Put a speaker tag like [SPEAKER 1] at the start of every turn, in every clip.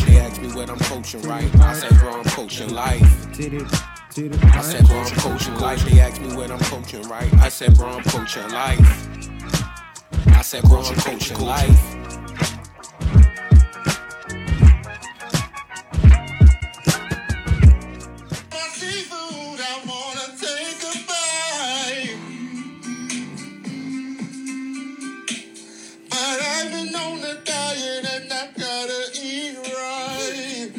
[SPEAKER 1] ask me what I'm coaching, right? I say, bro, I'm coaching life.
[SPEAKER 2] Did it, did it.
[SPEAKER 1] I said, bro, I'm coaching life. They ask me what I'm coaching, right? I said, bro, I'm coaching life. I said, bro, I'm coaching life.
[SPEAKER 3] My seafood, I wanna take a bite. But I've been on a diet and I gotta eat right.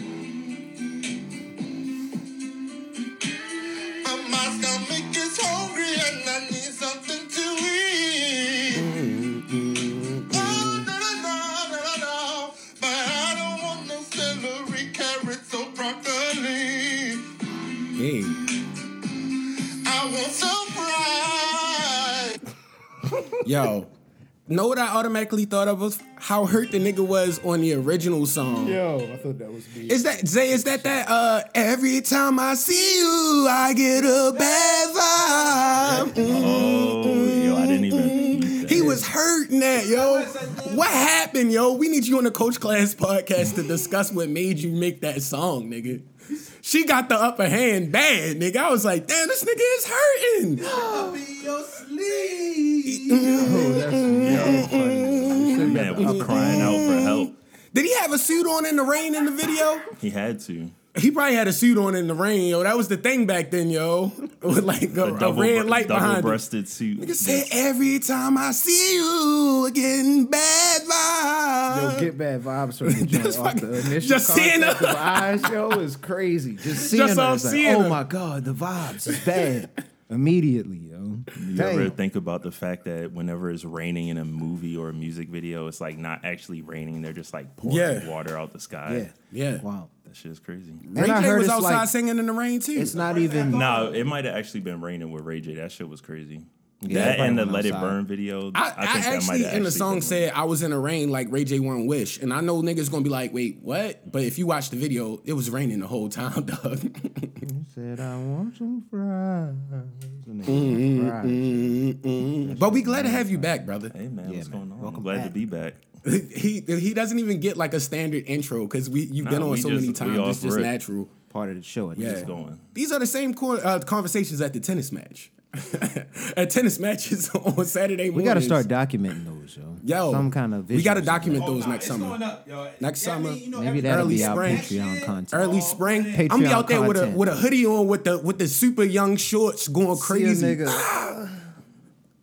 [SPEAKER 3] And My stomach is hungry and I need something to eat. Oh, no, no, no, no, no, no. But I don't want no celery, carrots, or broccoli.
[SPEAKER 2] Hey,
[SPEAKER 3] I want some fries.
[SPEAKER 2] yo. Know what I automatically thought of was how hurt the nigga was on the original song.
[SPEAKER 4] Yo, I thought that was me.
[SPEAKER 2] Is that Zay? Is that that? Uh, every time I see you, I get a bad vibe. Mm-hmm.
[SPEAKER 5] Oh, yo, I didn't even. peep
[SPEAKER 2] He
[SPEAKER 5] that.
[SPEAKER 2] was hurting that, yo. What happened, yo? We need you on the Coach Class podcast to discuss what made you make that song, nigga. She got the upper hand bad, nigga. I was like, damn, this nigga is hurting.
[SPEAKER 5] Oh,
[SPEAKER 4] Yo, that's yo, funny. You said
[SPEAKER 5] Man,
[SPEAKER 4] that
[SPEAKER 5] was crying out for help.
[SPEAKER 2] Did he have a suit on in the rain in the video?
[SPEAKER 5] He had to.
[SPEAKER 2] He probably had a suit on in the rain, yo. That was the thing back then, yo. With like a,
[SPEAKER 5] A
[SPEAKER 2] a
[SPEAKER 5] double,
[SPEAKER 2] red light
[SPEAKER 5] double
[SPEAKER 2] behind him.
[SPEAKER 5] breasted suit.
[SPEAKER 2] Nigga said, every time I see you, getting bad vibes.
[SPEAKER 4] Yo, get bad vibs from the joint
[SPEAKER 2] Just
[SPEAKER 4] off the
[SPEAKER 2] fucking-
[SPEAKER 4] initial
[SPEAKER 2] just seeing
[SPEAKER 4] concept
[SPEAKER 2] her.
[SPEAKER 4] of eyes, yo, is crazy. Just seeing
[SPEAKER 2] Just
[SPEAKER 4] her,
[SPEAKER 2] off
[SPEAKER 4] it's
[SPEAKER 2] seeing
[SPEAKER 4] like,
[SPEAKER 2] her.
[SPEAKER 4] oh my god, the vibes is bad immediately, yo.
[SPEAKER 5] You ever
[SPEAKER 4] Damn.
[SPEAKER 5] think about the fact that whenever it's raining in a movie or a music video, it's like not actually raining; they're just like pouring
[SPEAKER 2] Yeah.
[SPEAKER 5] water out the sky.
[SPEAKER 4] Yeah,
[SPEAKER 2] Yeah.
[SPEAKER 4] wow.
[SPEAKER 5] That shit is crazy.
[SPEAKER 2] Ray
[SPEAKER 4] and I
[SPEAKER 2] J
[SPEAKER 4] heard
[SPEAKER 2] was
[SPEAKER 4] it's
[SPEAKER 2] outside
[SPEAKER 4] like
[SPEAKER 2] singing in the rain too.
[SPEAKER 4] it's not even.
[SPEAKER 5] No, it might have actually been raining with Ray J. That shit was crazy.
[SPEAKER 4] Yeah,
[SPEAKER 5] that
[SPEAKER 4] it probably
[SPEAKER 5] and the
[SPEAKER 4] went
[SPEAKER 5] Let It
[SPEAKER 4] outside.
[SPEAKER 5] Burn video.
[SPEAKER 2] I, I,
[SPEAKER 5] think that might
[SPEAKER 2] actually
[SPEAKER 5] have
[SPEAKER 2] in the
[SPEAKER 5] actually
[SPEAKER 2] song
[SPEAKER 5] been-
[SPEAKER 2] said I was in the rain like Ray J won wish, and I know niggas gonna be like, wait, what? But if you watch the video, it was raining the whole time, dog.
[SPEAKER 4] Said I want some fries. And they
[SPEAKER 5] Mm-hmm.
[SPEAKER 4] got fries. Mm-hmm.
[SPEAKER 2] but we glad to have you back, brother.
[SPEAKER 5] Hey man, what's
[SPEAKER 4] man.
[SPEAKER 5] going on?
[SPEAKER 4] Welcome
[SPEAKER 5] I'm glad to
[SPEAKER 4] back.
[SPEAKER 5] be back.
[SPEAKER 2] He he doesn't even get like a standard intro because we you've been
[SPEAKER 5] Nah,
[SPEAKER 2] on
[SPEAKER 5] we
[SPEAKER 2] so
[SPEAKER 5] just-
[SPEAKER 2] many
[SPEAKER 5] we
[SPEAKER 2] times.
[SPEAKER 5] off
[SPEAKER 2] It's just
[SPEAKER 5] rip.
[SPEAKER 2] natural.
[SPEAKER 4] Part of the show. At
[SPEAKER 2] Yeah.
[SPEAKER 4] this point.
[SPEAKER 5] Going.
[SPEAKER 2] These are the same cor- uh, conversations at the tennis match. at tennis matches on Saturday morning.
[SPEAKER 4] We got to start documenting those, yo.
[SPEAKER 2] Yo,
[SPEAKER 4] some kind of.
[SPEAKER 2] we gotta
[SPEAKER 4] visuals.
[SPEAKER 2] document those
[SPEAKER 6] nah,
[SPEAKER 2] next
[SPEAKER 6] it's going
[SPEAKER 2] summer.
[SPEAKER 6] up, yo.
[SPEAKER 2] Next
[SPEAKER 6] Yeah, I mean,
[SPEAKER 2] summer.
[SPEAKER 6] you know,
[SPEAKER 4] Maybe
[SPEAKER 6] every-
[SPEAKER 4] that'll
[SPEAKER 2] Early
[SPEAKER 4] be our
[SPEAKER 2] spring.
[SPEAKER 4] Patreon content.
[SPEAKER 2] Early spring,
[SPEAKER 4] Patreon
[SPEAKER 2] I'm gonna be out there with a
[SPEAKER 4] content.
[SPEAKER 2] with a hoodie on with the with the super young shorts going
[SPEAKER 4] See a
[SPEAKER 2] crazy.
[SPEAKER 4] nigga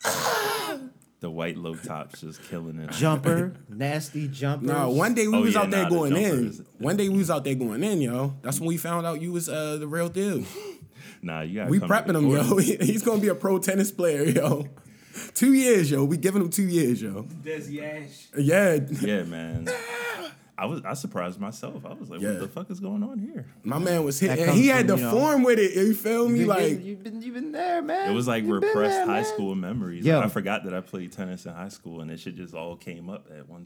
[SPEAKER 5] The white low tops just killing it.
[SPEAKER 4] jumper, nasty jumper.
[SPEAKER 2] No, one day we
[SPEAKER 5] Oh,
[SPEAKER 2] was
[SPEAKER 5] yeah,
[SPEAKER 2] out there
[SPEAKER 5] nah, the
[SPEAKER 2] going in.
[SPEAKER 5] jumpers.
[SPEAKER 2] One day we was out there going in, yo. That's when we found out you was uh, the real deal.
[SPEAKER 5] Nah, you got.
[SPEAKER 2] We prepping him, yo. He's gonna be a pro tennis player, yo. Two years, yo. We giving him two years, yo.
[SPEAKER 6] Desi Ash.
[SPEAKER 2] Yeah,
[SPEAKER 5] Yeah, man. I was I surprised myself. I was like,
[SPEAKER 2] Yeah.
[SPEAKER 5] what the fuck is going on here?
[SPEAKER 2] my man was hit.
[SPEAKER 4] That
[SPEAKER 2] and
[SPEAKER 4] comes
[SPEAKER 2] He had
[SPEAKER 4] from,
[SPEAKER 2] the
[SPEAKER 4] you know,
[SPEAKER 2] form with it. You feel me?
[SPEAKER 4] You
[SPEAKER 2] Like,
[SPEAKER 4] been, you've been you've been there, man.
[SPEAKER 5] It was like
[SPEAKER 4] You've been
[SPEAKER 5] repressed
[SPEAKER 4] there,
[SPEAKER 5] high
[SPEAKER 4] man.
[SPEAKER 5] school memories.
[SPEAKER 4] Yo.
[SPEAKER 5] I forgot that I played tennis in high school, and it shit just all came up at one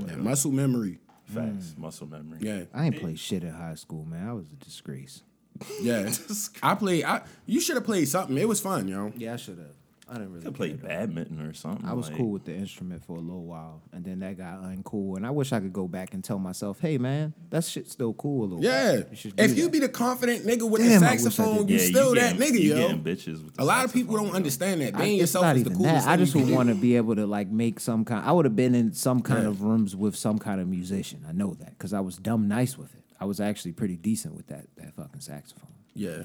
[SPEAKER 4] Mm.
[SPEAKER 5] I was like,
[SPEAKER 2] muscle memory.
[SPEAKER 5] facts, muscle memory.
[SPEAKER 2] Yeah,
[SPEAKER 4] I ain't play shit in high school, man. I was a disgrace.
[SPEAKER 2] yeah. I played. I you should have played something. It was fun, yo.
[SPEAKER 4] Yeah, I should have. I didn't really
[SPEAKER 5] I played badminton or something.
[SPEAKER 4] I was
[SPEAKER 5] like-
[SPEAKER 4] cool with the instrument for a little while, and then that got uncool. And I wish I could go back and tell myself, "Hey, man, that shit's still cool a little."
[SPEAKER 2] Yeah.
[SPEAKER 4] bit. You should do
[SPEAKER 2] if you
[SPEAKER 4] that."
[SPEAKER 2] be the confident nigga with
[SPEAKER 4] Damn,
[SPEAKER 2] the
[SPEAKER 4] I wish I
[SPEAKER 2] saxophone,
[SPEAKER 4] did.
[SPEAKER 2] you
[SPEAKER 5] Yeah,
[SPEAKER 2] still
[SPEAKER 5] getting-
[SPEAKER 2] that nigga,
[SPEAKER 5] you
[SPEAKER 2] yo.
[SPEAKER 5] getting bitches with the
[SPEAKER 2] A lot of people
[SPEAKER 5] saxophone,
[SPEAKER 2] don't
[SPEAKER 5] yo.
[SPEAKER 2] understand that.
[SPEAKER 4] I-
[SPEAKER 2] Being
[SPEAKER 4] it's
[SPEAKER 2] yourself
[SPEAKER 4] not
[SPEAKER 2] is the
[SPEAKER 4] even
[SPEAKER 2] coolest
[SPEAKER 4] that. I
[SPEAKER 2] thing
[SPEAKER 4] just
[SPEAKER 2] you can
[SPEAKER 4] would
[SPEAKER 2] do.
[SPEAKER 4] want to be able to like make some kind. I would have been in some kind
[SPEAKER 2] Yeah.
[SPEAKER 4] of rooms with some kind of musician. I know that because I was dumb nice with it. I was actually pretty decent with that that fucking saxophone.
[SPEAKER 2] Yeah.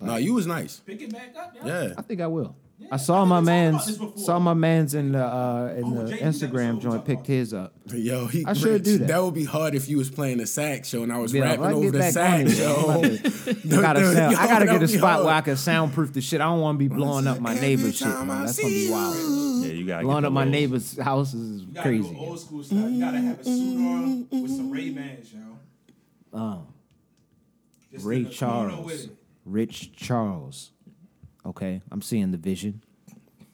[SPEAKER 2] No, you was nice.
[SPEAKER 6] Pick it back up, yo.
[SPEAKER 2] Yeah.
[SPEAKER 4] I think I will. I
[SPEAKER 6] I
[SPEAKER 4] saw
[SPEAKER 6] think
[SPEAKER 4] my
[SPEAKER 6] we talked about
[SPEAKER 4] man's
[SPEAKER 6] this before.
[SPEAKER 4] saw my man's in the uh, in
[SPEAKER 6] Oh,
[SPEAKER 4] the
[SPEAKER 6] Jay-Z
[SPEAKER 4] Instagram
[SPEAKER 6] episode we
[SPEAKER 4] joint
[SPEAKER 6] talked
[SPEAKER 4] picked
[SPEAKER 6] about.
[SPEAKER 4] his up.
[SPEAKER 2] Yo, he
[SPEAKER 4] I
[SPEAKER 2] rich.
[SPEAKER 4] should do that.
[SPEAKER 2] that. would be hard if you was playing the sax show and I was
[SPEAKER 4] Be like,
[SPEAKER 2] rapping
[SPEAKER 4] "Well, I
[SPEAKER 2] over
[SPEAKER 4] get
[SPEAKER 2] the
[SPEAKER 4] back on
[SPEAKER 2] sax
[SPEAKER 4] it,
[SPEAKER 2] show.
[SPEAKER 4] man." I gotta,
[SPEAKER 2] Dude,
[SPEAKER 4] sound,
[SPEAKER 2] yo,
[SPEAKER 4] I gotta
[SPEAKER 2] that
[SPEAKER 4] get a
[SPEAKER 2] would be
[SPEAKER 4] spot where I
[SPEAKER 2] hard.
[SPEAKER 4] can soundproof the shit. I don't want to be blowing up my
[SPEAKER 2] Every
[SPEAKER 4] neighbor's shit,
[SPEAKER 2] time I
[SPEAKER 4] man. That's gonna
[SPEAKER 2] see
[SPEAKER 4] be wild.
[SPEAKER 2] you.
[SPEAKER 5] Yeah, you got
[SPEAKER 4] Blowing up my neighbor's houses is
[SPEAKER 6] You gotta
[SPEAKER 4] crazy.
[SPEAKER 6] go old school style. You gotta have a suit on with some Ray Bans, yo.
[SPEAKER 4] Um,
[SPEAKER 6] Just
[SPEAKER 4] Ray
[SPEAKER 6] in the corner with
[SPEAKER 4] Charles,
[SPEAKER 6] it.
[SPEAKER 4] Rich Charles. Okay, I'm seeing the vision.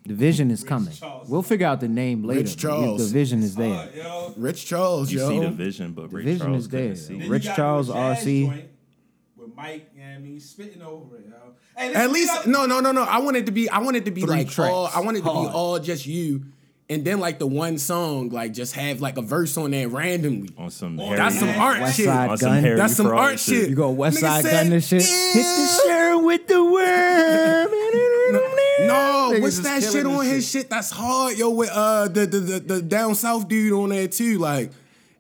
[SPEAKER 4] The vision is coming.
[SPEAKER 6] Charles.
[SPEAKER 4] We'll figure out the name later. but
[SPEAKER 2] Charles.
[SPEAKER 4] The vision is
[SPEAKER 6] Uh,
[SPEAKER 4] there.
[SPEAKER 6] yo.
[SPEAKER 2] Rich Charles,
[SPEAKER 5] You see the
[SPEAKER 2] yo.
[SPEAKER 5] vision, but Ray
[SPEAKER 4] vision
[SPEAKER 5] Charles
[SPEAKER 4] is there.
[SPEAKER 5] couldn't see.
[SPEAKER 6] Then
[SPEAKER 5] it.
[SPEAKER 6] you
[SPEAKER 4] Rich
[SPEAKER 6] gotta do a
[SPEAKER 4] Charles,
[SPEAKER 6] jazz
[SPEAKER 4] RC.
[SPEAKER 6] joint With Mike, you know what I mean, spitting over it, yo. Hey, let's
[SPEAKER 2] At
[SPEAKER 6] pick it
[SPEAKER 2] least
[SPEAKER 6] up.
[SPEAKER 2] no, no, no, no. I wanted to be I wanted to be
[SPEAKER 4] Three
[SPEAKER 2] like all
[SPEAKER 4] tracks.
[SPEAKER 2] I wanted to be
[SPEAKER 4] Hard.
[SPEAKER 2] all just you and then like the one song like just have like a verse on there randomly.
[SPEAKER 5] on some.
[SPEAKER 2] That's some art
[SPEAKER 4] West
[SPEAKER 2] shit.
[SPEAKER 4] Side
[SPEAKER 5] On some
[SPEAKER 4] Gun.
[SPEAKER 5] Harry
[SPEAKER 2] That's some
[SPEAKER 5] Fraud
[SPEAKER 2] art shit.
[SPEAKER 4] You go West
[SPEAKER 2] Nigga
[SPEAKER 4] Side
[SPEAKER 2] said,
[SPEAKER 4] Gun and shit. Hit the
[SPEAKER 2] "Yeah."
[SPEAKER 4] sharing with the worm.
[SPEAKER 2] No,
[SPEAKER 4] Niggas
[SPEAKER 2] what's
[SPEAKER 4] is
[SPEAKER 2] that
[SPEAKER 4] killing
[SPEAKER 2] shit
[SPEAKER 4] this
[SPEAKER 2] on his shit? That's hard, yo. With uh the the the, the down south dude on there too. Like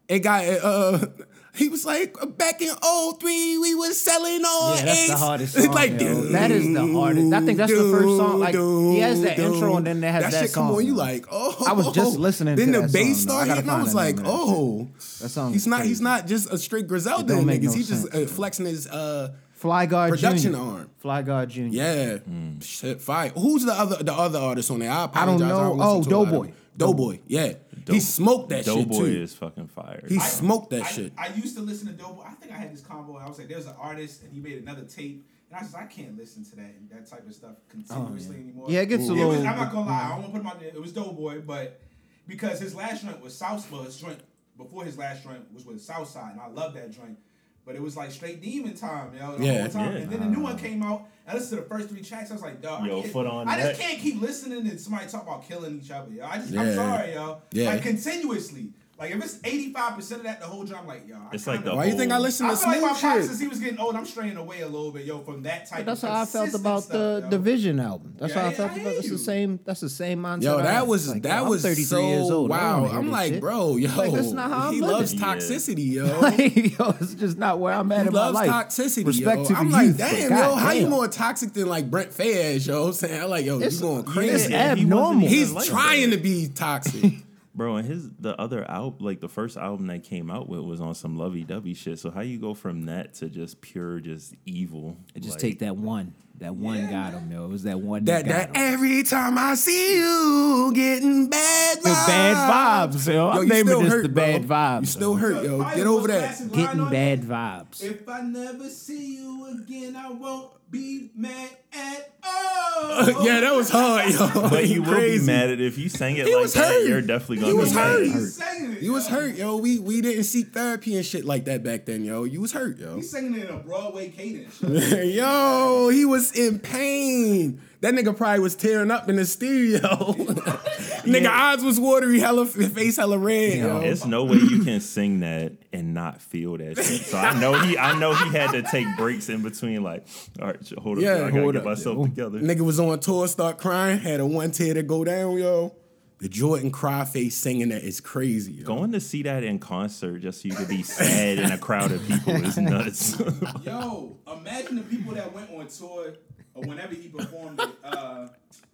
[SPEAKER 2] it got uh. He was like, back in 03, we was selling all
[SPEAKER 4] Yeah, that's the
[SPEAKER 2] eights."
[SPEAKER 4] hardest
[SPEAKER 2] It's
[SPEAKER 4] song.
[SPEAKER 2] like,
[SPEAKER 4] yo. that is the hardest. I think that's the first song. Like he has that
[SPEAKER 2] dude,
[SPEAKER 4] intro and then that has that,
[SPEAKER 2] shit
[SPEAKER 4] song.
[SPEAKER 2] come on, you
[SPEAKER 4] yo.
[SPEAKER 2] like, oh.
[SPEAKER 4] I was just listening
[SPEAKER 2] Then
[SPEAKER 4] to
[SPEAKER 2] the
[SPEAKER 4] that
[SPEAKER 2] bass
[SPEAKER 4] song, though. I
[SPEAKER 2] started
[SPEAKER 4] gotta
[SPEAKER 2] hitting. I
[SPEAKER 4] find
[SPEAKER 2] was
[SPEAKER 4] the
[SPEAKER 2] like,
[SPEAKER 4] name of that shit.
[SPEAKER 2] oh.
[SPEAKER 4] That song
[SPEAKER 2] He's
[SPEAKER 4] is
[SPEAKER 2] not. He's
[SPEAKER 4] crazy.
[SPEAKER 2] not just a straight Griselda
[SPEAKER 4] It don't make
[SPEAKER 2] niggas.
[SPEAKER 4] no
[SPEAKER 2] He's just uh,
[SPEAKER 4] sense.
[SPEAKER 2] flexing his uh
[SPEAKER 4] Fly God
[SPEAKER 2] production
[SPEAKER 4] Jr.
[SPEAKER 2] arm.
[SPEAKER 4] Fly God Jr.
[SPEAKER 2] Yeah, shit, fire. Who's the other the other artist on there? I apologize.
[SPEAKER 4] Mm. don't know.
[SPEAKER 2] listen to
[SPEAKER 4] Oh,
[SPEAKER 2] a lot of
[SPEAKER 4] Doughboy.
[SPEAKER 2] them. Doughboy. Yeah, he smoked that shit
[SPEAKER 5] Doughboy
[SPEAKER 2] too.
[SPEAKER 5] is fucking fire.
[SPEAKER 2] He smoked that
[SPEAKER 6] I,
[SPEAKER 2] shit.
[SPEAKER 6] I used to listen to Dope. I think I had this combo. I was like, there's an artist, and he made another tape, and I was like, I can't listen to that that type of stuff continuously anymore.
[SPEAKER 4] Yeah, it gets a
[SPEAKER 6] was-
[SPEAKER 4] little-
[SPEAKER 6] I'm not gonna lie. I won't put him out there. It was Doughboy, but because his last joint was Southpaw, his joint before his last joint was with Southside, and I love that joint. But it was like straight demon time, yo. The
[SPEAKER 2] Yeah.
[SPEAKER 6] whole time.
[SPEAKER 5] Yeah.
[SPEAKER 6] And then the new one came out. I listened to the first three tracks. I was like, dog,
[SPEAKER 5] Yo,
[SPEAKER 6] I, can't-
[SPEAKER 5] foot on
[SPEAKER 6] I
[SPEAKER 5] neck.
[SPEAKER 6] just can't keep listening to somebody talk about killing each other, yo. I just,
[SPEAKER 2] Yeah.
[SPEAKER 6] I'm sorry, yo.
[SPEAKER 2] Yeah.
[SPEAKER 6] Like, continuously. Like if it's eighty five percent of that the whole job, I'm like, yo, I
[SPEAKER 5] It's like
[SPEAKER 6] kinda-
[SPEAKER 5] the
[SPEAKER 2] Why you think I listen
[SPEAKER 6] I
[SPEAKER 2] to
[SPEAKER 6] feel like my
[SPEAKER 2] smooth
[SPEAKER 6] pops since
[SPEAKER 2] shit?
[SPEAKER 6] he was getting old, I'm straying away a little bit, yo, from that type.
[SPEAKER 4] That's
[SPEAKER 6] of
[SPEAKER 4] how I felt
[SPEAKER 6] consistent
[SPEAKER 4] about
[SPEAKER 6] stuff,
[SPEAKER 4] the
[SPEAKER 6] yo.
[SPEAKER 4] Division album. That's
[SPEAKER 6] Yeah,
[SPEAKER 4] how
[SPEAKER 6] I-
[SPEAKER 4] I felt
[SPEAKER 6] I
[SPEAKER 4] about.
[SPEAKER 6] hear
[SPEAKER 4] That's the
[SPEAKER 6] you.
[SPEAKER 4] same. That's the same mindset.
[SPEAKER 2] Yo,
[SPEAKER 4] I
[SPEAKER 2] that
[SPEAKER 4] had.
[SPEAKER 2] was
[SPEAKER 4] Like,
[SPEAKER 2] that
[SPEAKER 4] yo, I'm
[SPEAKER 2] was
[SPEAKER 4] 33
[SPEAKER 2] so
[SPEAKER 4] years old. I don't
[SPEAKER 2] wow.
[SPEAKER 4] wanna hear
[SPEAKER 2] I'm
[SPEAKER 4] this
[SPEAKER 2] like,
[SPEAKER 4] shit.
[SPEAKER 2] bro, yo,
[SPEAKER 4] Like, that's not how I'm
[SPEAKER 2] he
[SPEAKER 4] living.
[SPEAKER 2] loves
[SPEAKER 5] Yeah.
[SPEAKER 2] toxicity, yo.
[SPEAKER 4] Like, yo, it's just not where I'm at
[SPEAKER 2] He
[SPEAKER 4] in my
[SPEAKER 2] loves
[SPEAKER 4] life.
[SPEAKER 2] toxicity,
[SPEAKER 4] Respect
[SPEAKER 2] yo.
[SPEAKER 4] to the
[SPEAKER 2] I'm like,
[SPEAKER 4] youth, but
[SPEAKER 2] damn, yo,
[SPEAKER 4] goddamn.
[SPEAKER 2] how you more toxic than like Brent Fayez, yo? I'm saying, I'm like, yo,
[SPEAKER 4] It's-
[SPEAKER 2] you going
[SPEAKER 4] yeah,
[SPEAKER 2] crazy.
[SPEAKER 4] it's abnormal.
[SPEAKER 5] even
[SPEAKER 2] He's
[SPEAKER 5] like that.
[SPEAKER 2] trying to be toxic.
[SPEAKER 5] Bro, and his the other album, like the first album that came out with, was on some lovey dovey shit. So how you go from that to just pure, just evil?
[SPEAKER 4] Just
[SPEAKER 5] like,
[SPEAKER 4] take that one. That one got him, yo. It was that one
[SPEAKER 2] that
[SPEAKER 4] that, got
[SPEAKER 2] that
[SPEAKER 4] him.
[SPEAKER 2] every time I see you, getting bad vibes.
[SPEAKER 4] The bad vibs, yo. I'm
[SPEAKER 2] Ah! you
[SPEAKER 4] naming
[SPEAKER 2] still
[SPEAKER 4] this
[SPEAKER 2] hurt,
[SPEAKER 4] the
[SPEAKER 2] bro.
[SPEAKER 4] bad vibes.
[SPEAKER 2] You still hurt, yo.
[SPEAKER 6] Fire
[SPEAKER 2] Get over
[SPEAKER 6] was
[SPEAKER 2] that.
[SPEAKER 6] passing line
[SPEAKER 4] getting
[SPEAKER 6] on-
[SPEAKER 4] bad vibes.
[SPEAKER 6] If I never see you again, I won't be mad at all.
[SPEAKER 2] yeah, that was hard, yo.
[SPEAKER 5] But
[SPEAKER 2] He
[SPEAKER 5] you will be
[SPEAKER 2] crazy.
[SPEAKER 5] mad at if you sang it
[SPEAKER 2] He
[SPEAKER 5] like
[SPEAKER 2] was
[SPEAKER 5] that.
[SPEAKER 2] hurt.
[SPEAKER 5] You're definitely gonna
[SPEAKER 2] He
[SPEAKER 5] be
[SPEAKER 2] was
[SPEAKER 5] mad.
[SPEAKER 2] hurt.
[SPEAKER 6] He's singing it.
[SPEAKER 2] You was
[SPEAKER 6] yo.
[SPEAKER 2] hurt, yo. We we didn't seek therapy and shit like that back then, yo. You was hurt, yo.
[SPEAKER 6] He's singing it in a Broadway cadence. yo.
[SPEAKER 2] yo, he was in pain. That nigga probably was tearing up in the studio. nigga, eyes was watery, hella face, hella red, yo.
[SPEAKER 5] It's no way you can sing that and not feel that shit. So I know he, I know he had to take breaks in between. Like, all right, j- hold up,
[SPEAKER 2] Yeah,
[SPEAKER 5] yeah, I gotta
[SPEAKER 2] hold
[SPEAKER 5] get
[SPEAKER 2] up,
[SPEAKER 5] myself
[SPEAKER 4] yo.
[SPEAKER 5] together.
[SPEAKER 2] Nigga was on tour, start crying, had a one tear to go down, yo. The Jordan cry face singing that is crazy. Yo.
[SPEAKER 5] Going to see that in concert just so you could be sad in a crowd of people is nuts.
[SPEAKER 6] Yo, imagine the people that went on tour or whenever he performed the, uh,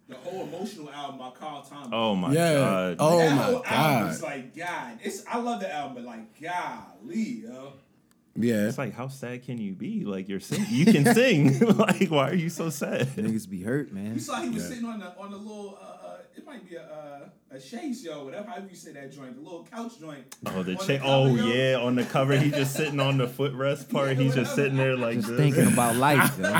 [SPEAKER 6] the whole emotional album by Carl Thomas.
[SPEAKER 5] oh my
[SPEAKER 2] Yeah.
[SPEAKER 5] god.
[SPEAKER 2] Oh.
[SPEAKER 6] that
[SPEAKER 2] my
[SPEAKER 6] whole album is
[SPEAKER 2] God.
[SPEAKER 6] like God. It's I love the album, but like golly, yo.
[SPEAKER 2] Yeah.
[SPEAKER 5] It's like how sad can you be? Like you're sing- you can sing. like why are you so sad?
[SPEAKER 4] Niggas be hurt, man.
[SPEAKER 6] You saw he was sitting on the on the little uh, uh it might be a uh, a chase yo whatever however you say that joint the little couch joint.
[SPEAKER 5] Oh the
[SPEAKER 6] On
[SPEAKER 5] cha-
[SPEAKER 6] cover,
[SPEAKER 5] oh
[SPEAKER 6] yo.
[SPEAKER 5] yeah, on the cover he's just sitting on the footrest part. He's just sitting there like
[SPEAKER 4] Just
[SPEAKER 5] this.
[SPEAKER 4] thinking about life, yo.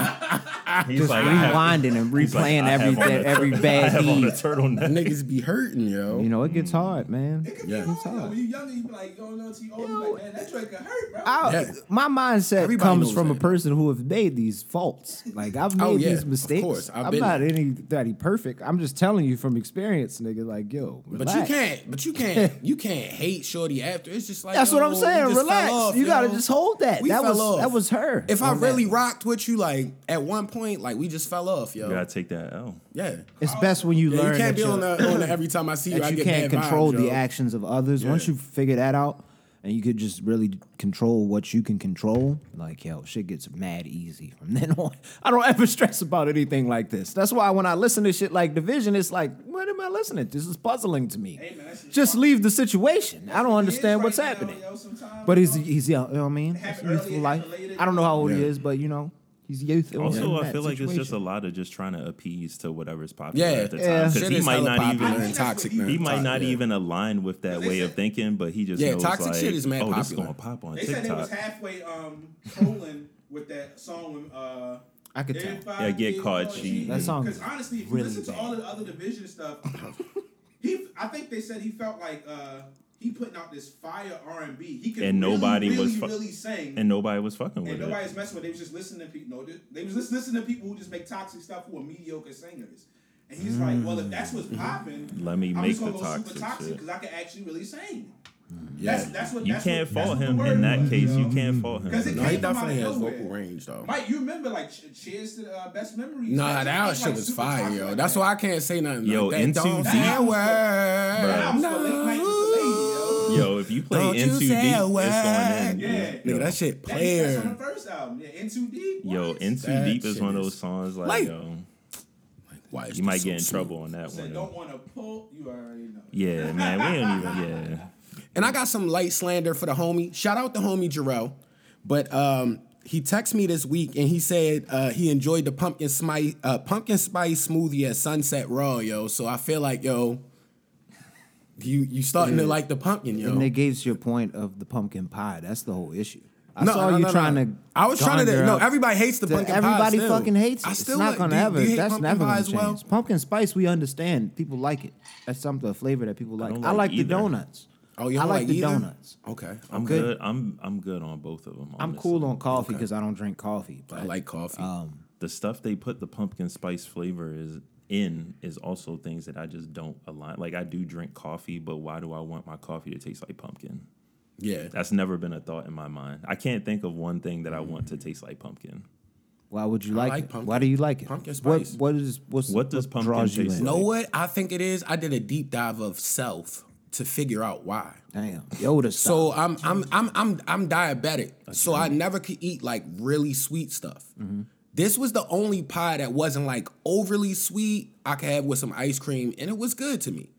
[SPEAKER 5] He's
[SPEAKER 4] Just
[SPEAKER 5] like, I have-
[SPEAKER 4] rewinding and
[SPEAKER 5] he's like,
[SPEAKER 4] replaying
[SPEAKER 5] I have
[SPEAKER 4] every
[SPEAKER 5] on
[SPEAKER 4] day,
[SPEAKER 5] a
[SPEAKER 4] every
[SPEAKER 5] tur- I
[SPEAKER 4] bad
[SPEAKER 5] have on a
[SPEAKER 4] deed.
[SPEAKER 5] turtleneck.
[SPEAKER 2] Niggas be hurting, yo.
[SPEAKER 4] You know, it gets hard, man.
[SPEAKER 6] It could
[SPEAKER 2] Yeah.
[SPEAKER 6] be hard, yo. When you younger you be like yo no oh, you old you like man that joint could hurt bro.
[SPEAKER 4] I,
[SPEAKER 2] Yeah.
[SPEAKER 4] My mindset
[SPEAKER 2] Everybody
[SPEAKER 4] comes
[SPEAKER 2] knows
[SPEAKER 4] from
[SPEAKER 2] that.
[SPEAKER 4] a person who have made these faults. Like I've made
[SPEAKER 2] Oh, yeah,
[SPEAKER 4] these
[SPEAKER 2] of
[SPEAKER 4] mistakes.
[SPEAKER 2] course. I've
[SPEAKER 4] I'm
[SPEAKER 2] been
[SPEAKER 4] not
[SPEAKER 2] there.
[SPEAKER 4] anybody perfect. I'm just telling you from experience, nigga. Like yo,
[SPEAKER 2] But
[SPEAKER 4] relax.
[SPEAKER 2] you can't, but you can't, you can't hate Shorty after. It's just like
[SPEAKER 4] That's what
[SPEAKER 2] yo,
[SPEAKER 4] I'm
[SPEAKER 2] we
[SPEAKER 4] saying.
[SPEAKER 2] just fell
[SPEAKER 4] Relax.
[SPEAKER 2] off,
[SPEAKER 4] you gotta
[SPEAKER 2] yo.
[SPEAKER 4] just hold that.
[SPEAKER 2] We
[SPEAKER 4] that
[SPEAKER 2] fell
[SPEAKER 4] was
[SPEAKER 2] off.
[SPEAKER 4] that was her.
[SPEAKER 2] If I
[SPEAKER 4] on that.
[SPEAKER 2] really rocked with you, like at one point, like we just fell off, yo.
[SPEAKER 5] You gotta take that L.
[SPEAKER 2] yeah.
[SPEAKER 4] it's best when you
[SPEAKER 2] Yeah,
[SPEAKER 4] learn
[SPEAKER 2] you can't
[SPEAKER 4] that
[SPEAKER 2] be on
[SPEAKER 4] you're-
[SPEAKER 2] the, on the every time I see you, I
[SPEAKER 4] that you
[SPEAKER 2] get
[SPEAKER 4] can't
[SPEAKER 2] bad
[SPEAKER 4] control
[SPEAKER 2] vibes,
[SPEAKER 4] the
[SPEAKER 2] yo.
[SPEAKER 4] actions of others. Once
[SPEAKER 2] Yeah.
[SPEAKER 4] you figure that out, and you could just really control what you can control, like yo, shit gets mad easy from then on. I don't ever stress about anything like this. That's why when I listen to shit like Division, it's like, what am I listening? to? This is puzzling to me.
[SPEAKER 6] Hey, man, that's just
[SPEAKER 4] just leave the situation. I don't
[SPEAKER 6] It is
[SPEAKER 4] understand
[SPEAKER 6] right
[SPEAKER 4] what's
[SPEAKER 6] now,
[SPEAKER 4] happening.
[SPEAKER 6] yo, sometimes,
[SPEAKER 4] But he's
[SPEAKER 6] yo.
[SPEAKER 4] he's young. You know what I mean?
[SPEAKER 6] Happy
[SPEAKER 4] It's youthful
[SPEAKER 6] early,
[SPEAKER 4] life.
[SPEAKER 6] happy later,
[SPEAKER 4] I don't know how old he
[SPEAKER 2] Yeah.
[SPEAKER 4] is, but you know, he's youthful. in
[SPEAKER 5] Also, I
[SPEAKER 4] that
[SPEAKER 5] feel like it's just a
[SPEAKER 4] situation.
[SPEAKER 5] lot of just trying to appease to whatever's popular
[SPEAKER 2] Yeah,
[SPEAKER 5] at the
[SPEAKER 4] Yeah.
[SPEAKER 5] time. Because
[SPEAKER 2] Shit
[SPEAKER 5] he
[SPEAKER 2] is
[SPEAKER 5] might
[SPEAKER 2] hella
[SPEAKER 5] not
[SPEAKER 2] popular
[SPEAKER 5] even
[SPEAKER 2] and toxic, man.
[SPEAKER 5] he might
[SPEAKER 2] Tox-
[SPEAKER 5] not
[SPEAKER 2] yeah.
[SPEAKER 5] even align with that way of thinking, but he just
[SPEAKER 2] Yeah,
[SPEAKER 5] knows
[SPEAKER 2] toxic
[SPEAKER 5] like,
[SPEAKER 2] shit is mad
[SPEAKER 5] oh, this is
[SPEAKER 2] popular.
[SPEAKER 5] gonna pop on
[SPEAKER 6] They said it was
[SPEAKER 5] TikTok.
[SPEAKER 6] halfway um trolling with that song when uh
[SPEAKER 4] I could tell.
[SPEAKER 6] if I
[SPEAKER 5] Yeah, Get Caught Cheating.
[SPEAKER 4] That song
[SPEAKER 6] Because
[SPEAKER 4] is
[SPEAKER 6] honestly, if you
[SPEAKER 4] really
[SPEAKER 6] listen to
[SPEAKER 4] bad.
[SPEAKER 6] all of the other division stuff, he I think they said he felt like uh he putting out this fire R and B. He could
[SPEAKER 5] And
[SPEAKER 6] really,
[SPEAKER 5] nobody
[SPEAKER 6] really,
[SPEAKER 5] was fu-
[SPEAKER 6] really sing.
[SPEAKER 5] And nobody was fucking
[SPEAKER 6] and
[SPEAKER 5] with
[SPEAKER 6] nobody
[SPEAKER 5] it.
[SPEAKER 6] was messing with. it. They was just listening to people. No, they- they was just listening to people who just make toxic stuff who are mediocre singers. And he's like, well, if that's what's popping,
[SPEAKER 5] Mm. Let me
[SPEAKER 6] I'm
[SPEAKER 5] make
[SPEAKER 6] just gonna
[SPEAKER 5] the
[SPEAKER 6] go super
[SPEAKER 5] toxic
[SPEAKER 6] toxic
[SPEAKER 5] shit.
[SPEAKER 6] because I can actually really sing.
[SPEAKER 2] Yeah.
[SPEAKER 6] That's, that's what
[SPEAKER 5] You
[SPEAKER 6] that's
[SPEAKER 5] can't
[SPEAKER 6] what, that's
[SPEAKER 5] fault
[SPEAKER 6] what the
[SPEAKER 5] him
[SPEAKER 6] word
[SPEAKER 5] in that
[SPEAKER 6] was,
[SPEAKER 5] case.
[SPEAKER 6] yo.
[SPEAKER 5] You can't fault
[SPEAKER 6] Because it
[SPEAKER 5] him.
[SPEAKER 2] No, he
[SPEAKER 6] came from
[SPEAKER 2] definitely
[SPEAKER 6] out
[SPEAKER 2] has
[SPEAKER 6] of
[SPEAKER 2] vocal
[SPEAKER 6] nowhere.
[SPEAKER 2] range though.
[SPEAKER 6] Mike, you remember like Ch- Cheers to uh, Best Memories?
[SPEAKER 2] Nah,
[SPEAKER 6] Like,
[SPEAKER 2] that
[SPEAKER 6] like,
[SPEAKER 2] shit was
[SPEAKER 6] super
[SPEAKER 2] fire,
[SPEAKER 6] toxic
[SPEAKER 2] yo.
[SPEAKER 6] like
[SPEAKER 2] That's
[SPEAKER 6] that.
[SPEAKER 2] why I can't say nothing.
[SPEAKER 5] Yo,
[SPEAKER 2] like that. Don't
[SPEAKER 5] NTZ.
[SPEAKER 2] say a
[SPEAKER 5] Bruh.
[SPEAKER 2] word.
[SPEAKER 6] That was the late night with the lady, yo.
[SPEAKER 5] Yo, if you play
[SPEAKER 2] Don't you
[SPEAKER 5] N2D, it's
[SPEAKER 2] say a
[SPEAKER 5] going
[SPEAKER 2] word.
[SPEAKER 5] in.
[SPEAKER 6] Yeah.
[SPEAKER 5] Yo,
[SPEAKER 2] Nigga, that shit
[SPEAKER 6] That- That's
[SPEAKER 2] player.
[SPEAKER 6] on her first album. Yeah, N2D.
[SPEAKER 5] Yo,
[SPEAKER 6] what?
[SPEAKER 5] N2
[SPEAKER 2] That
[SPEAKER 5] Deep is
[SPEAKER 2] shit
[SPEAKER 5] one of
[SPEAKER 2] is-
[SPEAKER 5] those songs like,
[SPEAKER 2] Like-
[SPEAKER 5] yo,
[SPEAKER 2] Why is
[SPEAKER 5] you
[SPEAKER 2] this
[SPEAKER 5] might
[SPEAKER 2] so
[SPEAKER 5] get in
[SPEAKER 2] smooth?
[SPEAKER 5] trouble on that
[SPEAKER 6] Said
[SPEAKER 5] one.
[SPEAKER 6] don't want to pull. You already know.
[SPEAKER 5] Yeah, man, we don't even. Yeah,
[SPEAKER 2] And I got some light slander for the homie. Shout out the homie Jarrell. But um, he texted me this week and he said uh, he enjoyed the pumpkin spice, uh, pumpkin spice smoothie at Sunset Raw, yo. So I feel like, yo, you you starting to like the pumpkin, yo.
[SPEAKER 4] And that gives your point of the pumpkin pie. That's the whole issue. I
[SPEAKER 2] No,
[SPEAKER 4] saw
[SPEAKER 2] no,
[SPEAKER 4] you
[SPEAKER 2] no,
[SPEAKER 4] trying
[SPEAKER 2] no.
[SPEAKER 4] to.
[SPEAKER 2] I was trying to.
[SPEAKER 4] garner
[SPEAKER 2] No,
[SPEAKER 4] up-
[SPEAKER 2] everybody hates the
[SPEAKER 4] That
[SPEAKER 2] pumpkin pie.
[SPEAKER 4] everybody
[SPEAKER 2] still.
[SPEAKER 4] fucking hates it.
[SPEAKER 2] I still
[SPEAKER 4] it's not
[SPEAKER 2] like-
[SPEAKER 4] gonna
[SPEAKER 2] do you-
[SPEAKER 4] ever.
[SPEAKER 2] do you hate
[SPEAKER 4] that's
[SPEAKER 2] pumpkin
[SPEAKER 4] never
[SPEAKER 2] pie
[SPEAKER 4] gonna
[SPEAKER 2] as
[SPEAKER 4] change.
[SPEAKER 2] well?
[SPEAKER 4] Pumpkin spice, we understand. People like it. That's something a flavor that people like. I,
[SPEAKER 5] don't
[SPEAKER 4] like,
[SPEAKER 5] like
[SPEAKER 4] the
[SPEAKER 5] either.
[SPEAKER 4] donuts.
[SPEAKER 2] Oh, you
[SPEAKER 4] I
[SPEAKER 2] don't
[SPEAKER 4] like,
[SPEAKER 2] like
[SPEAKER 4] the
[SPEAKER 2] either?
[SPEAKER 4] donuts.
[SPEAKER 2] Okay,
[SPEAKER 5] I'm
[SPEAKER 4] Okay.
[SPEAKER 5] good. I'm I'm good on both of them.
[SPEAKER 4] I'm
[SPEAKER 5] honestly.
[SPEAKER 4] cool on coffee because I don't drink coffee. But
[SPEAKER 2] I like coffee.
[SPEAKER 4] Um,
[SPEAKER 5] the stuff they put the pumpkin spice flavor is in is also things that I just don't align. Like I do drink coffee, but why do I want my coffee to taste like pumpkin?
[SPEAKER 2] yeah,
[SPEAKER 5] That's never been a thought in my mind. I can't think of one thing that I want
[SPEAKER 2] Mm.
[SPEAKER 5] to taste like pumpkin.
[SPEAKER 4] why would you like,
[SPEAKER 2] like
[SPEAKER 4] it?
[SPEAKER 2] pumpkin-
[SPEAKER 4] Why do you like it?
[SPEAKER 2] pumpkin spice.
[SPEAKER 4] What, what is what's,
[SPEAKER 5] What does pumpkin
[SPEAKER 4] draws you
[SPEAKER 5] taste
[SPEAKER 4] in?
[SPEAKER 5] like?
[SPEAKER 2] know what I think it is? I did a deep dive of self to figure out why.
[SPEAKER 4] Damn, Yoda. So
[SPEAKER 2] So I'm I'm I'm I'm I'm diabetic. So I never could eat like really sweet stuff.
[SPEAKER 4] Mm-hmm.
[SPEAKER 2] This was the only pie that wasn't like overly sweet. I could have with some ice cream, and it was good to me.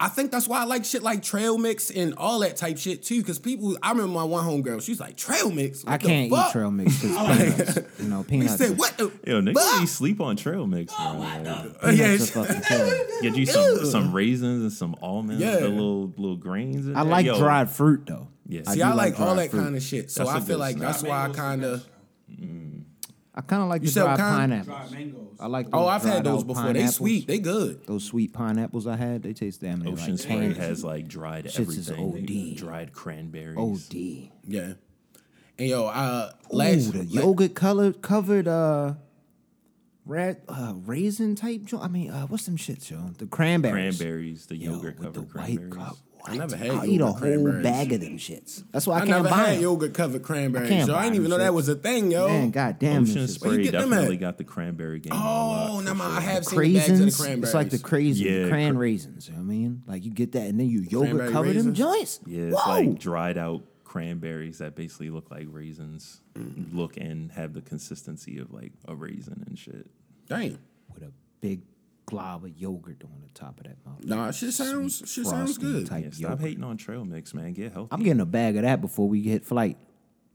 [SPEAKER 2] I think that's why I like shit like trail mix and all that type shit too. Because people, I remember my one homegirl, she's like trail mix.
[SPEAKER 4] I
[SPEAKER 2] What the
[SPEAKER 4] can't eat
[SPEAKER 2] fuck?"
[SPEAKER 4] trail mix because peanuts. You know,
[SPEAKER 2] He
[SPEAKER 4] peanuts.
[SPEAKER 2] said, "What? The
[SPEAKER 5] Yo, nigga,
[SPEAKER 2] fuck?"
[SPEAKER 5] really sleep on trail mix,
[SPEAKER 6] Oh
[SPEAKER 5] man.
[SPEAKER 2] Uh, yeah,
[SPEAKER 4] Peanuts are fucking terrible.
[SPEAKER 5] Get you some, some raisins and some almonds,
[SPEAKER 2] Yeah.
[SPEAKER 5] the little little grains. in
[SPEAKER 4] I
[SPEAKER 5] there.
[SPEAKER 4] like
[SPEAKER 5] Yo,
[SPEAKER 4] dried fruit though.
[SPEAKER 5] Yeah.
[SPEAKER 2] See,
[SPEAKER 4] do
[SPEAKER 2] I, like, all
[SPEAKER 4] dried
[SPEAKER 2] that
[SPEAKER 4] fruit.
[SPEAKER 2] kind of shit. So
[SPEAKER 5] That's a
[SPEAKER 2] I feel
[SPEAKER 5] good
[SPEAKER 2] like
[SPEAKER 5] snack.
[SPEAKER 2] that's why I
[SPEAKER 6] Mangoes
[SPEAKER 2] kind of.
[SPEAKER 6] is
[SPEAKER 4] I kind of like the
[SPEAKER 2] said
[SPEAKER 4] dried
[SPEAKER 2] kind-
[SPEAKER 6] Dried
[SPEAKER 4] pineapples.
[SPEAKER 6] mangoes.
[SPEAKER 4] I like.
[SPEAKER 2] Oh,
[SPEAKER 4] those
[SPEAKER 2] I've had
[SPEAKER 4] dried
[SPEAKER 2] those
[SPEAKER 4] out
[SPEAKER 2] before. They
[SPEAKER 4] pineapples.
[SPEAKER 2] sweet. They good.
[SPEAKER 4] Those sweet pineapples I had, they taste damn near
[SPEAKER 5] Ocean
[SPEAKER 4] like
[SPEAKER 5] Spring
[SPEAKER 4] candy.
[SPEAKER 5] has like dried
[SPEAKER 4] Shits is
[SPEAKER 5] everything.
[SPEAKER 4] OD.
[SPEAKER 5] Dried cranberries.
[SPEAKER 4] Oh, OD.
[SPEAKER 2] Yeah. And yo, uh, last
[SPEAKER 4] Ooh, the
[SPEAKER 2] la-
[SPEAKER 4] yogurt colored covered uh, red uh, raisin type. Jo- I mean, uh, what's some shit, yo? The cranberries.
[SPEAKER 5] Cranberries, the
[SPEAKER 4] Yo,
[SPEAKER 5] yogurt
[SPEAKER 4] with the
[SPEAKER 5] covered
[SPEAKER 4] white
[SPEAKER 5] cranberries.
[SPEAKER 4] cup.
[SPEAKER 2] I never had
[SPEAKER 4] I eat a
[SPEAKER 2] yogurt
[SPEAKER 4] whole
[SPEAKER 2] cranberries.
[SPEAKER 4] bag of them shits. That's why I,
[SPEAKER 2] I
[SPEAKER 4] can't
[SPEAKER 2] never
[SPEAKER 4] buy
[SPEAKER 2] had
[SPEAKER 4] them.
[SPEAKER 2] yogurt covered cranberries.
[SPEAKER 4] can't
[SPEAKER 2] yo. I
[SPEAKER 4] buy
[SPEAKER 2] didn't even know
[SPEAKER 4] them
[SPEAKER 2] that
[SPEAKER 4] shit.
[SPEAKER 2] was a thing, yo.
[SPEAKER 4] Man, goddamn,
[SPEAKER 5] Ocean
[SPEAKER 4] this shit.
[SPEAKER 2] Where you
[SPEAKER 5] Spray
[SPEAKER 2] get them
[SPEAKER 5] definitely
[SPEAKER 2] at?
[SPEAKER 5] got the cranberry game.
[SPEAKER 2] Oh, never mind. I have seen the bags of the
[SPEAKER 4] craisins.
[SPEAKER 2] cranberries.
[SPEAKER 4] It's like the crazy
[SPEAKER 5] Yeah,
[SPEAKER 4] cran
[SPEAKER 5] cra-
[SPEAKER 4] raisins. You know what I mean, like you get that, and then you yogurt
[SPEAKER 2] Cranberry
[SPEAKER 4] cover them
[SPEAKER 2] raisins?
[SPEAKER 4] joints.
[SPEAKER 5] Yeah, it's
[SPEAKER 4] Whoa.
[SPEAKER 5] like dried out cranberries that basically look like raisins,
[SPEAKER 4] Mm.
[SPEAKER 5] look and have the consistency of like a raisin and shit.
[SPEAKER 2] Damn.
[SPEAKER 4] with a big glob of yogurt on the top of that mouth.
[SPEAKER 2] Nah, shit sounds shit sounds
[SPEAKER 4] frosting
[SPEAKER 2] good.
[SPEAKER 4] type
[SPEAKER 5] Yeah, stop
[SPEAKER 4] yogurt.
[SPEAKER 5] hating on trail mix, man. Get healthy.
[SPEAKER 4] I'm getting a bag of that before we hit flight.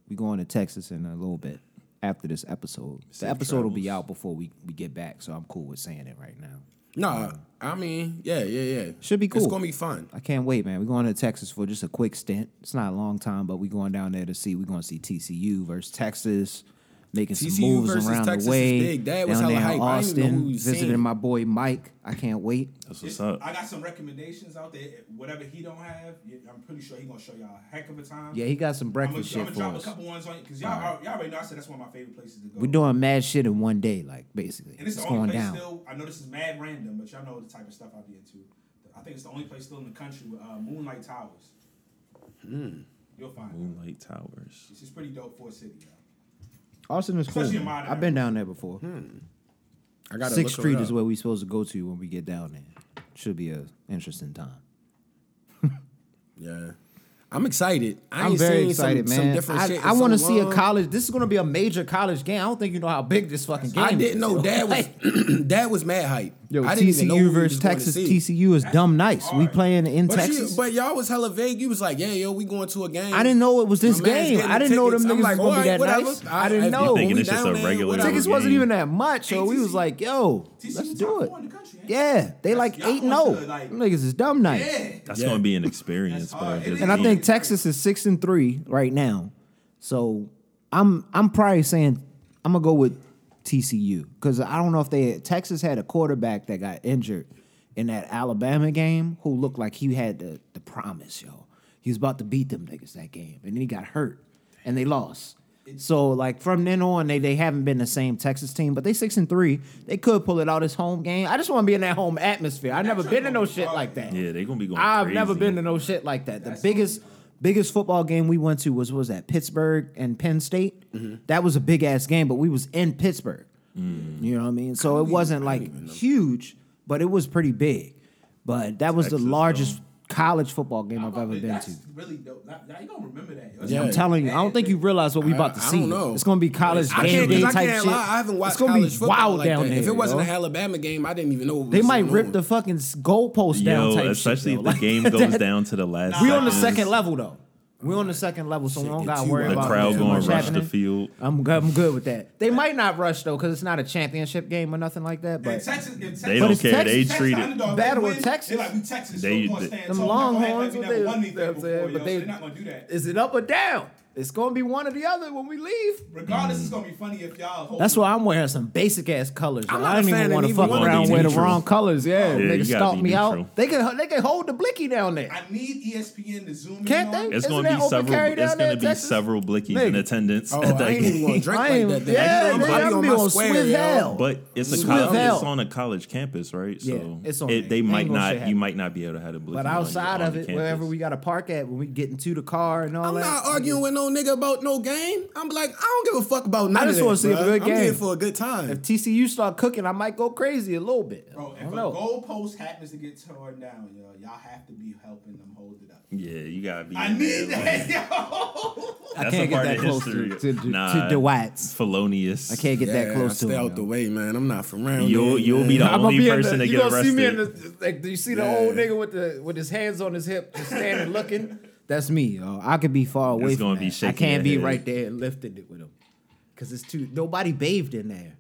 [SPEAKER 4] We going to Texas in a little bit after this episode. the episode will be
[SPEAKER 5] travels.
[SPEAKER 4] out before we, we get back, so I'm cool with saying it right now.
[SPEAKER 2] Nah, I mean, yeah, yeah, yeah.
[SPEAKER 4] Should be cool.
[SPEAKER 2] It's gonna be fun.
[SPEAKER 4] I can't wait, man. We're going to Texas for just a quick stint. It's not a long time, but we're going down there to see. We're going to see TCU versus Texas, making some
[SPEAKER 2] TCU
[SPEAKER 4] moves
[SPEAKER 2] versus
[SPEAKER 4] around
[SPEAKER 2] Texas is
[SPEAKER 4] the way.
[SPEAKER 2] big. That was
[SPEAKER 4] down
[SPEAKER 2] hella
[SPEAKER 4] there in
[SPEAKER 2] hype. I didn't even know
[SPEAKER 4] Austin,
[SPEAKER 2] who was
[SPEAKER 4] visiting
[SPEAKER 2] seeing.
[SPEAKER 4] my boy Mike. I can't wait.
[SPEAKER 5] That's what's up.
[SPEAKER 6] I got some recommendations out there. Whatever he don't have, y- I'm pretty sure he gonna show y'all a heck of a time.
[SPEAKER 4] Yeah, he got some
[SPEAKER 6] I'm gonna,
[SPEAKER 4] breakfast
[SPEAKER 6] I'm
[SPEAKER 4] shit
[SPEAKER 6] gonna
[SPEAKER 4] for
[SPEAKER 6] drop
[SPEAKER 4] us.
[SPEAKER 6] a couple ones on you because y'all, all y'all already know I said that's one of my favorite places to go.
[SPEAKER 4] We're doing mad shit in one day, like basically.
[SPEAKER 6] and it's,
[SPEAKER 4] it's
[SPEAKER 6] the only
[SPEAKER 4] going
[SPEAKER 6] place
[SPEAKER 4] down.
[SPEAKER 6] still. I know this is mad random, but y'all know the type of stuff I be into. I think it's the only place still in the country with uh, Moonlight Towers. You'll find it.
[SPEAKER 5] Moonlight Towers.
[SPEAKER 6] It's just pretty dope for a city. Yo.
[SPEAKER 4] Austin is cool.
[SPEAKER 6] Especially in
[SPEAKER 4] man.
[SPEAKER 6] modern
[SPEAKER 4] I've been down there before.
[SPEAKER 2] I Hmm, gotta
[SPEAKER 4] Sixth
[SPEAKER 2] look
[SPEAKER 4] Street
[SPEAKER 2] it
[SPEAKER 4] is
[SPEAKER 2] up.
[SPEAKER 4] where we supposed to go to when we get down there. Should be a interesting time.
[SPEAKER 2] Yeah. I'm excited. I
[SPEAKER 4] I'm
[SPEAKER 2] ain't
[SPEAKER 4] very
[SPEAKER 2] seen
[SPEAKER 4] excited,
[SPEAKER 2] some,
[SPEAKER 4] man.
[SPEAKER 2] some different
[SPEAKER 4] I,
[SPEAKER 2] shit. in
[SPEAKER 4] I want to
[SPEAKER 2] so
[SPEAKER 4] see a
[SPEAKER 2] long.
[SPEAKER 4] college. This is going to be a major college game. I don't think you know how big this fucking game.
[SPEAKER 2] I didn't
[SPEAKER 4] is.
[SPEAKER 2] know dad was
[SPEAKER 4] Like,
[SPEAKER 2] dad was mad hype.
[SPEAKER 4] Yo,
[SPEAKER 2] I didn't even know who
[SPEAKER 4] TCU
[SPEAKER 2] we
[SPEAKER 4] versus
[SPEAKER 2] was going to
[SPEAKER 4] Texas.
[SPEAKER 2] see.
[SPEAKER 4] TCU is dumb nice. We
[SPEAKER 6] hard.
[SPEAKER 4] playing in
[SPEAKER 2] But,
[SPEAKER 4] Texas.
[SPEAKER 2] You, but y'all was hella vague. You was like, yeah, yo, we going to a game.
[SPEAKER 4] I didn't know it was this
[SPEAKER 2] My man's
[SPEAKER 4] game.
[SPEAKER 2] getting
[SPEAKER 4] I didn't know them
[SPEAKER 2] tickets. I'm like,
[SPEAKER 4] niggas was going to be that
[SPEAKER 2] alright, whatever.
[SPEAKER 4] nice. I didn't
[SPEAKER 2] I-
[SPEAKER 4] know.
[SPEAKER 5] thinking
[SPEAKER 2] we
[SPEAKER 5] it's just
[SPEAKER 2] down
[SPEAKER 5] a
[SPEAKER 2] there,
[SPEAKER 5] regular
[SPEAKER 2] whatever.
[SPEAKER 4] Tickets
[SPEAKER 5] game.
[SPEAKER 4] wasn't even that much, so we was
[SPEAKER 6] TCU
[SPEAKER 4] like, yo,
[SPEAKER 6] TCU
[SPEAKER 4] let's
[SPEAKER 6] top
[SPEAKER 4] do it.
[SPEAKER 6] four in the country, ain't it?
[SPEAKER 4] Yeah, they
[SPEAKER 6] That's-
[SPEAKER 4] like
[SPEAKER 6] y'all
[SPEAKER 4] 8
[SPEAKER 6] went to,
[SPEAKER 4] 0.
[SPEAKER 6] like-
[SPEAKER 4] Them niggas is dumb nice.
[SPEAKER 6] Yeah.
[SPEAKER 5] That's gonna be an experience, bro.
[SPEAKER 6] hard. It
[SPEAKER 5] Just
[SPEAKER 6] is.
[SPEAKER 4] And I
[SPEAKER 5] being-
[SPEAKER 4] think Texas is six and three right now. So I'm I'm probably saying I'm gonna go with TCU because I don't know if they Texas had a quarterback that got injured in that Alabama game who looked like he had the, the promise, yo. He was about to beat them niggas that game, and then he got hurt, and they lost. So like from then on, they, they haven't been the same Texas team, but they six and three. They could pull it out this home game. I just want to be in that home atmosphere. I've never been to no shit like that.
[SPEAKER 5] Yeah, they gonna be going.
[SPEAKER 4] I've
[SPEAKER 5] crazy.
[SPEAKER 4] never been to no shit like that. The biggest biggest football game we went to was what was that Pittsburgh and Penn State.
[SPEAKER 2] Mm-hmm.
[SPEAKER 4] That was a big ass game, but we was in Pittsburgh.
[SPEAKER 5] Mm.
[SPEAKER 4] You know what I mean? So it wasn't like huge, but it was pretty big. But that was
[SPEAKER 5] Texas,
[SPEAKER 4] the largest college football game I've
[SPEAKER 6] Oh,
[SPEAKER 4] ever
[SPEAKER 6] dude,
[SPEAKER 4] been
[SPEAKER 6] that's
[SPEAKER 4] to.
[SPEAKER 6] Really dope. Now, now you gonna remember that. yo.
[SPEAKER 2] Yeah.
[SPEAKER 4] I'm telling you, I don't think you realize what we about to
[SPEAKER 2] I- I
[SPEAKER 4] see.
[SPEAKER 2] don't know.
[SPEAKER 4] It's gonna be college
[SPEAKER 2] I can't,
[SPEAKER 4] game
[SPEAKER 2] 'cause
[SPEAKER 4] day
[SPEAKER 2] I
[SPEAKER 4] type
[SPEAKER 2] can't
[SPEAKER 4] shit.
[SPEAKER 2] lie. I haven't watched
[SPEAKER 4] it's gonna
[SPEAKER 2] college
[SPEAKER 4] be
[SPEAKER 2] football
[SPEAKER 4] wild
[SPEAKER 2] like
[SPEAKER 4] down
[SPEAKER 2] that.
[SPEAKER 4] there.
[SPEAKER 2] If it wasn't
[SPEAKER 4] yo.
[SPEAKER 2] an Alabama game, I didn't even know. What was
[SPEAKER 4] they might
[SPEAKER 2] going
[SPEAKER 4] rip
[SPEAKER 2] on.
[SPEAKER 4] the fucking s- goalpost down
[SPEAKER 5] Yo,
[SPEAKER 4] type
[SPEAKER 5] especially
[SPEAKER 4] shit.
[SPEAKER 5] if
[SPEAKER 4] yo.
[SPEAKER 5] the game
[SPEAKER 4] Like,
[SPEAKER 5] goes
[SPEAKER 4] that-
[SPEAKER 5] down to the last.
[SPEAKER 4] We on the
[SPEAKER 5] seconds,
[SPEAKER 4] second level though. We on the second level, so we don't
[SPEAKER 2] get
[SPEAKER 4] gotta
[SPEAKER 2] too
[SPEAKER 4] worry
[SPEAKER 2] wild.
[SPEAKER 5] The
[SPEAKER 4] about
[SPEAKER 5] crowd
[SPEAKER 4] too
[SPEAKER 5] gonna
[SPEAKER 4] much
[SPEAKER 5] rush
[SPEAKER 4] happening.
[SPEAKER 5] the field.
[SPEAKER 4] I'm good. I'm good with that. They might not rush though, because it's not a championship game or nothing like that.
[SPEAKER 6] And
[SPEAKER 4] But
[SPEAKER 6] Texas, if Texas,
[SPEAKER 5] They don't
[SPEAKER 4] it's
[SPEAKER 5] care.
[SPEAKER 4] Texas-
[SPEAKER 5] They
[SPEAKER 6] Texas
[SPEAKER 5] treat
[SPEAKER 6] the
[SPEAKER 5] it.
[SPEAKER 6] underdog, they
[SPEAKER 4] Battle
[SPEAKER 6] win,
[SPEAKER 4] of Texas.
[SPEAKER 6] They're like we Texas.
[SPEAKER 5] They-
[SPEAKER 6] They, so
[SPEAKER 5] they-
[SPEAKER 6] stand
[SPEAKER 4] them
[SPEAKER 6] tall. We're gonna act
[SPEAKER 4] Longhorns,
[SPEAKER 6] like we
[SPEAKER 4] what
[SPEAKER 6] never
[SPEAKER 4] they,
[SPEAKER 6] won anything
[SPEAKER 4] they're-
[SPEAKER 6] before, yo.
[SPEAKER 4] but they,
[SPEAKER 6] They're not gonna do that.
[SPEAKER 4] Is it up or down? It's gonna be one or the other when we leave.
[SPEAKER 6] Regardless, it's gonna be funny if y'all.
[SPEAKER 4] Mm. That's why I'm wearing some basic ass colors.
[SPEAKER 2] I'm
[SPEAKER 4] yo.
[SPEAKER 2] not
[SPEAKER 4] I don't
[SPEAKER 2] a fan
[SPEAKER 4] even
[SPEAKER 2] of
[SPEAKER 4] want to
[SPEAKER 2] neither
[SPEAKER 4] fuck
[SPEAKER 2] one of
[SPEAKER 4] around and
[SPEAKER 5] these
[SPEAKER 4] wear the
[SPEAKER 5] neutrals.
[SPEAKER 4] wrong colors. Yeah,
[SPEAKER 5] Yeah,
[SPEAKER 4] they
[SPEAKER 5] you
[SPEAKER 4] can
[SPEAKER 5] gotta
[SPEAKER 4] stalk
[SPEAKER 5] be
[SPEAKER 4] me
[SPEAKER 5] neutral.
[SPEAKER 4] out. They can they can hold the blicky down there.
[SPEAKER 6] I need E ESPN to zoom
[SPEAKER 4] Can't
[SPEAKER 6] in. on
[SPEAKER 4] they?
[SPEAKER 5] It's
[SPEAKER 4] Isn't
[SPEAKER 5] gonna
[SPEAKER 4] that
[SPEAKER 5] be
[SPEAKER 4] open
[SPEAKER 5] several.
[SPEAKER 4] carry
[SPEAKER 5] It's
[SPEAKER 4] down there
[SPEAKER 5] gonna
[SPEAKER 4] in
[SPEAKER 5] be
[SPEAKER 4] Texas?
[SPEAKER 5] several blickies in
[SPEAKER 4] Nigga.
[SPEAKER 5] attendance
[SPEAKER 2] Oh,
[SPEAKER 5] at
[SPEAKER 2] I
[SPEAKER 5] that
[SPEAKER 2] ain't even
[SPEAKER 5] game.
[SPEAKER 2] gonna drink
[SPEAKER 4] I
[SPEAKER 2] like
[SPEAKER 4] ain't-
[SPEAKER 2] that. Thing.
[SPEAKER 4] yeah,
[SPEAKER 2] I be on,
[SPEAKER 4] nigga,
[SPEAKER 2] I
[SPEAKER 4] I'm
[SPEAKER 2] be on
[SPEAKER 4] be
[SPEAKER 2] my
[SPEAKER 4] on
[SPEAKER 2] square,
[SPEAKER 4] Swift
[SPEAKER 2] yo.
[SPEAKER 4] Hell.
[SPEAKER 5] But it's a
[SPEAKER 2] Swift
[SPEAKER 5] college.
[SPEAKER 4] Hell.
[SPEAKER 5] It's on a college campus, right? So
[SPEAKER 4] Yeah, it's on
[SPEAKER 5] it,
[SPEAKER 4] there.
[SPEAKER 5] they
[SPEAKER 4] Ain't gonna
[SPEAKER 5] might
[SPEAKER 4] shit
[SPEAKER 5] not. You
[SPEAKER 4] happen.
[SPEAKER 5] might not be able to have a blicky.
[SPEAKER 4] But
[SPEAKER 5] on
[SPEAKER 4] outside
[SPEAKER 5] your- on
[SPEAKER 4] of
[SPEAKER 5] the
[SPEAKER 4] it,
[SPEAKER 5] campus.
[SPEAKER 4] wherever we got to park at when we get into the car and all
[SPEAKER 2] I'm
[SPEAKER 4] that.
[SPEAKER 2] not arguing with no nigga about no game. I'm like, I don't give a fuck about none
[SPEAKER 4] I
[SPEAKER 2] of
[SPEAKER 4] just
[SPEAKER 2] that,
[SPEAKER 4] wanna see a
[SPEAKER 2] bruh.
[SPEAKER 4] good
[SPEAKER 2] I'm here
[SPEAKER 4] game.
[SPEAKER 2] for a good time.
[SPEAKER 4] If TCU start cooking, I might go crazy a little bit.
[SPEAKER 6] Bro,
[SPEAKER 4] I
[SPEAKER 6] if
[SPEAKER 4] don't
[SPEAKER 6] a
[SPEAKER 4] know.
[SPEAKER 6] goalpost happens to get torn down, yo, y'all have to be helping them hold it up.
[SPEAKER 5] Yeah, you gotta be.
[SPEAKER 6] I
[SPEAKER 5] in there,
[SPEAKER 6] need
[SPEAKER 5] like-
[SPEAKER 6] that, yo.
[SPEAKER 4] I
[SPEAKER 5] That's
[SPEAKER 4] can't
[SPEAKER 5] a
[SPEAKER 4] get
[SPEAKER 5] part
[SPEAKER 4] that
[SPEAKER 5] of
[SPEAKER 4] close
[SPEAKER 5] history.
[SPEAKER 4] to, to, to,
[SPEAKER 5] Nah.
[SPEAKER 4] to Dwight's.
[SPEAKER 5] felonious.
[SPEAKER 4] I can't get that
[SPEAKER 2] Yeah,
[SPEAKER 4] close to
[SPEAKER 2] Stay
[SPEAKER 4] him.
[SPEAKER 2] out the way, man. I'm not from around
[SPEAKER 5] You'll
[SPEAKER 2] here,
[SPEAKER 5] you'll
[SPEAKER 2] man.
[SPEAKER 5] be the
[SPEAKER 4] I'm
[SPEAKER 5] only
[SPEAKER 4] gonna be in
[SPEAKER 5] person
[SPEAKER 4] the,
[SPEAKER 5] to
[SPEAKER 4] you
[SPEAKER 5] get
[SPEAKER 4] gonna see me in
[SPEAKER 5] arrested.
[SPEAKER 4] the like. Do you see the
[SPEAKER 2] Yeah.
[SPEAKER 4] old nigga with the with his hands on his hip, just standing looking? That's me. Yo. I could be far away.
[SPEAKER 5] It's
[SPEAKER 4] from
[SPEAKER 5] gonna be
[SPEAKER 4] that. I
[SPEAKER 5] shaking
[SPEAKER 4] can't
[SPEAKER 5] your
[SPEAKER 4] be
[SPEAKER 5] head.
[SPEAKER 4] right there and lifting it with him, cause it's too. Nobody bathed in there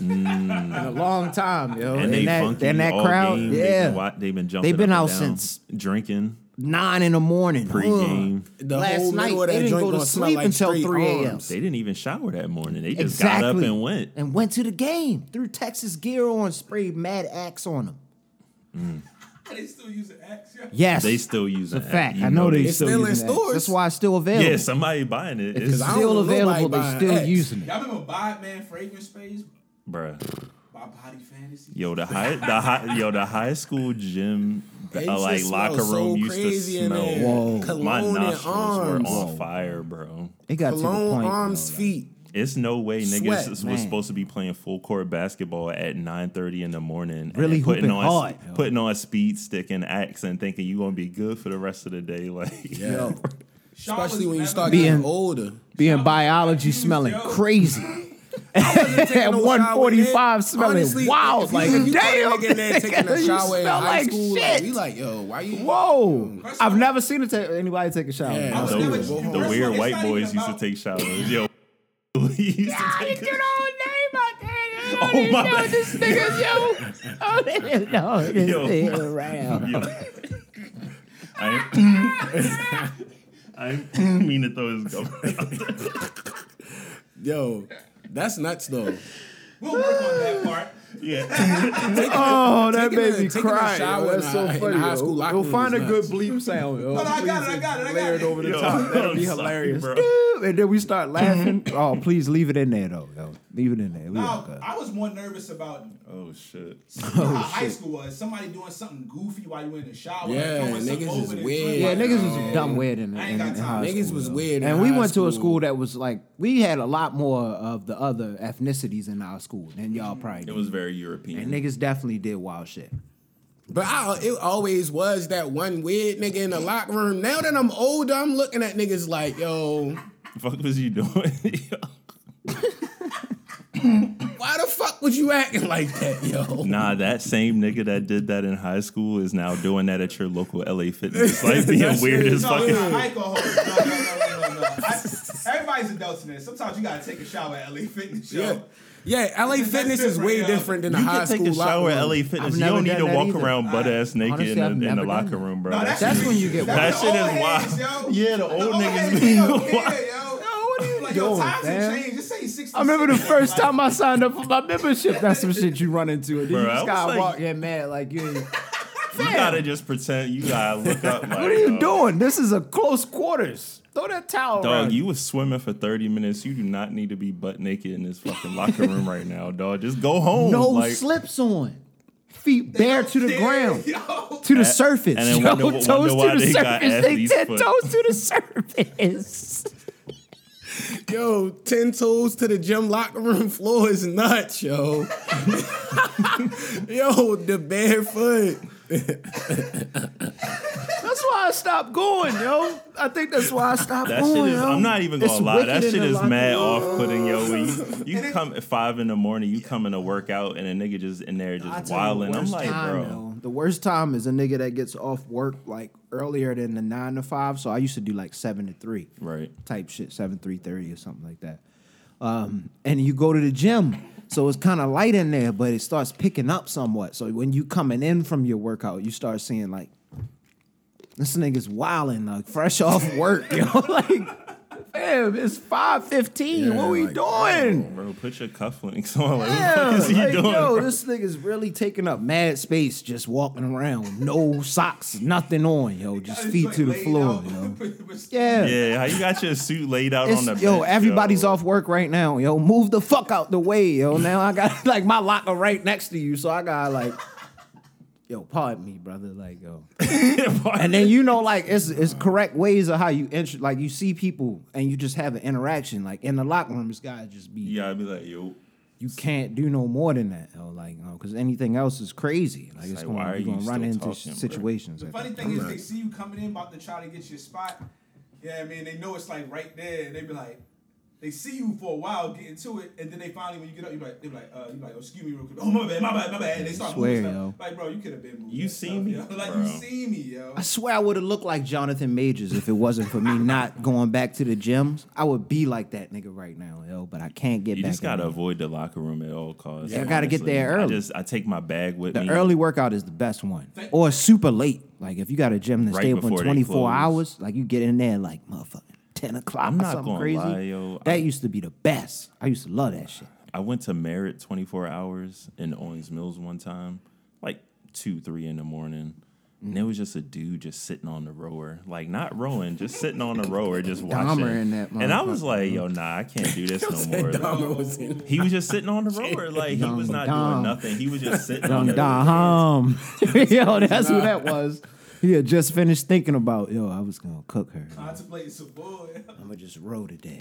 [SPEAKER 4] in a long time, yo.
[SPEAKER 5] Mm. And they
[SPEAKER 4] that
[SPEAKER 5] funky
[SPEAKER 4] and that
[SPEAKER 5] all
[SPEAKER 4] crowd,
[SPEAKER 5] game. They've been,
[SPEAKER 4] yeah.
[SPEAKER 5] wa- they've been jumping.
[SPEAKER 4] They've been
[SPEAKER 5] up and
[SPEAKER 4] out
[SPEAKER 5] down,
[SPEAKER 4] since-
[SPEAKER 5] drinking
[SPEAKER 4] Nine in the morning. Ugh.
[SPEAKER 5] pregame.
[SPEAKER 2] The
[SPEAKER 4] Last
[SPEAKER 2] whole
[SPEAKER 4] night,
[SPEAKER 2] middle of
[SPEAKER 4] they
[SPEAKER 2] that
[SPEAKER 4] didn't
[SPEAKER 2] joint
[SPEAKER 4] go to
[SPEAKER 2] gonna smell
[SPEAKER 4] sleep
[SPEAKER 2] like
[SPEAKER 4] until
[SPEAKER 2] straight
[SPEAKER 4] 3 a.m.
[SPEAKER 2] arms.
[SPEAKER 5] They didn't even shower that morning. They just
[SPEAKER 4] exactly.
[SPEAKER 5] got up and went.
[SPEAKER 4] And went to the game. Threw Texas gear on, sprayed Mad Axe on them.
[SPEAKER 6] they still use an axe, yo.
[SPEAKER 4] Yes.
[SPEAKER 5] They still use
[SPEAKER 4] it's a
[SPEAKER 5] that.
[SPEAKER 4] fact.
[SPEAKER 5] You
[SPEAKER 4] I know they
[SPEAKER 5] that.
[SPEAKER 2] It's
[SPEAKER 4] still,
[SPEAKER 2] still in
[SPEAKER 4] using that.
[SPEAKER 2] stores.
[SPEAKER 4] That's why it's still available.
[SPEAKER 5] Yeah, somebody buying it.
[SPEAKER 4] it's
[SPEAKER 5] It's,
[SPEAKER 2] I don't
[SPEAKER 4] still
[SPEAKER 2] know nobody
[SPEAKER 4] available. They
[SPEAKER 2] buying
[SPEAKER 4] still
[SPEAKER 2] Axe.
[SPEAKER 4] using it.
[SPEAKER 6] Y'all remember Bod Man Fragrance Space?
[SPEAKER 5] bruh.
[SPEAKER 6] My Body Fantasy?
[SPEAKER 5] Yo, the high, the high, yo, the high school gym,
[SPEAKER 2] They
[SPEAKER 5] uh,
[SPEAKER 2] used to
[SPEAKER 5] like
[SPEAKER 2] smell
[SPEAKER 5] locker room
[SPEAKER 2] so
[SPEAKER 5] used to
[SPEAKER 2] crazy in
[SPEAKER 5] smell.
[SPEAKER 2] there. Whoa.
[SPEAKER 5] My
[SPEAKER 2] Cologne and
[SPEAKER 5] nostrils
[SPEAKER 2] arms.
[SPEAKER 5] were on fire, bro.
[SPEAKER 4] It got to the
[SPEAKER 2] Cologne,
[SPEAKER 4] point.
[SPEAKER 2] arms,
[SPEAKER 4] you know, like,
[SPEAKER 2] feet.
[SPEAKER 5] It's no way niggas
[SPEAKER 2] Sweat,
[SPEAKER 5] was
[SPEAKER 4] man.
[SPEAKER 5] supposed to be playing full court basketball at 9:30 in the morning,
[SPEAKER 4] Really
[SPEAKER 5] and putting
[SPEAKER 4] hooping
[SPEAKER 5] on
[SPEAKER 4] hard.
[SPEAKER 5] putting on speed stick and axe and thinking you gonna be good for the rest of the day. Like,
[SPEAKER 2] Yeah.
[SPEAKER 6] Sean was
[SPEAKER 2] Especially when you
[SPEAKER 6] never
[SPEAKER 2] start
[SPEAKER 6] good.
[SPEAKER 2] getting
[SPEAKER 4] Being-
[SPEAKER 2] older.
[SPEAKER 4] being biology
[SPEAKER 6] Used
[SPEAKER 4] smelling
[SPEAKER 6] yo.
[SPEAKER 4] crazy. At
[SPEAKER 2] no shower
[SPEAKER 4] 145
[SPEAKER 2] in it.
[SPEAKER 4] smelling
[SPEAKER 2] Honestly,
[SPEAKER 4] wild.
[SPEAKER 2] if-
[SPEAKER 4] Like,
[SPEAKER 2] if you caught a
[SPEAKER 4] damn.
[SPEAKER 2] nigga in there taking a
[SPEAKER 4] you
[SPEAKER 2] shower in
[SPEAKER 4] smell
[SPEAKER 2] high
[SPEAKER 4] like
[SPEAKER 2] school, like,
[SPEAKER 4] shit.
[SPEAKER 2] we like, yo, why you?
[SPEAKER 4] Whoa.
[SPEAKER 6] First
[SPEAKER 4] I've
[SPEAKER 6] off-
[SPEAKER 4] never seen a ta- anybody take a shower.
[SPEAKER 2] Yeah.
[SPEAKER 4] I was
[SPEAKER 2] It's
[SPEAKER 5] the,
[SPEAKER 2] never-
[SPEAKER 5] the
[SPEAKER 2] it's
[SPEAKER 6] not
[SPEAKER 5] weird
[SPEAKER 6] even
[SPEAKER 5] white boys used to
[SPEAKER 6] about-
[SPEAKER 5] take showers. Yo, he used to
[SPEAKER 4] I
[SPEAKER 5] take.
[SPEAKER 4] didn't do the whole name out
[SPEAKER 5] Oh,
[SPEAKER 4] there. I
[SPEAKER 5] my
[SPEAKER 4] didn't know
[SPEAKER 5] bad.
[SPEAKER 4] this nigga's yo. Oh, they didn't know this
[SPEAKER 5] Yo.
[SPEAKER 4] nigga around.
[SPEAKER 5] Yo. I, I didn't mean to throw his government out there.
[SPEAKER 2] Yo, that's nuts though.
[SPEAKER 6] We'll work on that part.
[SPEAKER 5] Yeah.
[SPEAKER 4] Oh, that
[SPEAKER 2] Taking a-
[SPEAKER 4] made me
[SPEAKER 2] taking a
[SPEAKER 4] cry.
[SPEAKER 2] shower
[SPEAKER 4] yo.
[SPEAKER 2] in
[SPEAKER 4] That's
[SPEAKER 2] a-
[SPEAKER 4] so
[SPEAKER 2] in a
[SPEAKER 4] funny.
[SPEAKER 2] high
[SPEAKER 4] yo.
[SPEAKER 2] school locker
[SPEAKER 4] We'll
[SPEAKER 2] room
[SPEAKER 4] find a
[SPEAKER 2] is
[SPEAKER 4] good bleep sound. yo.
[SPEAKER 6] But I got
[SPEAKER 4] Please,
[SPEAKER 6] it, I got it, I
[SPEAKER 4] layer
[SPEAKER 6] got it.
[SPEAKER 4] over the
[SPEAKER 5] Yo,
[SPEAKER 4] top. That'd
[SPEAKER 5] I'm
[SPEAKER 4] be
[SPEAKER 5] sorry,
[SPEAKER 4] hilarious.
[SPEAKER 5] bro.
[SPEAKER 4] Dude, And then we start laughing. oh, please leave it in there, though. Yo. Leave it in there. We all
[SPEAKER 6] Now,
[SPEAKER 4] good.
[SPEAKER 6] I was more nervous about
[SPEAKER 5] Oh shit.
[SPEAKER 6] you know how high school was. Somebody doing something goofy while you in the shower. like
[SPEAKER 2] Yeah,
[SPEAKER 6] throwing something
[SPEAKER 2] niggas is
[SPEAKER 6] over the
[SPEAKER 2] weird.
[SPEAKER 4] Yeah,
[SPEAKER 6] drink.
[SPEAKER 4] niggas was dumb weird in,
[SPEAKER 6] I ain't
[SPEAKER 4] in,
[SPEAKER 6] got
[SPEAKER 4] in
[SPEAKER 6] time.
[SPEAKER 4] high
[SPEAKER 2] Niggas
[SPEAKER 4] school,
[SPEAKER 2] was
[SPEAKER 4] yo.
[SPEAKER 2] weird. in
[SPEAKER 4] And we
[SPEAKER 2] high
[SPEAKER 4] went to a school that was like we had a lot more of the other ethnicities in our school than y'all probably.
[SPEAKER 5] It
[SPEAKER 4] Did.
[SPEAKER 5] was very European.
[SPEAKER 4] And niggas definitely did wild shit.
[SPEAKER 2] But I, it always was that one weird nigga in the locker room. Now that I'm older, I'm looking at niggas like, yo,
[SPEAKER 5] fuck was you doing? Yo.
[SPEAKER 2] why the fuck was you acting like that, yo?
[SPEAKER 5] nah, that same nigga that did that in high school is now doing that at your local LA fitness. Like being weird as
[SPEAKER 6] No,
[SPEAKER 5] fucking.
[SPEAKER 6] it's not alcohol. No, no, no, no, no, no. I, everybody's adults in there. Sometimes you gotta take a shower at LA Fitness. Yo.
[SPEAKER 2] Yeah. Yeah, LA
[SPEAKER 6] That's
[SPEAKER 2] Fitness is
[SPEAKER 6] different,
[SPEAKER 2] way
[SPEAKER 6] yo.
[SPEAKER 2] different than the
[SPEAKER 5] You
[SPEAKER 2] high
[SPEAKER 5] can take
[SPEAKER 2] school
[SPEAKER 5] a shower
[SPEAKER 2] locker
[SPEAKER 5] at
[SPEAKER 2] room.
[SPEAKER 5] LA Fitness.
[SPEAKER 4] I've
[SPEAKER 5] You don't
[SPEAKER 4] never
[SPEAKER 5] need
[SPEAKER 4] done
[SPEAKER 5] to
[SPEAKER 4] that
[SPEAKER 5] walk
[SPEAKER 4] either.
[SPEAKER 5] around butt ass naked
[SPEAKER 4] honestly, I've
[SPEAKER 5] in, the, in
[SPEAKER 4] never
[SPEAKER 5] the
[SPEAKER 4] done
[SPEAKER 5] locker
[SPEAKER 4] that.
[SPEAKER 5] room, bro.
[SPEAKER 6] No,
[SPEAKER 5] That
[SPEAKER 6] that's,
[SPEAKER 4] That's
[SPEAKER 5] shit-
[SPEAKER 4] when you get
[SPEAKER 5] that
[SPEAKER 4] wild.
[SPEAKER 5] shit
[SPEAKER 6] old
[SPEAKER 5] is
[SPEAKER 6] heads,
[SPEAKER 5] wild.
[SPEAKER 6] yo.
[SPEAKER 5] Yeah, the old
[SPEAKER 6] old
[SPEAKER 5] niggas
[SPEAKER 6] heads,
[SPEAKER 5] be
[SPEAKER 6] yo,
[SPEAKER 5] wild.
[SPEAKER 6] yeah, yo.
[SPEAKER 4] what are you
[SPEAKER 6] Like, yo,
[SPEAKER 4] doing,
[SPEAKER 6] times have
[SPEAKER 4] fam?
[SPEAKER 6] changed. Just say 60.
[SPEAKER 4] I remember the first time I signed up for my membership. That's some shit you run into, and then
[SPEAKER 5] Bro,
[SPEAKER 4] you
[SPEAKER 5] I
[SPEAKER 4] just
[SPEAKER 5] was
[SPEAKER 4] gotta
[SPEAKER 5] like-
[SPEAKER 4] walk in mad like you. ain't-
[SPEAKER 5] You gotta just pretend. You gotta look up. Like, uh,
[SPEAKER 4] What are you doing? This is a close quarters. Throw that towel
[SPEAKER 5] Dog,
[SPEAKER 4] around.
[SPEAKER 5] you was swimming for 30 minutes. You do not need to be butt naked in this fucking locker room right now, dog. Just go home.
[SPEAKER 4] no
[SPEAKER 5] like,
[SPEAKER 4] slips on. Feet bare to the
[SPEAKER 6] Yeah,
[SPEAKER 4] ground.
[SPEAKER 6] yo.
[SPEAKER 4] To the surface.
[SPEAKER 5] and then
[SPEAKER 4] yo.
[SPEAKER 5] wonder- wonder
[SPEAKER 4] toes
[SPEAKER 5] why
[SPEAKER 4] to the
[SPEAKER 5] they got
[SPEAKER 4] surface. They
[SPEAKER 5] athlete's
[SPEAKER 4] ten
[SPEAKER 5] foot.
[SPEAKER 4] toes to the surface.
[SPEAKER 2] Yo, ten toes to the gym locker room floor is nuts, yo. yo, the barefoot.
[SPEAKER 4] That's why I stopped going, yo. I think that's why I stopped
[SPEAKER 5] That
[SPEAKER 4] going.
[SPEAKER 5] shit is.
[SPEAKER 4] yo.
[SPEAKER 5] I'm not even
[SPEAKER 4] It's
[SPEAKER 5] gonna lie.
[SPEAKER 4] wicked
[SPEAKER 5] That
[SPEAKER 4] in
[SPEAKER 5] shit
[SPEAKER 4] the
[SPEAKER 5] is
[SPEAKER 4] locker
[SPEAKER 5] mad
[SPEAKER 4] room.
[SPEAKER 5] off-putting, yo. When you, you come at five in the morning, you come in to work out, and a nigga just in there
[SPEAKER 4] I
[SPEAKER 5] just
[SPEAKER 4] tell you, the
[SPEAKER 5] wilding. I'm
[SPEAKER 4] worst
[SPEAKER 5] like,
[SPEAKER 4] time,
[SPEAKER 5] bro.
[SPEAKER 4] though, the worst time is a nigga that gets off work like earlier than the nine to five. So I used to do like seven to three,
[SPEAKER 5] Right.
[SPEAKER 4] Type shit, seven three thirty or something like that. Um, and you go to the gym, so it's kind of light in there, but it starts picking up somewhat. So when you coming in from your workout, you start seeing like this nigga's wilding, like fresh off work, yo, like. Damn, it's five fifteen. what we doing?
[SPEAKER 5] Bro, put your cufflinks on. Like, what the
[SPEAKER 4] Yeah,
[SPEAKER 5] fuck is he
[SPEAKER 4] like,
[SPEAKER 5] doing?
[SPEAKER 4] yo,
[SPEAKER 5] bro?
[SPEAKER 4] this nigga's really taking up mad space just walking around, with no socks, nothing on, yo, just
[SPEAKER 6] It's
[SPEAKER 4] feet
[SPEAKER 6] like
[SPEAKER 4] to the
[SPEAKER 6] laid
[SPEAKER 4] floor,
[SPEAKER 6] out.
[SPEAKER 4] yo. Yeah,
[SPEAKER 6] yeah.
[SPEAKER 5] yeah, how you got your suit laid out
[SPEAKER 4] It's-
[SPEAKER 5] on the
[SPEAKER 4] yo,
[SPEAKER 5] bench,
[SPEAKER 4] everybody's
[SPEAKER 5] yo.
[SPEAKER 4] off work right now, yo. Move the fuck out the way, yo. Now I got like my locker right next to you, so I got like, yo, pardon me, brother, like yo. And then you know, like it's it's correct ways of how you enter, like you see people and you just have an interaction, like in the locker room, this guy just be
[SPEAKER 5] Yeah, I'd be like, yo.
[SPEAKER 4] you can't do no more than that. though, Like, you because anything else is crazy. Like, it's,
[SPEAKER 5] like,
[SPEAKER 4] gonna,
[SPEAKER 5] why are
[SPEAKER 4] you're gonna
[SPEAKER 5] you
[SPEAKER 4] run
[SPEAKER 5] still
[SPEAKER 4] into
[SPEAKER 5] talking, bruh?
[SPEAKER 4] situations.
[SPEAKER 6] The
[SPEAKER 4] like
[SPEAKER 6] funny
[SPEAKER 4] that.
[SPEAKER 6] thing is, they see you coming in, about to try to get your spot. Yeah, I mean, they know it's like right there, and they be like, they see you for a while getting to it, and then they finally, when you get up, you be like, they be like, uh, you be like, oh, excuse me, real quick. Oh my bad, my bad, my bad. And they start
[SPEAKER 4] swear,
[SPEAKER 6] moving
[SPEAKER 4] yo.
[SPEAKER 6] stuff. Like, bro, you could have been moving.
[SPEAKER 5] You
[SPEAKER 6] that
[SPEAKER 5] see
[SPEAKER 6] stuff,
[SPEAKER 5] me,
[SPEAKER 6] yo. like
[SPEAKER 5] bro.
[SPEAKER 6] you see me, yo.
[SPEAKER 4] I swear I would have looked like Jonathan Majors if it wasn't for me not going back to the gyms. I would be like that nigga right now, yo. But I can't get
[SPEAKER 5] You
[SPEAKER 4] back.
[SPEAKER 5] just gotta
[SPEAKER 4] in there.
[SPEAKER 5] avoid the locker room at all costs.
[SPEAKER 4] Yeah, I gotta get
[SPEAKER 5] honestly.
[SPEAKER 4] there early.
[SPEAKER 5] I just I take my bag with
[SPEAKER 4] The
[SPEAKER 5] me.
[SPEAKER 4] early workout is the best one,
[SPEAKER 6] Thank-
[SPEAKER 4] or super late. Like if you got a gym that's
[SPEAKER 5] Right
[SPEAKER 4] stay open
[SPEAKER 5] before they
[SPEAKER 4] twenty four
[SPEAKER 5] close.
[SPEAKER 4] hours, like you get in there like motherfucking ten o'clock
[SPEAKER 5] I'm
[SPEAKER 4] or
[SPEAKER 5] not
[SPEAKER 4] something
[SPEAKER 5] gonna
[SPEAKER 4] crazy.
[SPEAKER 5] lie, yo.
[SPEAKER 4] That
[SPEAKER 5] I-
[SPEAKER 4] used to be the best. I used to love that shit.
[SPEAKER 5] I went to Merritt 24 hours in Owings Mills one time, like two, three in the morning. And there was just a dude just sitting on the rower, like not rowing, just sitting on the rower, just watching.
[SPEAKER 4] Dahmer in that
[SPEAKER 5] and I was
[SPEAKER 4] motherfucker,
[SPEAKER 5] like, "Yo, nah, I can't do this no more." Like,
[SPEAKER 2] Dahmer was in.
[SPEAKER 5] he was just sitting on the rower, like he was not
[SPEAKER 4] Dom.
[SPEAKER 5] doing nothing. He was just sitting on
[SPEAKER 4] Young
[SPEAKER 5] the
[SPEAKER 4] Don Hum. yo, that's who that was. He had just finished thinking about, yo, I was gonna cook her.
[SPEAKER 6] I contemplated some boy.
[SPEAKER 4] I'm gonna just row today.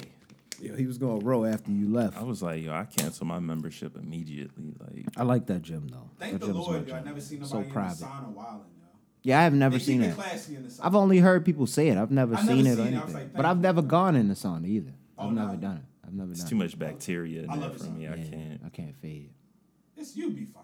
[SPEAKER 4] Yo, he was gonna row after you left.
[SPEAKER 5] I was like, "Yo, I cancel my membership immediately." Like,
[SPEAKER 4] I like that gym though.
[SPEAKER 6] Thank
[SPEAKER 4] that
[SPEAKER 6] the
[SPEAKER 4] gym is my
[SPEAKER 6] Lord, yo. I
[SPEAKER 4] gym.
[SPEAKER 6] never seen
[SPEAKER 4] so
[SPEAKER 6] nobody in the
[SPEAKER 4] private.
[SPEAKER 6] sauna wilding, yo.
[SPEAKER 4] Yeah, I have never
[SPEAKER 6] They
[SPEAKER 4] seen
[SPEAKER 6] keep
[SPEAKER 4] it.
[SPEAKER 6] it classy in the sauna.
[SPEAKER 4] I've only heard people say it. I've never
[SPEAKER 6] I've
[SPEAKER 4] seen
[SPEAKER 6] never
[SPEAKER 4] it or
[SPEAKER 6] seen it. I
[SPEAKER 4] anything.
[SPEAKER 6] was like,
[SPEAKER 4] but
[SPEAKER 6] thank
[SPEAKER 4] I've
[SPEAKER 6] you.
[SPEAKER 4] never gone in the sauna either. I've
[SPEAKER 6] Oh,
[SPEAKER 4] never
[SPEAKER 6] no.
[SPEAKER 4] done it. I've never
[SPEAKER 5] it's
[SPEAKER 4] done
[SPEAKER 5] too
[SPEAKER 4] it.
[SPEAKER 5] much bacteria in
[SPEAKER 6] I
[SPEAKER 5] there
[SPEAKER 6] love
[SPEAKER 5] for
[SPEAKER 6] it.
[SPEAKER 5] me. I
[SPEAKER 4] Yeah,
[SPEAKER 5] can't.
[SPEAKER 4] I can't fade
[SPEAKER 6] It's you be fine,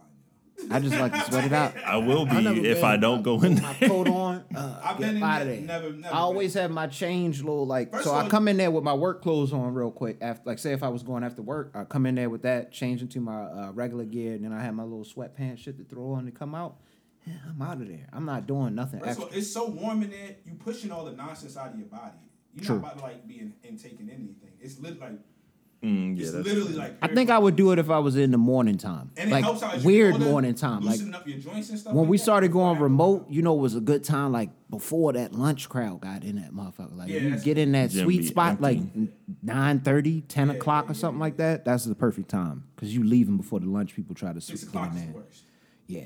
[SPEAKER 6] yo.
[SPEAKER 4] it. I just like to sweat it out.
[SPEAKER 5] I will be
[SPEAKER 2] never
[SPEAKER 5] if
[SPEAKER 2] been-
[SPEAKER 5] I don't go in
[SPEAKER 4] my
[SPEAKER 5] there.
[SPEAKER 4] coat on. Uh,
[SPEAKER 6] I've
[SPEAKER 4] get
[SPEAKER 6] been in
[SPEAKER 4] out of
[SPEAKER 6] there,
[SPEAKER 4] there.
[SPEAKER 6] never- never
[SPEAKER 4] I always
[SPEAKER 6] been.
[SPEAKER 4] have my change, little like.
[SPEAKER 6] First
[SPEAKER 4] so
[SPEAKER 6] of
[SPEAKER 4] I
[SPEAKER 6] all-
[SPEAKER 4] come in there with my work clothes on real quick. After, like, say if I was going after work, I come in there with that, change into my uh, regular gear, and then I have my little sweatpants shit to throw on to come out. Yeah, I'm out of there. I'm not doing nothing
[SPEAKER 6] First of
[SPEAKER 4] extra.
[SPEAKER 6] all, it's so warm in there. You pushing all the nonsense out of your body. You're
[SPEAKER 4] True.
[SPEAKER 6] not about to like be in, and taking anything. It's lit like
[SPEAKER 5] Mm, yeah,
[SPEAKER 6] it's
[SPEAKER 5] that's-
[SPEAKER 6] literally like.
[SPEAKER 4] I think I would do it if I was in the morning time,
[SPEAKER 6] And it
[SPEAKER 4] like
[SPEAKER 6] helps out as you get
[SPEAKER 4] weird
[SPEAKER 6] older,
[SPEAKER 4] morning time, like
[SPEAKER 6] loosening up your joints and stuff.
[SPEAKER 4] when
[SPEAKER 6] like
[SPEAKER 4] we
[SPEAKER 6] that.
[SPEAKER 4] started going
[SPEAKER 6] Right.
[SPEAKER 4] remote, you know, was a good time. Like before that lunch crowd got in that motherfucker. Like
[SPEAKER 6] Yeah,
[SPEAKER 4] you
[SPEAKER 6] that's-
[SPEAKER 4] get in that
[SPEAKER 5] Gym
[SPEAKER 4] sweet
[SPEAKER 5] be
[SPEAKER 4] spot,
[SPEAKER 5] empty.
[SPEAKER 4] like 9 10
[SPEAKER 6] Yeah,
[SPEAKER 4] o'clock
[SPEAKER 6] yeah,
[SPEAKER 4] or
[SPEAKER 6] yeah,
[SPEAKER 4] something like that. That's the perfect time because you leaving before the lunch people try to
[SPEAKER 6] Six
[SPEAKER 4] sw- get
[SPEAKER 6] o'clock
[SPEAKER 4] in
[SPEAKER 6] is the
[SPEAKER 4] there.
[SPEAKER 6] worst.
[SPEAKER 4] Yeah.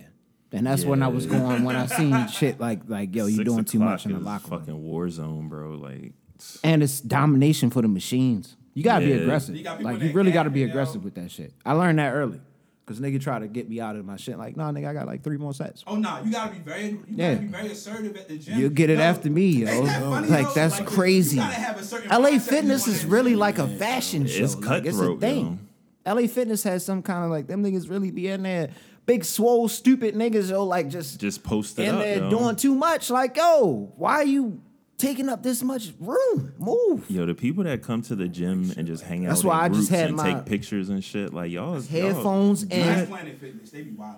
[SPEAKER 4] And that's when I was
[SPEAKER 5] Yeah.
[SPEAKER 4] going when I seen shit like like yo, you
[SPEAKER 5] Six
[SPEAKER 4] doing too much in the
[SPEAKER 5] o'clock is
[SPEAKER 4] locker room.
[SPEAKER 5] Fucking war zone, bro. Like,
[SPEAKER 4] And it's domination for the machines. You gotta
[SPEAKER 5] Yeah.
[SPEAKER 4] be aggressive.
[SPEAKER 6] You gotta be
[SPEAKER 4] like
[SPEAKER 6] putting
[SPEAKER 4] you
[SPEAKER 6] that
[SPEAKER 4] really
[SPEAKER 6] gap
[SPEAKER 4] gotta be
[SPEAKER 6] in, yo.
[SPEAKER 4] aggressive with that shit. I learned that early. Cause nigga try to get me out of my shit. Like, nah, nigga, I got like three more sets.
[SPEAKER 6] Oh nah, you gotta be very, you
[SPEAKER 4] Yeah.
[SPEAKER 6] gotta be very assertive at the gym.
[SPEAKER 4] You'll get it
[SPEAKER 6] Yo,
[SPEAKER 4] after me, yo.
[SPEAKER 6] ain't that funny,
[SPEAKER 4] like
[SPEAKER 6] yo?
[SPEAKER 4] that's
[SPEAKER 6] Like,
[SPEAKER 4] crazy.
[SPEAKER 6] You gotta have a certain
[SPEAKER 4] LA
[SPEAKER 6] mindset
[SPEAKER 4] Fitness
[SPEAKER 6] you
[SPEAKER 4] is
[SPEAKER 6] wanna-
[SPEAKER 4] really like a fashion show.
[SPEAKER 5] It's
[SPEAKER 4] like, it's a
[SPEAKER 5] cutthroat,
[SPEAKER 4] thing. LA Fitness has some kind of like them niggas really be in there, big swole stupid niggas yo, like just
[SPEAKER 5] just post it
[SPEAKER 4] in
[SPEAKER 5] up.
[SPEAKER 4] there
[SPEAKER 5] yo.
[SPEAKER 4] doing too much. Like yo, why are you taking up this much room? Move.
[SPEAKER 5] Yo, the people that come to the gym and just hang out.
[SPEAKER 4] That's why
[SPEAKER 5] in
[SPEAKER 4] I just
[SPEAKER 5] groups
[SPEAKER 4] had
[SPEAKER 5] and
[SPEAKER 4] my
[SPEAKER 5] take pictures and shit. Like y'all, is- y'all-
[SPEAKER 4] Headphones
[SPEAKER 6] Nice
[SPEAKER 4] and
[SPEAKER 6] Planet Fitness, they be wild.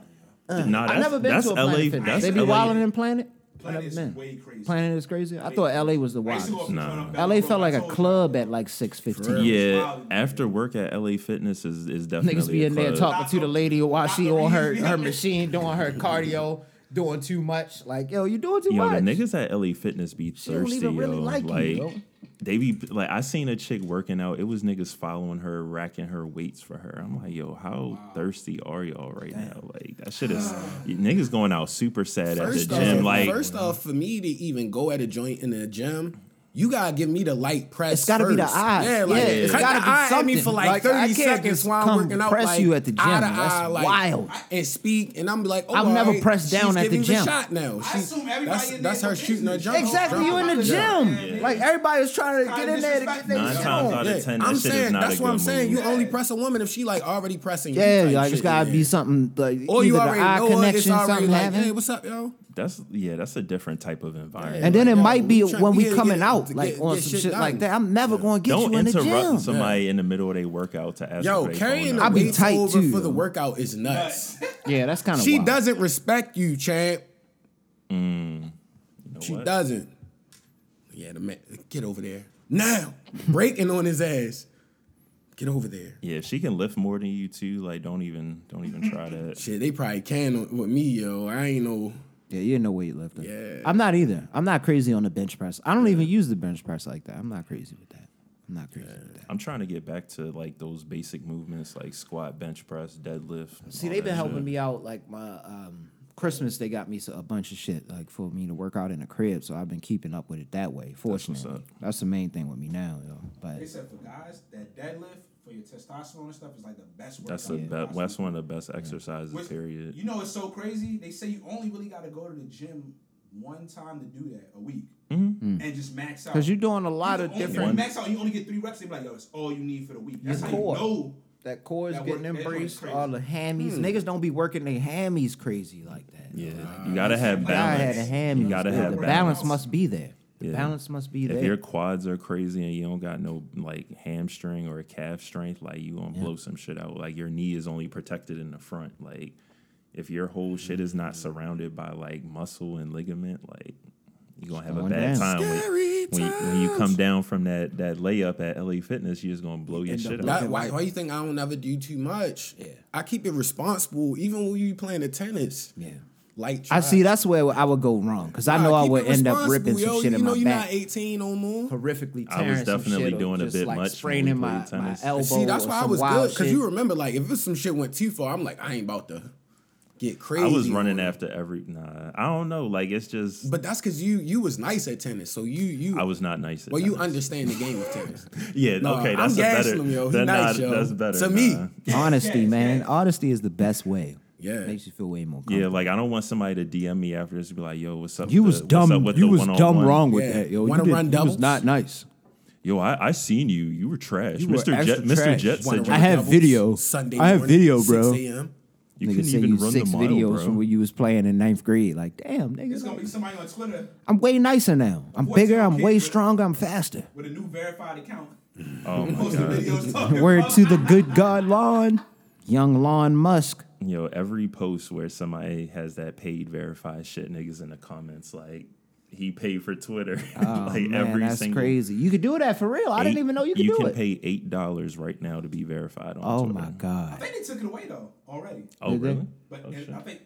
[SPEAKER 6] yo.
[SPEAKER 5] Nah,
[SPEAKER 4] I've
[SPEAKER 5] that's-
[SPEAKER 4] never been
[SPEAKER 5] that's
[SPEAKER 4] to a
[SPEAKER 5] LA.
[SPEAKER 4] Planet Fitness.
[SPEAKER 5] That's
[SPEAKER 4] They be
[SPEAKER 5] LA.
[SPEAKER 4] wilding in Planet.
[SPEAKER 6] Planet is
[SPEAKER 4] man.
[SPEAKER 6] way crazy.
[SPEAKER 4] Planet is crazy. I thought LA was the
[SPEAKER 6] I used to
[SPEAKER 4] wildest.
[SPEAKER 6] go up to
[SPEAKER 5] Nah.
[SPEAKER 6] Jordan Bell,
[SPEAKER 4] LA
[SPEAKER 6] bro,
[SPEAKER 4] felt
[SPEAKER 6] I
[SPEAKER 4] like a
[SPEAKER 6] told you.
[SPEAKER 4] club at like six fifteen.
[SPEAKER 5] Yeah, after work at LA Fitness is is definitely
[SPEAKER 4] Niggas be
[SPEAKER 5] a
[SPEAKER 4] in there
[SPEAKER 5] club.
[SPEAKER 4] talking to the lady while she on her,
[SPEAKER 6] Doctor,
[SPEAKER 4] her machine doing her cardio, doing too much. Like, yo, you doing too
[SPEAKER 5] Yo, the
[SPEAKER 4] much.
[SPEAKER 5] niggas at LA Fitness be
[SPEAKER 4] she don't
[SPEAKER 5] thirsty,
[SPEAKER 4] even really
[SPEAKER 5] yo.
[SPEAKER 4] like,
[SPEAKER 5] Like,
[SPEAKER 4] you, yo.
[SPEAKER 5] They be like, I seen a chick working out. It was niggas following her, racking her weights for her. I'm like, yo, how thirsty are y'all right now? Like that shit is niggas going out super sad
[SPEAKER 2] First
[SPEAKER 5] at the gym.
[SPEAKER 2] off,
[SPEAKER 5] like
[SPEAKER 2] first off, for me to even go at a joint in a gym, you gotta give me the light press.
[SPEAKER 4] It's gotta be the
[SPEAKER 2] first.
[SPEAKER 4] eye.
[SPEAKER 2] Yeah, like
[SPEAKER 4] Yeah, it's
[SPEAKER 2] cut
[SPEAKER 4] gotta
[SPEAKER 2] the
[SPEAKER 4] be
[SPEAKER 2] eye at me
[SPEAKER 4] something.
[SPEAKER 2] for like,
[SPEAKER 4] Like, I
[SPEAKER 2] thirty
[SPEAKER 4] can't
[SPEAKER 2] seconds
[SPEAKER 4] just
[SPEAKER 2] while I'm
[SPEAKER 4] come
[SPEAKER 2] working out.
[SPEAKER 4] press
[SPEAKER 2] like,
[SPEAKER 4] you at the
[SPEAKER 2] eye to
[SPEAKER 4] gym. That's
[SPEAKER 2] eye, like,
[SPEAKER 4] wild.
[SPEAKER 2] And speak, and I'm like, oh,
[SPEAKER 4] I've never
[SPEAKER 2] alright,
[SPEAKER 4] pressed down
[SPEAKER 2] she's
[SPEAKER 4] at the
[SPEAKER 2] giving
[SPEAKER 4] gym.
[SPEAKER 2] shot now. She,
[SPEAKER 6] assume everybody
[SPEAKER 2] that's
[SPEAKER 6] in there
[SPEAKER 2] that's her
[SPEAKER 6] know
[SPEAKER 2] shooting her
[SPEAKER 6] business.
[SPEAKER 2] jump.
[SPEAKER 4] Exactly, you in the
[SPEAKER 2] Yeah.
[SPEAKER 4] gym. Like everybody was trying to
[SPEAKER 6] Kinda
[SPEAKER 4] get in there to get
[SPEAKER 6] disrespectful.
[SPEAKER 4] their
[SPEAKER 5] nine
[SPEAKER 4] shit
[SPEAKER 5] times out
[SPEAKER 4] on.
[SPEAKER 5] of ten, that
[SPEAKER 2] I'm
[SPEAKER 5] shit
[SPEAKER 2] saying
[SPEAKER 5] is not a
[SPEAKER 2] that's
[SPEAKER 5] good
[SPEAKER 2] what I'm saying.
[SPEAKER 5] move.
[SPEAKER 2] You only press a woman if she like already pressing.
[SPEAKER 4] Yeah,
[SPEAKER 2] you type
[SPEAKER 4] like it's
[SPEAKER 2] shit,
[SPEAKER 4] gotta
[SPEAKER 2] yeah.
[SPEAKER 4] be something like
[SPEAKER 2] Or you
[SPEAKER 4] either the
[SPEAKER 2] already
[SPEAKER 4] eye
[SPEAKER 2] know her, it's
[SPEAKER 4] connection,
[SPEAKER 2] already
[SPEAKER 4] something
[SPEAKER 2] like,
[SPEAKER 4] happening.
[SPEAKER 2] hey, what's up, yo?
[SPEAKER 5] that's yeah, that's a different type of environment.
[SPEAKER 4] and then it
[SPEAKER 2] Yo,
[SPEAKER 4] might be
[SPEAKER 2] we try-
[SPEAKER 4] when we
[SPEAKER 2] yeah, yeah,
[SPEAKER 4] coming
[SPEAKER 2] to
[SPEAKER 4] out,
[SPEAKER 2] get-
[SPEAKER 4] like on
[SPEAKER 2] get
[SPEAKER 4] some
[SPEAKER 2] shit
[SPEAKER 4] shit, like
[SPEAKER 2] done.
[SPEAKER 4] that. I'm never gonna get
[SPEAKER 5] Don't
[SPEAKER 4] you in the
[SPEAKER 5] interrupt
[SPEAKER 4] gym.
[SPEAKER 5] somebody in the middle of their workout to ask.
[SPEAKER 2] Yo,
[SPEAKER 5] for their
[SPEAKER 2] carrying
[SPEAKER 5] phone
[SPEAKER 2] a
[SPEAKER 4] I
[SPEAKER 5] number.
[SPEAKER 4] be
[SPEAKER 2] weight
[SPEAKER 4] tight,
[SPEAKER 2] over
[SPEAKER 4] too,
[SPEAKER 2] for the
[SPEAKER 4] though.
[SPEAKER 2] workout is nuts.
[SPEAKER 4] Yeah, that's kind of
[SPEAKER 2] She
[SPEAKER 4] wild.
[SPEAKER 2] doesn't respect you, champ.
[SPEAKER 4] Mm.
[SPEAKER 5] You know
[SPEAKER 2] She
[SPEAKER 5] what?
[SPEAKER 2] doesn't. Yeah, the man, get over there now. Breaking on his ass. Get over there.
[SPEAKER 5] Yeah, if she can lift more than you too, like don't even don't even try that.
[SPEAKER 2] Shit, they probably can on- with me, yo. I ain't no.
[SPEAKER 4] Yeah, you're no weightlifter.
[SPEAKER 2] Yeah.
[SPEAKER 4] I'm not either. I'm not crazy on the bench press. I don't even use the bench press like that. I'm not crazy with that. I'm not crazy with that.
[SPEAKER 5] I'm trying to get back to like those basic movements like squat, bench press, deadlift.
[SPEAKER 4] See, they've been helping me out. Like my um, Christmas, they got me so- a bunch of shit like for me to work out in the crib. So I've been keeping up with it that way. Fortunately, that's,
[SPEAKER 5] up.
[SPEAKER 4] the main thing with me now, yo. But
[SPEAKER 6] They said for guys, that deadlift for your testosterone and stuff is like the best workout.
[SPEAKER 5] That's the
[SPEAKER 6] you
[SPEAKER 5] be-
[SPEAKER 6] possibly
[SPEAKER 5] that's
[SPEAKER 6] do.
[SPEAKER 5] one of the best exercises.
[SPEAKER 6] Which-
[SPEAKER 5] period.
[SPEAKER 6] You know, it's so crazy. They say you only really got to go to the gym one time to do that a week
[SPEAKER 5] Mm-hmm.
[SPEAKER 4] Hmm.
[SPEAKER 6] and just max out.
[SPEAKER 4] because you're doing a lot
[SPEAKER 6] You
[SPEAKER 4] of
[SPEAKER 6] only- if you
[SPEAKER 4] different,
[SPEAKER 6] max out, you only get three reps. They be like, yo, it's all you need for the week. That's how
[SPEAKER 4] core.
[SPEAKER 6] you know.
[SPEAKER 4] that core is
[SPEAKER 6] That
[SPEAKER 4] getting
[SPEAKER 6] work- that work is
[SPEAKER 4] embraced.
[SPEAKER 6] crazy.
[SPEAKER 4] All the hammies, niggas don't be working their hammies crazy like that.
[SPEAKER 5] Yeah, you gotta have
[SPEAKER 4] Like, I had
[SPEAKER 5] balance.
[SPEAKER 4] a hammy.
[SPEAKER 5] You gotta
[SPEAKER 4] yeah,
[SPEAKER 5] have
[SPEAKER 4] the
[SPEAKER 5] balance.
[SPEAKER 4] balance. Must be there. The
[SPEAKER 5] Yeah.
[SPEAKER 4] balance must be there.
[SPEAKER 5] If your quads are crazy and you don't got no like hamstring or calf strength, like you gonna blow some shit out. Like your knee is only protected in the front. Like if your whole shit is not surrounded by like muscle and ligament, like you gonna have a
[SPEAKER 4] Going
[SPEAKER 5] bad
[SPEAKER 4] down.
[SPEAKER 5] time. when-
[SPEAKER 2] Scary
[SPEAKER 5] when, you, when you come down from that that layup at LA Fitness, you're just gonna blow your shit
[SPEAKER 2] That-
[SPEAKER 5] out.
[SPEAKER 2] why, why you think I don't ever do too much? Yeah. I keep it responsible, even when you playing the tennis. Yeah. Like
[SPEAKER 4] I see.
[SPEAKER 2] that.
[SPEAKER 4] That's where I would go wrong because I know I would end up ripping some shit
[SPEAKER 2] you
[SPEAKER 4] in
[SPEAKER 2] know
[SPEAKER 4] my
[SPEAKER 2] you're
[SPEAKER 4] back.
[SPEAKER 2] not 18 no more.
[SPEAKER 4] horrifically
[SPEAKER 5] I was
[SPEAKER 4] tearing
[SPEAKER 5] definitely
[SPEAKER 4] some shit or
[SPEAKER 5] doing a
[SPEAKER 4] just,
[SPEAKER 5] bit
[SPEAKER 4] like
[SPEAKER 5] much when we
[SPEAKER 4] spraining my,
[SPEAKER 5] played
[SPEAKER 4] my
[SPEAKER 5] tennis.
[SPEAKER 4] elbow.
[SPEAKER 2] See, that's
[SPEAKER 4] or
[SPEAKER 2] why I
[SPEAKER 4] some
[SPEAKER 2] was
[SPEAKER 4] wild
[SPEAKER 2] good because
[SPEAKER 4] shit.
[SPEAKER 2] you remember, like, if it's some shit went too far, I'm like, I ain't about to get crazy.
[SPEAKER 5] I was
[SPEAKER 2] on
[SPEAKER 5] running
[SPEAKER 2] it.
[SPEAKER 5] after every nah. I don't know. Like it's just
[SPEAKER 2] but that's because you you was nice at tennis, so you you
[SPEAKER 5] I was not nice. At
[SPEAKER 2] well you
[SPEAKER 5] tennis.
[SPEAKER 2] understand the game of tennis.
[SPEAKER 5] Yeah,
[SPEAKER 2] No,
[SPEAKER 5] okay,
[SPEAKER 2] I'm
[SPEAKER 5] that's a
[SPEAKER 2] gassing
[SPEAKER 5] better.
[SPEAKER 2] him, yo. He
[SPEAKER 5] that-
[SPEAKER 2] nice,
[SPEAKER 5] nah,
[SPEAKER 2] yo.
[SPEAKER 5] That's better
[SPEAKER 2] To me.
[SPEAKER 5] nah.
[SPEAKER 4] honesty, man. Honesty is the best way.
[SPEAKER 2] Yeah.
[SPEAKER 4] makes you feel way more.
[SPEAKER 5] Yeah,
[SPEAKER 4] Comfortable.
[SPEAKER 5] like I don't want somebody to DM me after this and be like, "Yo, what's up?"
[SPEAKER 4] you
[SPEAKER 5] with
[SPEAKER 4] was
[SPEAKER 5] the- what's up
[SPEAKER 4] dumb.
[SPEAKER 5] with
[SPEAKER 4] You
[SPEAKER 5] the
[SPEAKER 4] was
[SPEAKER 5] one-on-one?
[SPEAKER 4] dumb wrong with
[SPEAKER 2] Yeah.
[SPEAKER 4] that, yo.
[SPEAKER 2] Wanna
[SPEAKER 4] you did-
[SPEAKER 2] run
[SPEAKER 4] you
[SPEAKER 2] doubles?
[SPEAKER 4] was not nice.
[SPEAKER 5] Yo, I, I seen you. You were trash,
[SPEAKER 4] You were
[SPEAKER 5] Mister
[SPEAKER 4] extra
[SPEAKER 5] Jet. Mister
[SPEAKER 4] trash.
[SPEAKER 5] Jet
[SPEAKER 2] Wanna
[SPEAKER 5] said
[SPEAKER 2] run
[SPEAKER 5] you,
[SPEAKER 4] I have
[SPEAKER 2] doubles
[SPEAKER 4] video.
[SPEAKER 2] Sunday
[SPEAKER 4] I have
[SPEAKER 2] morning,
[SPEAKER 4] video, bro.
[SPEAKER 2] 6 a.m.
[SPEAKER 5] you
[SPEAKER 4] Nigga
[SPEAKER 5] couldn't
[SPEAKER 4] sent
[SPEAKER 5] even
[SPEAKER 4] you
[SPEAKER 5] run
[SPEAKER 4] six
[SPEAKER 5] the mile,
[SPEAKER 4] videos
[SPEAKER 5] bro.
[SPEAKER 4] from when you was playing in ninth grade. Like, damn,
[SPEAKER 6] It's gonna be
[SPEAKER 4] nigga,
[SPEAKER 6] somebody on Twitter
[SPEAKER 4] I'm way nicer now. I'm bigger. I'm way
[SPEAKER 6] 14
[SPEAKER 4] stronger. I'm faster.
[SPEAKER 6] with a new verified account.
[SPEAKER 5] oh my
[SPEAKER 6] Post
[SPEAKER 5] god,
[SPEAKER 6] videos talking
[SPEAKER 4] Word
[SPEAKER 6] about-
[SPEAKER 4] to the good God, Lon, young Lon Musk.
[SPEAKER 5] yo, every post where somebody has that paid verified shit, niggas in the comments like he paid for Twitter. like
[SPEAKER 4] Oh, Man,
[SPEAKER 5] every
[SPEAKER 4] that's
[SPEAKER 5] single.
[SPEAKER 4] crazy. You could do that for real. I didn't
[SPEAKER 5] eight-
[SPEAKER 4] even know you could do
[SPEAKER 5] can
[SPEAKER 4] it.
[SPEAKER 5] pay eight dollars right now to be verified on.
[SPEAKER 4] oh
[SPEAKER 5] Twitter.
[SPEAKER 4] my
[SPEAKER 6] I
[SPEAKER 4] god.
[SPEAKER 6] think they took it away though already.
[SPEAKER 5] Oh
[SPEAKER 4] Did they?
[SPEAKER 5] really?
[SPEAKER 6] But
[SPEAKER 5] Oh,
[SPEAKER 6] and
[SPEAKER 5] shit.
[SPEAKER 6] I think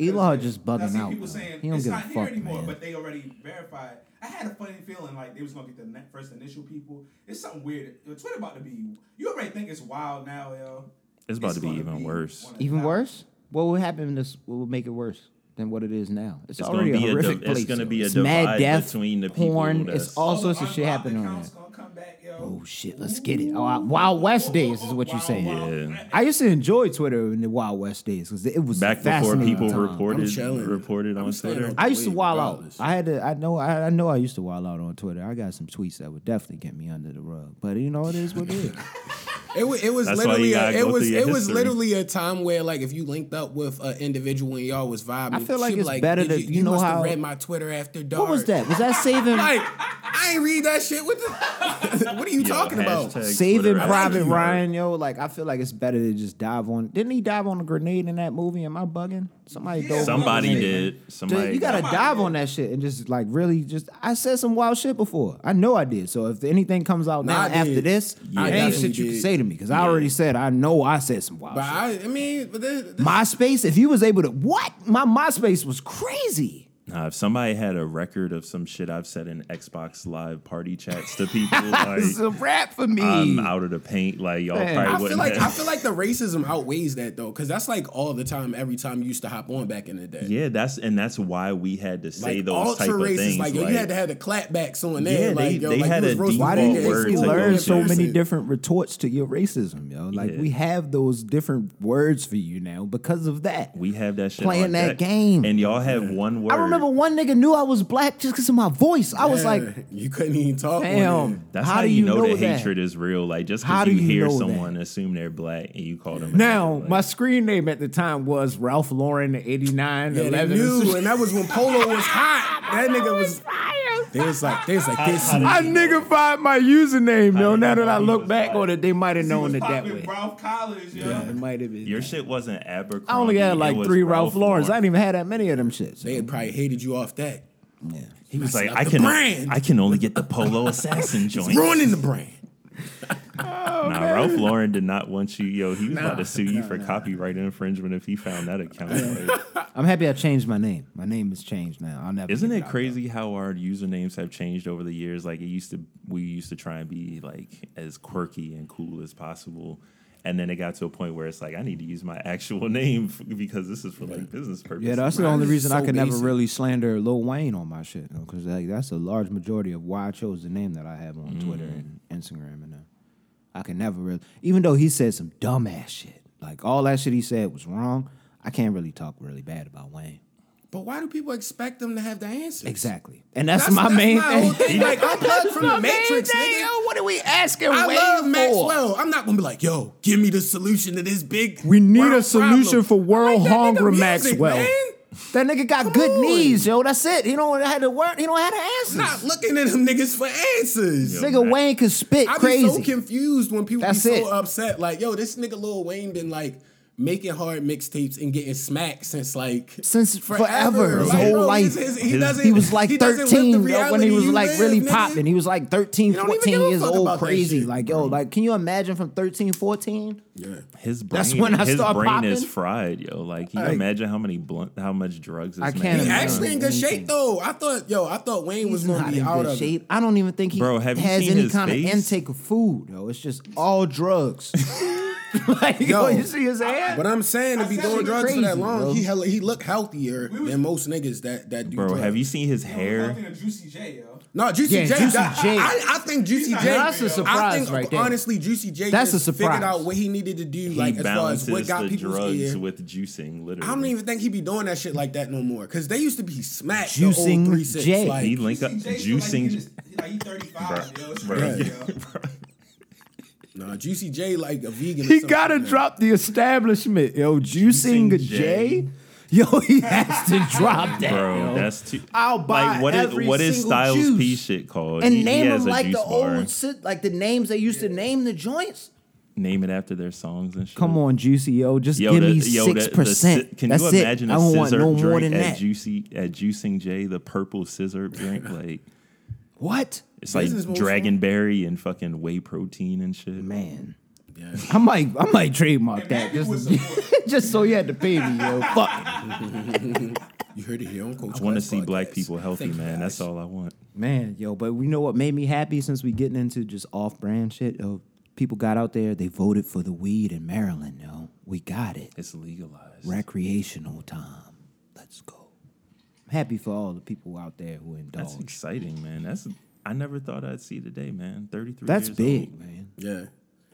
[SPEAKER 4] Elon
[SPEAKER 6] That's-
[SPEAKER 4] just
[SPEAKER 6] I
[SPEAKER 4] bugging
[SPEAKER 6] see
[SPEAKER 4] out.
[SPEAKER 6] People
[SPEAKER 4] bro.
[SPEAKER 6] saying
[SPEAKER 4] he don't
[SPEAKER 6] it's
[SPEAKER 4] give a
[SPEAKER 6] not here
[SPEAKER 4] fuck,
[SPEAKER 6] anymore,
[SPEAKER 4] man.
[SPEAKER 6] but they already verified. I had a funny feeling like they was gonna get the ne- first initial people. It's something weird. Yo, Twitter about to be. You already think it's wild now, yo.
[SPEAKER 5] It's about to be
[SPEAKER 6] gonna
[SPEAKER 5] even worse.
[SPEAKER 6] on a
[SPEAKER 4] Even
[SPEAKER 6] thousand.
[SPEAKER 4] worse? What would happen in this? What would make it worse than what it is now? It's,
[SPEAKER 5] It's gonna
[SPEAKER 4] already
[SPEAKER 5] be a
[SPEAKER 4] a
[SPEAKER 5] div-
[SPEAKER 4] horrific
[SPEAKER 5] it's
[SPEAKER 4] place.
[SPEAKER 5] gonna
[SPEAKER 4] yo.
[SPEAKER 5] be a
[SPEAKER 4] It's mad
[SPEAKER 5] divide
[SPEAKER 4] death,
[SPEAKER 5] between the people
[SPEAKER 4] porn. It's
[SPEAKER 5] that's-
[SPEAKER 4] all
[SPEAKER 6] the
[SPEAKER 4] sorts of shit
[SPEAKER 6] unblocked
[SPEAKER 4] happening on
[SPEAKER 6] accounts
[SPEAKER 4] that.
[SPEAKER 6] gonna come back, yo.
[SPEAKER 4] Oh shit! Let's get it. Oh, Wild West days is what you're
[SPEAKER 6] Wild,
[SPEAKER 4] saying.
[SPEAKER 6] wild.
[SPEAKER 5] Yeah.
[SPEAKER 4] I used to enjoy Twitter in the Wild West days because it was
[SPEAKER 5] Back before
[SPEAKER 4] fascinating
[SPEAKER 5] people
[SPEAKER 4] time.
[SPEAKER 5] reported
[SPEAKER 2] chilling.
[SPEAKER 5] reported
[SPEAKER 2] I'm
[SPEAKER 5] on
[SPEAKER 2] staying
[SPEAKER 5] Twitter.
[SPEAKER 2] on
[SPEAKER 4] I used to
[SPEAKER 2] Wait,
[SPEAKER 4] wild
[SPEAKER 2] regardless.
[SPEAKER 4] out. I had to. I know. I, I know. I used to wild out on Twitter. I got some tweets that would definitely get me under the rug. But you know, it is what it is.
[SPEAKER 2] It was, it was
[SPEAKER 5] That's why
[SPEAKER 2] literally
[SPEAKER 5] you
[SPEAKER 2] a,
[SPEAKER 5] gotta
[SPEAKER 2] it
[SPEAKER 5] go
[SPEAKER 2] was
[SPEAKER 5] through your
[SPEAKER 2] it was
[SPEAKER 5] history.
[SPEAKER 2] literally a time where like if you linked up with an individual and y'all was vibing,
[SPEAKER 4] I feel like
[SPEAKER 2] she
[SPEAKER 4] it's better
[SPEAKER 2] "Did
[SPEAKER 4] to- you know
[SPEAKER 2] must have
[SPEAKER 4] how-
[SPEAKER 2] read my Twitter after dark.
[SPEAKER 4] what was that? Was that saving?
[SPEAKER 2] Like I ain't read that shit. What the? what are you
[SPEAKER 5] Yo,
[SPEAKER 2] talking about?
[SPEAKER 5] hashtag
[SPEAKER 4] Saving
[SPEAKER 5] Twitter
[SPEAKER 4] Private
[SPEAKER 5] Alpha.
[SPEAKER 4] Ryan, yo, like I feel like it's better to just dive on. Didn't he dive on a grenade in that movie? Am I bugging? Somebody dove. on a
[SPEAKER 5] Somebody
[SPEAKER 4] grenade.
[SPEAKER 5] did.
[SPEAKER 4] Dude,
[SPEAKER 5] Somebody.
[SPEAKER 4] you gotta
[SPEAKER 5] got-
[SPEAKER 4] dive on that shit and just like really just. I said some wild shit before. I know I did. So if anything comes out
[SPEAKER 2] Nah,
[SPEAKER 4] now
[SPEAKER 2] I
[SPEAKER 4] after
[SPEAKER 2] did.
[SPEAKER 4] this,
[SPEAKER 2] I
[SPEAKER 4] there
[SPEAKER 2] definitely
[SPEAKER 4] ain't shit you can
[SPEAKER 2] did.
[SPEAKER 4] say to me because I already said I know I said some wild
[SPEAKER 2] But
[SPEAKER 4] shit.
[SPEAKER 2] I, I mean, but this,
[SPEAKER 4] MySpace, if you was able to what? My MySpace was crazy.
[SPEAKER 5] Nah, uh, if somebody had a record of some shit I've said in Xbox Live party chats to people, like,
[SPEAKER 4] It's a rap for me.
[SPEAKER 5] I'm out of the paint. Like y'all
[SPEAKER 4] Man,
[SPEAKER 5] probably
[SPEAKER 4] I
[SPEAKER 2] I feel
[SPEAKER 5] wouldn't.
[SPEAKER 2] like
[SPEAKER 5] have-
[SPEAKER 2] I feel like the racism outweighs that though, because that's like all the time, every time you used to hop on back in the day.
[SPEAKER 5] yeah, that's and that's why we had to say
[SPEAKER 2] like
[SPEAKER 5] those type
[SPEAKER 2] ultra
[SPEAKER 5] of
[SPEAKER 2] racist,
[SPEAKER 5] things.
[SPEAKER 2] like, yo, you had to have the clapbacks on there.
[SPEAKER 5] Yeah,
[SPEAKER 2] like,
[SPEAKER 5] they-
[SPEAKER 2] yo,
[SPEAKER 5] they
[SPEAKER 2] like,
[SPEAKER 5] had
[SPEAKER 2] you was
[SPEAKER 5] a
[SPEAKER 2] roasting people
[SPEAKER 4] Why didn't
[SPEAKER 5] default
[SPEAKER 2] in
[SPEAKER 5] Default word
[SPEAKER 4] they
[SPEAKER 5] words
[SPEAKER 2] school.
[SPEAKER 5] to
[SPEAKER 4] learn
[SPEAKER 5] go
[SPEAKER 4] so
[SPEAKER 5] into.
[SPEAKER 4] many different retorts to your racism, yo? Like
[SPEAKER 5] Yeah.
[SPEAKER 4] we have those different words for you now because of that.
[SPEAKER 5] we have that shit
[SPEAKER 4] Playing
[SPEAKER 5] on
[SPEAKER 4] that
[SPEAKER 5] deck,
[SPEAKER 4] game.
[SPEAKER 5] and y'all have one word.
[SPEAKER 4] I remember one nigga knew I was black just because of my voice. I was like,
[SPEAKER 2] Yeah, you couldn't even talk. on
[SPEAKER 4] damn.
[SPEAKER 2] it.
[SPEAKER 5] That's
[SPEAKER 4] how,
[SPEAKER 5] how,
[SPEAKER 4] do
[SPEAKER 5] you, know, that
[SPEAKER 4] that?
[SPEAKER 5] hatred is real. Like just
[SPEAKER 4] How
[SPEAKER 5] because
[SPEAKER 4] do
[SPEAKER 5] you,
[SPEAKER 4] you
[SPEAKER 5] hear
[SPEAKER 4] know that?
[SPEAKER 5] someone assume they're black and you call them. a
[SPEAKER 4] Now,
[SPEAKER 5] nigga,
[SPEAKER 4] my
[SPEAKER 5] like,
[SPEAKER 4] screen name at the time was Ralph Lauren 89.
[SPEAKER 2] Yeah, that
[SPEAKER 4] 11 or
[SPEAKER 2] new,
[SPEAKER 4] some-
[SPEAKER 2] and that was when Polo was hot. That nigga was. They was like, they was like this.
[SPEAKER 4] I nigga find my username, yo.
[SPEAKER 5] did
[SPEAKER 4] Now
[SPEAKER 5] you
[SPEAKER 4] that
[SPEAKER 5] know
[SPEAKER 4] I
[SPEAKER 5] he
[SPEAKER 4] look
[SPEAKER 5] was
[SPEAKER 4] back
[SPEAKER 5] black?
[SPEAKER 4] on it, they might have
[SPEAKER 6] He
[SPEAKER 4] known
[SPEAKER 6] was
[SPEAKER 4] it that
[SPEAKER 6] popping
[SPEAKER 4] way.
[SPEAKER 6] Ralph Collins, yo.
[SPEAKER 4] It might have been.
[SPEAKER 5] your
[SPEAKER 4] that.
[SPEAKER 5] shit wasn't Abercrombie.
[SPEAKER 4] I only had
[SPEAKER 5] it
[SPEAKER 4] like
[SPEAKER 5] was
[SPEAKER 4] three Ralph Lauren. I
[SPEAKER 5] Lauren.
[SPEAKER 4] didn't even have that many of them shits.
[SPEAKER 2] They probably hated you off that.
[SPEAKER 5] He was
[SPEAKER 2] That's
[SPEAKER 5] like,
[SPEAKER 2] not
[SPEAKER 5] I
[SPEAKER 2] the
[SPEAKER 5] can,
[SPEAKER 2] brand.
[SPEAKER 5] I can only get the Polo Assassin joint.
[SPEAKER 2] Ruining the brand.
[SPEAKER 5] Nah, Ralph Lauren did not want you. Yo, he was about
[SPEAKER 2] Nah,
[SPEAKER 5] to sue you for copyright infringement if he found that account. Like,
[SPEAKER 4] I'm happy I changed my name. My name has changed now. I'll never.
[SPEAKER 5] Isn't
[SPEAKER 4] give
[SPEAKER 5] it
[SPEAKER 4] up.
[SPEAKER 5] crazy how our usernames have changed over the years? Like it used to, we used to try and be like as quirky and cool as possible, and then it got to a point where it's like I need to use my actual name f- because this is for like business purposes.
[SPEAKER 4] Yeah, that's the only
[SPEAKER 2] is
[SPEAKER 4] reason I
[SPEAKER 2] so
[SPEAKER 4] could never
[SPEAKER 2] basic.
[SPEAKER 4] really slander Lil Wayne on my shit, because like that's a large majority of why I chose the name that I have on Twitter
[SPEAKER 2] Mm.
[SPEAKER 4] and Instagram and. Uh, I can never really, even though he said some dumbass shit. Like all that shit he said was wrong. I can't really talk really bad about Wayne.
[SPEAKER 2] But why do people expect them to have the answers?
[SPEAKER 4] Exactly, and that's, my main
[SPEAKER 2] whole
[SPEAKER 4] thing.
[SPEAKER 2] thing. Like, I'm plugged from
[SPEAKER 4] My
[SPEAKER 2] the
[SPEAKER 4] main
[SPEAKER 2] Matrix,
[SPEAKER 4] thing,
[SPEAKER 2] nigga.
[SPEAKER 4] yo. What are we asking
[SPEAKER 2] I
[SPEAKER 4] Wayne
[SPEAKER 2] love
[SPEAKER 4] for?
[SPEAKER 2] Maxwell. I'm not gonna be like, yo, give me the solution to this big.
[SPEAKER 4] We need
[SPEAKER 2] world
[SPEAKER 4] a solution
[SPEAKER 2] problem.
[SPEAKER 4] for world
[SPEAKER 2] I like that nigga
[SPEAKER 4] hunger,
[SPEAKER 2] music,
[SPEAKER 4] Maxwell.
[SPEAKER 2] man.
[SPEAKER 4] That nigga got
[SPEAKER 2] Come
[SPEAKER 4] good
[SPEAKER 2] on.
[SPEAKER 4] knees, yo. That's it. He don't have to work. He don't have to
[SPEAKER 2] Not
[SPEAKER 4] answer.
[SPEAKER 2] looking at them niggas for answers.
[SPEAKER 5] Yo,
[SPEAKER 4] Nigga
[SPEAKER 5] Max-
[SPEAKER 4] Wayne can spit
[SPEAKER 2] I
[SPEAKER 4] crazy.
[SPEAKER 2] be so confused when people
[SPEAKER 4] That's
[SPEAKER 2] be so
[SPEAKER 4] it.
[SPEAKER 2] upset. Like, yo, this nigga Lil Wayne been like making hard mixtapes and getting smacked since like
[SPEAKER 4] Since forever, his whole
[SPEAKER 2] bro,
[SPEAKER 4] life.
[SPEAKER 2] he's- he's- he,
[SPEAKER 5] His-
[SPEAKER 2] doesn't,
[SPEAKER 4] he was like
[SPEAKER 2] he doesn't live the
[SPEAKER 4] 13 yo, when
[SPEAKER 2] reality
[SPEAKER 4] he was
[SPEAKER 2] you
[SPEAKER 4] like
[SPEAKER 2] live,
[SPEAKER 4] really
[SPEAKER 2] nigga.
[SPEAKER 4] popping. He was like 13,
[SPEAKER 2] He don't even
[SPEAKER 4] 14
[SPEAKER 2] give a
[SPEAKER 4] years
[SPEAKER 2] fuck
[SPEAKER 4] old,
[SPEAKER 2] about that
[SPEAKER 4] crazy.
[SPEAKER 2] shit,
[SPEAKER 4] like, yo, like, can you imagine from 13, 14?
[SPEAKER 5] His brain,
[SPEAKER 4] That's when I
[SPEAKER 5] his
[SPEAKER 4] start
[SPEAKER 5] brain is
[SPEAKER 4] popping.
[SPEAKER 5] fried, yo. Like, can you imagine how many blunt, how much drugs? This
[SPEAKER 4] I
[SPEAKER 5] man
[SPEAKER 4] can't
[SPEAKER 5] has
[SPEAKER 2] He
[SPEAKER 4] Yeah,
[SPEAKER 5] done?
[SPEAKER 2] actually in good
[SPEAKER 4] anything.
[SPEAKER 2] shape though. I thought, yo, I thought Wayne was
[SPEAKER 4] He's
[SPEAKER 2] gonna
[SPEAKER 4] not
[SPEAKER 2] be
[SPEAKER 4] in
[SPEAKER 2] out
[SPEAKER 4] good
[SPEAKER 2] of shape.
[SPEAKER 4] shape. I don't even think he
[SPEAKER 5] Bro, have you
[SPEAKER 4] has
[SPEAKER 5] seen
[SPEAKER 4] any
[SPEAKER 5] his
[SPEAKER 4] kind
[SPEAKER 5] face?
[SPEAKER 4] of intake of food, yo. It's just all drugs. like, yo,
[SPEAKER 2] Yo,
[SPEAKER 4] you see his ass?
[SPEAKER 2] But I'm saying to be
[SPEAKER 6] said
[SPEAKER 2] doing
[SPEAKER 6] he
[SPEAKER 2] drugs for that
[SPEAKER 4] crazy,
[SPEAKER 2] long,
[SPEAKER 4] bro.
[SPEAKER 2] he hella, he look healthier than most niggas that that do.
[SPEAKER 5] Bro,
[SPEAKER 2] drugs.
[SPEAKER 5] have you seen his hair?
[SPEAKER 6] Fucking a Juicy J, yo.
[SPEAKER 2] No, Juicy
[SPEAKER 4] Yeah,
[SPEAKER 2] J.
[SPEAKER 4] Juicy
[SPEAKER 2] that-
[SPEAKER 4] J.
[SPEAKER 2] I, I think Juicy
[SPEAKER 6] He's
[SPEAKER 2] J.
[SPEAKER 6] not
[SPEAKER 4] That's a
[SPEAKER 2] I
[SPEAKER 4] surprise
[SPEAKER 2] think,
[SPEAKER 4] right there.
[SPEAKER 2] Honestly, Juicy J.
[SPEAKER 4] That's
[SPEAKER 2] just
[SPEAKER 4] a surprise.
[SPEAKER 2] Figured out what he needed to do,
[SPEAKER 5] He
[SPEAKER 2] like as far as
[SPEAKER 5] balances
[SPEAKER 2] what got
[SPEAKER 5] the
[SPEAKER 2] people's
[SPEAKER 5] drugs
[SPEAKER 2] ear.
[SPEAKER 5] with juicing. Literally,
[SPEAKER 2] I don't even think he be doing that shit like that no more. Cause they used to be smacked.
[SPEAKER 4] Juicing
[SPEAKER 2] Juicing the old 3-6,
[SPEAKER 4] J.
[SPEAKER 2] Like,
[SPEAKER 5] He link up
[SPEAKER 6] Juicy J feel Like he,
[SPEAKER 5] juicing.
[SPEAKER 6] just, like he 35, yo. It's
[SPEAKER 5] Bro,
[SPEAKER 6] crazy,
[SPEAKER 2] bro.
[SPEAKER 6] yo.
[SPEAKER 2] nah, Juicy J. Like a vegan. or
[SPEAKER 4] He
[SPEAKER 2] something
[SPEAKER 4] gotta
[SPEAKER 2] now.
[SPEAKER 4] drop the establishment, yo. Juicing
[SPEAKER 5] Juicing
[SPEAKER 4] J, yo. He has to drop that,
[SPEAKER 5] Bro,
[SPEAKER 4] yo.
[SPEAKER 5] that's too.
[SPEAKER 4] I'll buy
[SPEAKER 5] like what is
[SPEAKER 4] every
[SPEAKER 5] what is
[SPEAKER 4] single
[SPEAKER 5] Styles
[SPEAKER 4] juice.
[SPEAKER 5] P shit called?
[SPEAKER 4] and
[SPEAKER 5] He- he
[SPEAKER 4] name
[SPEAKER 5] has
[SPEAKER 4] them
[SPEAKER 5] a
[SPEAKER 4] like the
[SPEAKER 5] juice bar.
[SPEAKER 4] old, sit- like the names they used to name the joints.
[SPEAKER 5] Name it after their songs and shit.
[SPEAKER 4] Come on, Juicy, yo. Just
[SPEAKER 5] Yo,
[SPEAKER 4] give
[SPEAKER 5] the-
[SPEAKER 4] me
[SPEAKER 5] yo, the- the
[SPEAKER 4] six percent.
[SPEAKER 5] si- Can
[SPEAKER 4] That's
[SPEAKER 5] you imagine
[SPEAKER 4] it. I
[SPEAKER 5] a
[SPEAKER 4] don't want
[SPEAKER 5] scissor
[SPEAKER 4] no
[SPEAKER 5] drink
[SPEAKER 4] more than
[SPEAKER 5] at
[SPEAKER 4] that.
[SPEAKER 5] Juicy at Juicing J, the purple scissor drink? Like
[SPEAKER 4] what,
[SPEAKER 5] it's like
[SPEAKER 2] Business moves,
[SPEAKER 5] dragonberry and fucking whey protein and shit.
[SPEAKER 4] man? I might, I might trademark that
[SPEAKER 6] Imagine
[SPEAKER 4] just,
[SPEAKER 6] with support.
[SPEAKER 4] just so you had to pay me, yo. Fuck,
[SPEAKER 2] You heard it here on Coach.
[SPEAKER 5] I want to
[SPEAKER 2] Quest
[SPEAKER 5] see black
[SPEAKER 2] Podcast.
[SPEAKER 5] people healthy,
[SPEAKER 2] Thank you,
[SPEAKER 5] man.
[SPEAKER 2] guys.
[SPEAKER 5] That's all I want.
[SPEAKER 4] man, yo. But we know what made me happy since we getting into just off-brand shit. Yo, people got out there, they voted for the weed in Maryland, yo. We got it.
[SPEAKER 5] It's legalized.
[SPEAKER 4] recreational time. Let's go. I'm happy for all the people out there who
[SPEAKER 5] That's
[SPEAKER 4] indulge.
[SPEAKER 5] exciting, man. That's I never thought I'd see today, man. Thirty three.
[SPEAKER 4] That's,
[SPEAKER 5] years
[SPEAKER 4] big,
[SPEAKER 5] old.
[SPEAKER 4] man.
[SPEAKER 2] Yeah,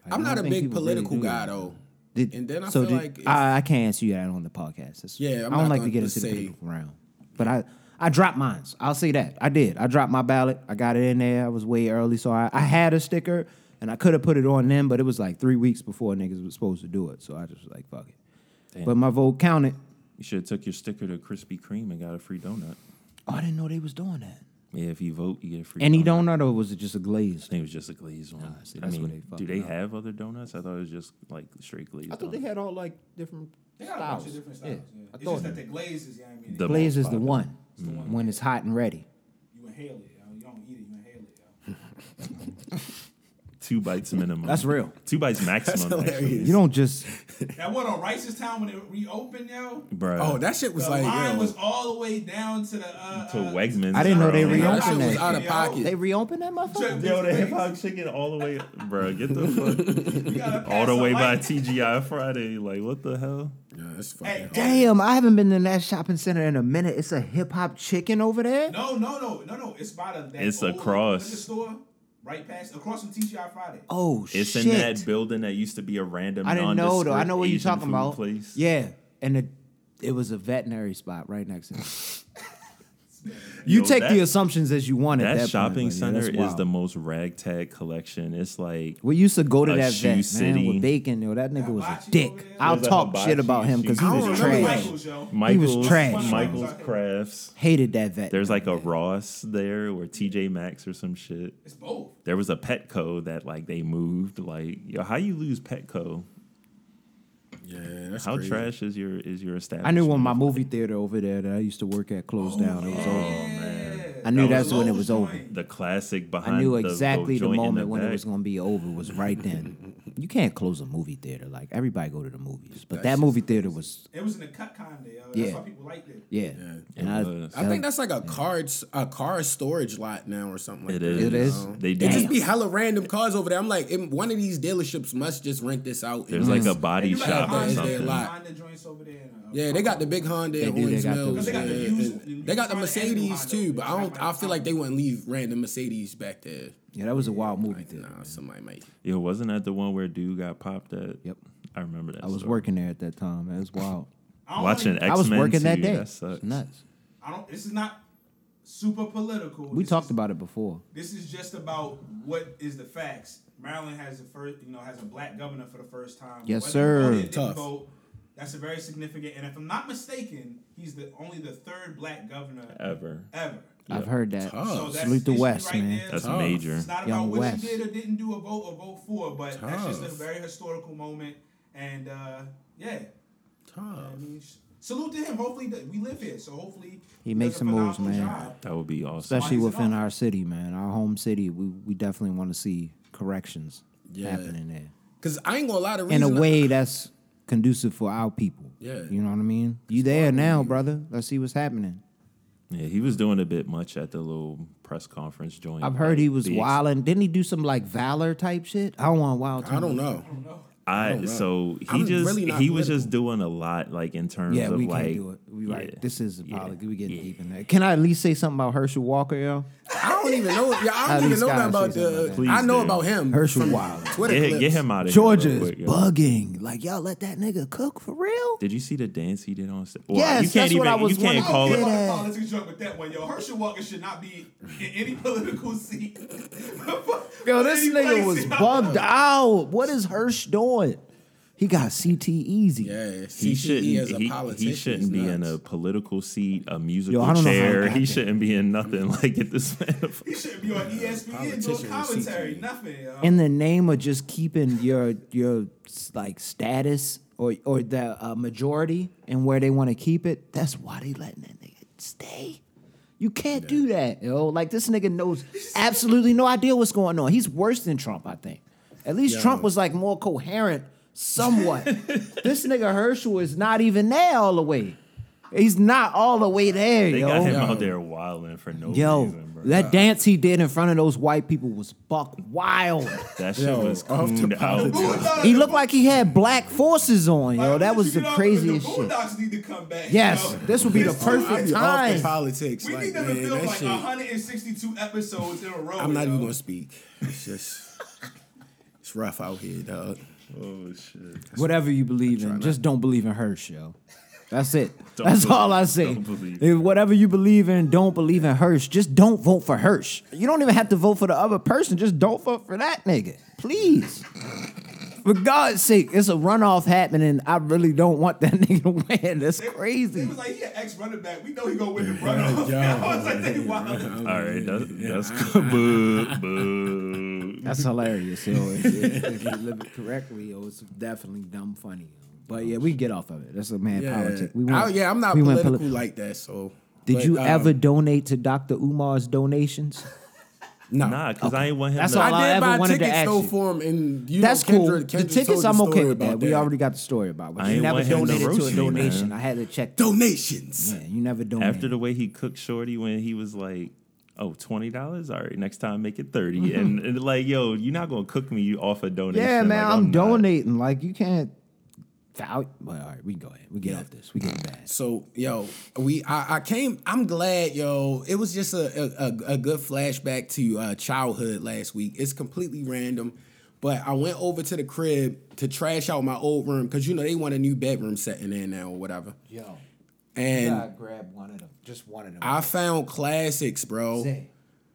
[SPEAKER 4] I
[SPEAKER 2] I'm not
[SPEAKER 4] don't
[SPEAKER 2] a
[SPEAKER 4] think
[SPEAKER 2] big
[SPEAKER 4] people really
[SPEAKER 2] political
[SPEAKER 4] do
[SPEAKER 2] guy
[SPEAKER 4] that.
[SPEAKER 2] though.
[SPEAKER 4] Did-
[SPEAKER 2] And then I
[SPEAKER 4] so
[SPEAKER 2] feel
[SPEAKER 4] did-
[SPEAKER 2] like it's-
[SPEAKER 4] I, I can't answer you that on the podcast. It's-
[SPEAKER 2] Yeah, I'm not
[SPEAKER 4] I don't like to
[SPEAKER 2] gonna
[SPEAKER 4] get into the
[SPEAKER 2] say-
[SPEAKER 4] political round, but I I dropped mines. I'll say that I did. I dropped my ballot. I got it in there. I was way early, so I, I had a sticker and I could have put it on them, but it was like three weeks before niggas was supposed to do it, so I just was like fuck it. But my vote counted.
[SPEAKER 5] You should have took your sticker to Krispy Kreme and got a free donut.
[SPEAKER 4] Oh, I didn't know they was doing that.
[SPEAKER 5] Yeah, if you vote, you get a free.
[SPEAKER 4] Any
[SPEAKER 5] donut.
[SPEAKER 4] donut or was it just a glazed?
[SPEAKER 5] I think it was just a glazed one.
[SPEAKER 4] see,
[SPEAKER 5] I
[SPEAKER 4] that's what
[SPEAKER 5] mean,
[SPEAKER 4] they
[SPEAKER 5] do they
[SPEAKER 4] fucking up.
[SPEAKER 5] have other donuts? I thought it was just like straight glazed.
[SPEAKER 4] I thought they
[SPEAKER 5] donuts.
[SPEAKER 4] had all like different
[SPEAKER 6] They got a
[SPEAKER 4] styles.
[SPEAKER 6] bunch of different
[SPEAKER 4] Yeah,
[SPEAKER 6] styles. Yeah.
[SPEAKER 4] I
[SPEAKER 6] It's
[SPEAKER 4] thought
[SPEAKER 6] just that the glazes, yeah, I mean,
[SPEAKER 5] The-
[SPEAKER 4] Blaze is the
[SPEAKER 5] popular.
[SPEAKER 4] one when it's hot and ready.
[SPEAKER 6] you inhale it. Yo. You don't eat it, you inhale it. Yo.
[SPEAKER 5] two bites minimum.
[SPEAKER 4] That's real.
[SPEAKER 5] Two bites maximum.
[SPEAKER 2] That's
[SPEAKER 5] actually.
[SPEAKER 2] hilarious.
[SPEAKER 4] You don't just
[SPEAKER 6] That one on Rice's Town when it reopened, yo.
[SPEAKER 5] Bruh.
[SPEAKER 2] Oh, that shit was
[SPEAKER 6] The
[SPEAKER 2] like
[SPEAKER 6] line
[SPEAKER 2] yo,
[SPEAKER 6] was all the way down to the uh,
[SPEAKER 5] to
[SPEAKER 6] uh,
[SPEAKER 5] Wegmans.
[SPEAKER 4] I didn't know they
[SPEAKER 5] bro.
[SPEAKER 2] that
[SPEAKER 4] reopened
[SPEAKER 2] shit was
[SPEAKER 4] that.
[SPEAKER 2] out of
[SPEAKER 6] Yo.
[SPEAKER 2] pocket.
[SPEAKER 4] they reopened that
[SPEAKER 6] Check
[SPEAKER 4] motherfucker.
[SPEAKER 5] Yo, the
[SPEAKER 6] these
[SPEAKER 5] hip hop
[SPEAKER 6] things.
[SPEAKER 5] chicken all the way, bro. Get the fuck
[SPEAKER 6] You gotta
[SPEAKER 5] all
[SPEAKER 6] pass
[SPEAKER 5] the way by
[SPEAKER 6] light.
[SPEAKER 5] TGI Friday. Like, what the hell?
[SPEAKER 2] Yeah, that's
[SPEAKER 6] Hey,
[SPEAKER 2] fucking.
[SPEAKER 4] Damn, I haven't been in that shopping center in a minute. It's a hip hop chicken over there.
[SPEAKER 6] No, no, no, no, no. It's by the. That
[SPEAKER 5] It's
[SPEAKER 6] old
[SPEAKER 5] across.
[SPEAKER 6] liquor store right past across from TGI Friday.
[SPEAKER 4] Oh shit!
[SPEAKER 5] It's in that building that used to be a random.
[SPEAKER 4] I didn't know though. I know what you're
[SPEAKER 5] nondescript
[SPEAKER 4] talking
[SPEAKER 5] Asian food
[SPEAKER 4] about.
[SPEAKER 5] Place.
[SPEAKER 4] Yeah, and the, it was a veterinary spot right next to it. you
[SPEAKER 5] Yo,
[SPEAKER 4] take
[SPEAKER 5] that-
[SPEAKER 4] the assumptions as you want. at
[SPEAKER 5] That,
[SPEAKER 4] that
[SPEAKER 5] shopping
[SPEAKER 4] point, buddy.
[SPEAKER 5] center
[SPEAKER 4] That's
[SPEAKER 5] is
[SPEAKER 4] wild.
[SPEAKER 5] the most ragtag collection. It's like
[SPEAKER 4] We used to go to
[SPEAKER 5] a
[SPEAKER 4] that
[SPEAKER 5] shoe
[SPEAKER 4] vet man
[SPEAKER 5] city.
[SPEAKER 4] with bacon. Yo, that nigga was a
[SPEAKER 6] Hibachi
[SPEAKER 4] dick.
[SPEAKER 6] over there?
[SPEAKER 4] I'll
[SPEAKER 5] There's a
[SPEAKER 4] talk
[SPEAKER 5] hibachi
[SPEAKER 4] shit about him because he
[SPEAKER 5] shoe
[SPEAKER 4] was
[SPEAKER 2] city. I don't know.
[SPEAKER 4] trash.
[SPEAKER 6] Michael's, yo.
[SPEAKER 5] Michael's,
[SPEAKER 4] trash.
[SPEAKER 5] Michael's Crafts.
[SPEAKER 4] Hated that vet.
[SPEAKER 5] There's like a Ross there or TJ Maxx or some shit.
[SPEAKER 6] It's both.
[SPEAKER 5] There was a Petco that like they moved. Like, yo, how you lose Petco?
[SPEAKER 2] Yeah, that's
[SPEAKER 5] How
[SPEAKER 2] crazy.
[SPEAKER 5] trash is your is your establishment?
[SPEAKER 4] I knew when my movie theater over there that I used to work at closed down. It was over.
[SPEAKER 5] man.
[SPEAKER 4] I knew
[SPEAKER 5] That
[SPEAKER 4] that's
[SPEAKER 5] was
[SPEAKER 4] when it was over.
[SPEAKER 5] The classic behind.
[SPEAKER 4] I knew
[SPEAKER 5] the-
[SPEAKER 4] exactly the,
[SPEAKER 5] joint in
[SPEAKER 4] moment when it
[SPEAKER 5] back.
[SPEAKER 4] was going to be over was right then. you can't close a movie theater. Like everybody go to the movies, but that movie theater was
[SPEAKER 6] It was in the cut kind of. Yo. That's
[SPEAKER 4] Yeah.
[SPEAKER 6] why people liked it.
[SPEAKER 4] yeah. And I,
[SPEAKER 5] was.
[SPEAKER 2] I think that's like a car a car storage lot now or something. Like
[SPEAKER 5] It
[SPEAKER 2] that.
[SPEAKER 5] is.
[SPEAKER 4] It is.
[SPEAKER 5] They
[SPEAKER 2] It
[SPEAKER 5] do.
[SPEAKER 2] just be hella random cars over there. I'm like, it, one of these dealerships must just rent this out.
[SPEAKER 5] There's like a
[SPEAKER 4] Mm-hmm.
[SPEAKER 5] body
[SPEAKER 6] You got
[SPEAKER 5] shop or
[SPEAKER 2] Honda's there
[SPEAKER 5] something.
[SPEAKER 2] like-
[SPEAKER 6] Honda joints over there. and, uh,
[SPEAKER 2] yeah, they got the big Honda and
[SPEAKER 4] They do, they
[SPEAKER 2] Owens
[SPEAKER 4] got
[SPEAKER 2] Mills.
[SPEAKER 4] those.
[SPEAKER 2] They
[SPEAKER 4] They
[SPEAKER 2] got,
[SPEAKER 4] got
[SPEAKER 6] the
[SPEAKER 2] yeah.
[SPEAKER 6] used-
[SPEAKER 2] and they got the
[SPEAKER 6] used Honda
[SPEAKER 2] Mercedes
[SPEAKER 6] and
[SPEAKER 2] too,
[SPEAKER 6] Honda.
[SPEAKER 2] but I don't. I feel like they wouldn't leave random Mercedes back there.
[SPEAKER 4] yeah, that was a wild movie theater.
[SPEAKER 2] Nah, somebody might.
[SPEAKER 5] Yo, wasn't that the one where dude got popped at?
[SPEAKER 4] Yep.
[SPEAKER 5] I remember that.
[SPEAKER 4] I was
[SPEAKER 5] story.
[SPEAKER 4] working there at that time. man. It was wild.
[SPEAKER 6] I don't
[SPEAKER 5] watching
[SPEAKER 6] wanna-
[SPEAKER 5] X Men.
[SPEAKER 4] I was working that day.
[SPEAKER 5] That
[SPEAKER 4] It's
[SPEAKER 5] sucks.
[SPEAKER 4] nuts.
[SPEAKER 6] I don't. This is not super political.
[SPEAKER 4] We
[SPEAKER 6] This
[SPEAKER 4] talked
[SPEAKER 6] is-
[SPEAKER 4] about it before.
[SPEAKER 6] This is just about what is the facts. Maryland has the first, you know, has a black governor for the first time.
[SPEAKER 4] Yes,
[SPEAKER 6] Whether
[SPEAKER 4] sir.
[SPEAKER 6] you voted or didn't
[SPEAKER 2] Tough.
[SPEAKER 6] vote, that's a very significant. And if I'm not mistaken, he's the only the third black governor
[SPEAKER 4] Uh,
[SPEAKER 5] Ever.
[SPEAKER 6] ever.
[SPEAKER 4] I've heard that.
[SPEAKER 2] Tough.
[SPEAKER 6] So that's
[SPEAKER 4] Salute the
[SPEAKER 6] history
[SPEAKER 4] West,
[SPEAKER 6] right
[SPEAKER 4] man.
[SPEAKER 6] there.
[SPEAKER 5] That's
[SPEAKER 2] Tough.
[SPEAKER 5] major.
[SPEAKER 6] It's not about
[SPEAKER 4] Young
[SPEAKER 6] what
[SPEAKER 4] West.
[SPEAKER 6] you did or didn't do or vote or vote for, but that's just a
[SPEAKER 2] Tough.
[SPEAKER 6] very historical moment. And uh, yeah,
[SPEAKER 2] Tough.
[SPEAKER 6] I mean, sh- salute to him. Hopefully, that we live here, so hopefully
[SPEAKER 4] He
[SPEAKER 6] does
[SPEAKER 4] makes
[SPEAKER 6] a
[SPEAKER 4] some moves,
[SPEAKER 6] phenomenal
[SPEAKER 4] man.
[SPEAKER 6] job.
[SPEAKER 5] That would be awesome.
[SPEAKER 4] Especially
[SPEAKER 6] Why is it
[SPEAKER 4] within
[SPEAKER 6] on?
[SPEAKER 4] our city, man. Our home city. We we definitely want to see corrections
[SPEAKER 2] Yeah.
[SPEAKER 4] happening there.
[SPEAKER 2] Cause I ain't gonna lie, the
[SPEAKER 4] in
[SPEAKER 2] reason
[SPEAKER 4] a
[SPEAKER 2] I-
[SPEAKER 4] way that's conducive for our people.
[SPEAKER 2] Yeah.
[SPEAKER 4] You know what I mean? You there now, brother. Let's see what's happening.
[SPEAKER 5] Yeah, he was doing a bit much at the little press conference joint.
[SPEAKER 4] I've heard
[SPEAKER 5] Like,
[SPEAKER 4] he was
[SPEAKER 5] the ex-
[SPEAKER 4] wilding. Didn't he do some like valor type shit? I don't want wild.
[SPEAKER 2] I don't know.
[SPEAKER 5] I,
[SPEAKER 2] know.
[SPEAKER 5] so he
[SPEAKER 2] Oh, I'm
[SPEAKER 5] just
[SPEAKER 2] really
[SPEAKER 5] he
[SPEAKER 2] not
[SPEAKER 5] was just doing a lot like in terms
[SPEAKER 4] Yeah,
[SPEAKER 5] of
[SPEAKER 4] we
[SPEAKER 5] like
[SPEAKER 4] can't do it. We right.
[SPEAKER 5] yeah,
[SPEAKER 4] this is a
[SPEAKER 5] yeah,
[SPEAKER 4] politics. We getting
[SPEAKER 5] yeah.
[SPEAKER 4] deep in there. Can I at least say something about Herschel Walker, yo?
[SPEAKER 2] I don't even know. Yeah, I
[SPEAKER 4] At
[SPEAKER 2] don't even
[SPEAKER 4] least
[SPEAKER 2] know
[SPEAKER 4] gotta
[SPEAKER 2] nothing about
[SPEAKER 4] say something
[SPEAKER 2] the.
[SPEAKER 4] like
[SPEAKER 5] that.
[SPEAKER 2] I know
[SPEAKER 5] Please do.
[SPEAKER 2] about him.
[SPEAKER 4] Herschel
[SPEAKER 2] from
[SPEAKER 4] Wilder.
[SPEAKER 2] Twitter
[SPEAKER 5] Get,
[SPEAKER 2] clips.
[SPEAKER 5] get him out of
[SPEAKER 4] Georgia
[SPEAKER 5] here. real
[SPEAKER 4] is
[SPEAKER 5] quick, yo.
[SPEAKER 4] bugging. Like y'all let that nigga cook for real?
[SPEAKER 5] Did you see the dance he did on stage?
[SPEAKER 4] Yes,
[SPEAKER 5] you can't
[SPEAKER 4] that's
[SPEAKER 5] even,
[SPEAKER 4] what I was
[SPEAKER 5] you can't
[SPEAKER 4] wondering.
[SPEAKER 5] call
[SPEAKER 6] Get
[SPEAKER 5] it.
[SPEAKER 4] Yeah.
[SPEAKER 6] on the politics joke with that one, yo. Herschel Walker should not be in any political seat.
[SPEAKER 4] Yo, this
[SPEAKER 6] Any
[SPEAKER 4] nigga
[SPEAKER 6] place,
[SPEAKER 4] was
[SPEAKER 6] yo.
[SPEAKER 4] bugged out. What is Hirsch doing? He got CT easy.
[SPEAKER 2] Yeah,
[SPEAKER 5] He
[SPEAKER 2] CTE
[SPEAKER 5] shouldn't.
[SPEAKER 2] as a
[SPEAKER 5] He,
[SPEAKER 2] politician
[SPEAKER 5] he
[SPEAKER 2] is
[SPEAKER 5] shouldn't be in
[SPEAKER 2] nuts.
[SPEAKER 5] a political seat, a musical
[SPEAKER 4] I don't know how he
[SPEAKER 5] chair.
[SPEAKER 4] got
[SPEAKER 5] He
[SPEAKER 4] there.
[SPEAKER 5] shouldn't be in nothing. Like get this man. the fuck
[SPEAKER 6] He should be on E ESPN
[SPEAKER 2] Politician
[SPEAKER 6] doing commentary.
[SPEAKER 2] with CTE.
[SPEAKER 6] Nothing, yo.
[SPEAKER 4] in the name of just keeping your your like status or or the uh, majority and where they want to keep it, that's why they letting that nigga stay. You can't do that, yo. Like this nigga knows absolutely no idea what's going on. He's worse than Trump, I think. At least
[SPEAKER 2] Yo.
[SPEAKER 4] Trump was like more coherent, somewhat. this nigga Herschel is not even there all the way. He's not all the way there,
[SPEAKER 5] They
[SPEAKER 4] yo.
[SPEAKER 5] got him
[SPEAKER 2] Yo.
[SPEAKER 5] out there wilding for no
[SPEAKER 4] Yo,
[SPEAKER 5] reason, bro. That,
[SPEAKER 4] that dance he did in front of those white people was buck wild.
[SPEAKER 5] shit
[SPEAKER 2] Yo,
[SPEAKER 5] was
[SPEAKER 2] off the
[SPEAKER 5] cooned out.
[SPEAKER 6] Who would
[SPEAKER 5] bro.
[SPEAKER 6] thought
[SPEAKER 4] He
[SPEAKER 6] the
[SPEAKER 4] looked like he had black forces on,
[SPEAKER 6] Like,
[SPEAKER 4] yo. That
[SPEAKER 6] we
[SPEAKER 4] was
[SPEAKER 6] should
[SPEAKER 4] the
[SPEAKER 6] get off of it.
[SPEAKER 4] craziest
[SPEAKER 6] the
[SPEAKER 4] shit.
[SPEAKER 6] Boondocks need to come back.
[SPEAKER 4] Yes,
[SPEAKER 6] yo.
[SPEAKER 4] this would be the
[SPEAKER 2] I'm
[SPEAKER 4] perfect
[SPEAKER 2] off the
[SPEAKER 4] time.
[SPEAKER 2] politics.
[SPEAKER 6] We
[SPEAKER 2] like,
[SPEAKER 6] need them
[SPEAKER 2] man,
[SPEAKER 6] to film
[SPEAKER 2] that
[SPEAKER 6] like
[SPEAKER 2] shit-
[SPEAKER 6] 162 episodes in a row.
[SPEAKER 2] I'm not
[SPEAKER 6] yo.
[SPEAKER 2] even gonna speak. It's just it's rough out here, dog.
[SPEAKER 5] Oh shit.
[SPEAKER 4] Whatever you believe in, just don't believe in Hirsch, yo. That's it.
[SPEAKER 5] Don't
[SPEAKER 4] That's
[SPEAKER 5] believe-
[SPEAKER 4] all I say.
[SPEAKER 5] don't believe.
[SPEAKER 4] If whatever you believe in, don't believe in Hirsch. Just don't vote for Hirsch. You don't even have to vote for the other person. Just don't vote for that nigga, please. For God's sake, it's a runoff happening. I really don't want that nigga to win. That's
[SPEAKER 6] They-
[SPEAKER 4] crazy.
[SPEAKER 6] They was like, he an ex running back. We know he gonna win the runoff. I was like, they
[SPEAKER 2] uh-huh.
[SPEAKER 6] wild.
[SPEAKER 5] All right, that, that's boo, boo.
[SPEAKER 4] That's hilarious, yo. If, if- if you live it correctly, yo, it's definitely dumb funny. yo. But yeah, we get off of it. That's a man
[SPEAKER 2] Yeah,
[SPEAKER 4] politic. We
[SPEAKER 2] I- yeah, I'm not
[SPEAKER 4] we went
[SPEAKER 2] political
[SPEAKER 4] poli-
[SPEAKER 2] like that. So,
[SPEAKER 4] Did
[SPEAKER 2] But,
[SPEAKER 4] you
[SPEAKER 2] um,
[SPEAKER 4] ever donate to Dr. Umar's donations?
[SPEAKER 2] No.
[SPEAKER 5] Nah, because
[SPEAKER 4] Okay.
[SPEAKER 5] I ain't want him
[SPEAKER 4] That's
[SPEAKER 5] to.
[SPEAKER 4] all
[SPEAKER 2] I did
[SPEAKER 4] ever
[SPEAKER 2] buy
[SPEAKER 4] wanted to
[SPEAKER 2] tickets
[SPEAKER 4] ask
[SPEAKER 2] though
[SPEAKER 4] you.
[SPEAKER 2] for him, and you
[SPEAKER 4] That's
[SPEAKER 2] know, Kendra,
[SPEAKER 4] cool.
[SPEAKER 2] Kendra
[SPEAKER 4] the tickets,
[SPEAKER 2] told the
[SPEAKER 4] I'm okay
[SPEAKER 2] story
[SPEAKER 4] with that.
[SPEAKER 2] about
[SPEAKER 4] We already got the story about
[SPEAKER 5] I
[SPEAKER 4] it. You
[SPEAKER 5] ain't
[SPEAKER 4] never
[SPEAKER 5] want him to
[SPEAKER 4] donated to a
[SPEAKER 5] roast me,
[SPEAKER 4] donation.
[SPEAKER 5] man.
[SPEAKER 4] I had to check. that.
[SPEAKER 2] donations.
[SPEAKER 4] Yeah, you never donated.
[SPEAKER 5] After the way he cooked Shorty when he was like, oh, $20? All right, next time make it 30 and, and like, yo, you're not going to cook me off a donation.
[SPEAKER 4] yeah, man,
[SPEAKER 5] Like,
[SPEAKER 4] I'm,
[SPEAKER 5] not-
[SPEAKER 4] donating. Like you can't. Val- well, all right, we can go ahead. We get off this. We get back.
[SPEAKER 2] So yo, we I, I came. I'm glad yo. It was just a a, a, a good flashback to uh, childhood last week. It's completely random, but I went over to the crib to trash out my old room because you know they want a new bedroom set in there now or whatever.
[SPEAKER 4] Yo,
[SPEAKER 2] And
[SPEAKER 4] grab one of them. Just one of them.
[SPEAKER 2] I found classics, bro.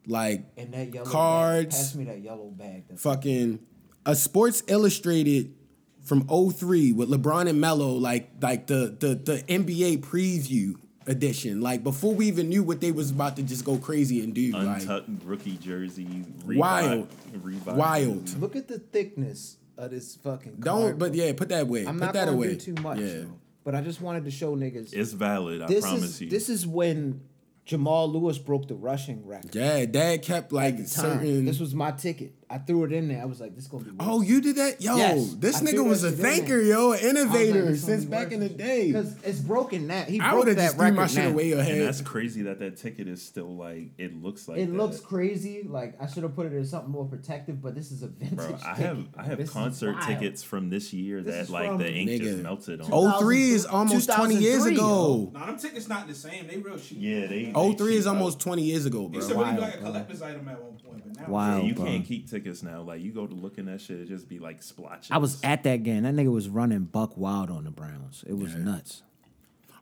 [SPEAKER 2] Like
[SPEAKER 4] that yellow
[SPEAKER 2] bag. Cards. Pass
[SPEAKER 4] me that yellow bag.
[SPEAKER 2] fucking a Sports Illustrated from 03 with LeBron and Melo, like like the the the NBA preview edition. Like before we even knew what they was about to just go crazy and do. like
[SPEAKER 5] Untucked rookie jersey. Reebok,
[SPEAKER 2] Wild.
[SPEAKER 5] Reebok.
[SPEAKER 2] wild.
[SPEAKER 4] Look at the thickness of this fucking.
[SPEAKER 2] Don't but yeah, put that away.
[SPEAKER 4] I'm
[SPEAKER 2] put
[SPEAKER 4] not
[SPEAKER 2] that
[SPEAKER 4] gonna
[SPEAKER 2] away.
[SPEAKER 4] do too much.
[SPEAKER 2] Yeah.
[SPEAKER 4] though. But I just wanted to show niggas.
[SPEAKER 5] It's valid, I
[SPEAKER 4] this
[SPEAKER 5] promise
[SPEAKER 4] is
[SPEAKER 5] you.
[SPEAKER 4] this is when Jamal Lewis broke the rushing record.
[SPEAKER 2] Yeah, dad kept like
[SPEAKER 4] Time.
[SPEAKER 2] certain
[SPEAKER 4] This was my ticket. I threw it in there. I was like, this gonna be. worth
[SPEAKER 2] Oh, you did that? Yo,
[SPEAKER 4] Yes,
[SPEAKER 2] this
[SPEAKER 4] I
[SPEAKER 2] nigga
[SPEAKER 4] threw
[SPEAKER 2] was a
[SPEAKER 4] that shit in
[SPEAKER 2] thinker,
[SPEAKER 4] there.
[SPEAKER 2] yo, an innovator since back in the day.
[SPEAKER 4] Because it's broken now. He
[SPEAKER 2] I
[SPEAKER 4] broke
[SPEAKER 2] would have
[SPEAKER 4] that
[SPEAKER 2] just threw
[SPEAKER 4] record
[SPEAKER 2] my shit
[SPEAKER 4] now.
[SPEAKER 2] away your
[SPEAKER 5] and that's
[SPEAKER 2] head.
[SPEAKER 5] crazy that that ticket is still like, it looks like
[SPEAKER 4] It
[SPEAKER 5] that.
[SPEAKER 4] looks crazy. Like I should have put it in something more protective, but this is a vintage.
[SPEAKER 5] Bro, I
[SPEAKER 4] ticket.
[SPEAKER 5] have I have
[SPEAKER 4] This is
[SPEAKER 5] concert
[SPEAKER 4] wild.
[SPEAKER 5] tickets from this year
[SPEAKER 4] This
[SPEAKER 5] that
[SPEAKER 4] is
[SPEAKER 5] like
[SPEAKER 4] from-
[SPEAKER 5] the ink just
[SPEAKER 2] Nigga.
[SPEAKER 5] melted on.
[SPEAKER 4] Oh.
[SPEAKER 2] 03 is almost 20 years
[SPEAKER 4] 2003,
[SPEAKER 2] ago.
[SPEAKER 6] Nah, them tickets not the same. They real cheap.
[SPEAKER 5] Yeah, they. they
[SPEAKER 2] Oh three is
[SPEAKER 5] cheap out.
[SPEAKER 2] almost 20 years ago, bro.
[SPEAKER 6] It's a really
[SPEAKER 4] Wild,
[SPEAKER 6] like a
[SPEAKER 4] bro.
[SPEAKER 6] collector's item at one point, but now
[SPEAKER 4] Wow.
[SPEAKER 5] Yeah, you
[SPEAKER 4] bro.
[SPEAKER 5] can't keep tickets now. Like you go to look in that shit, it just be like splotches.
[SPEAKER 4] I was at that game. That nigga was running buck wild on the Browns. It was nuts.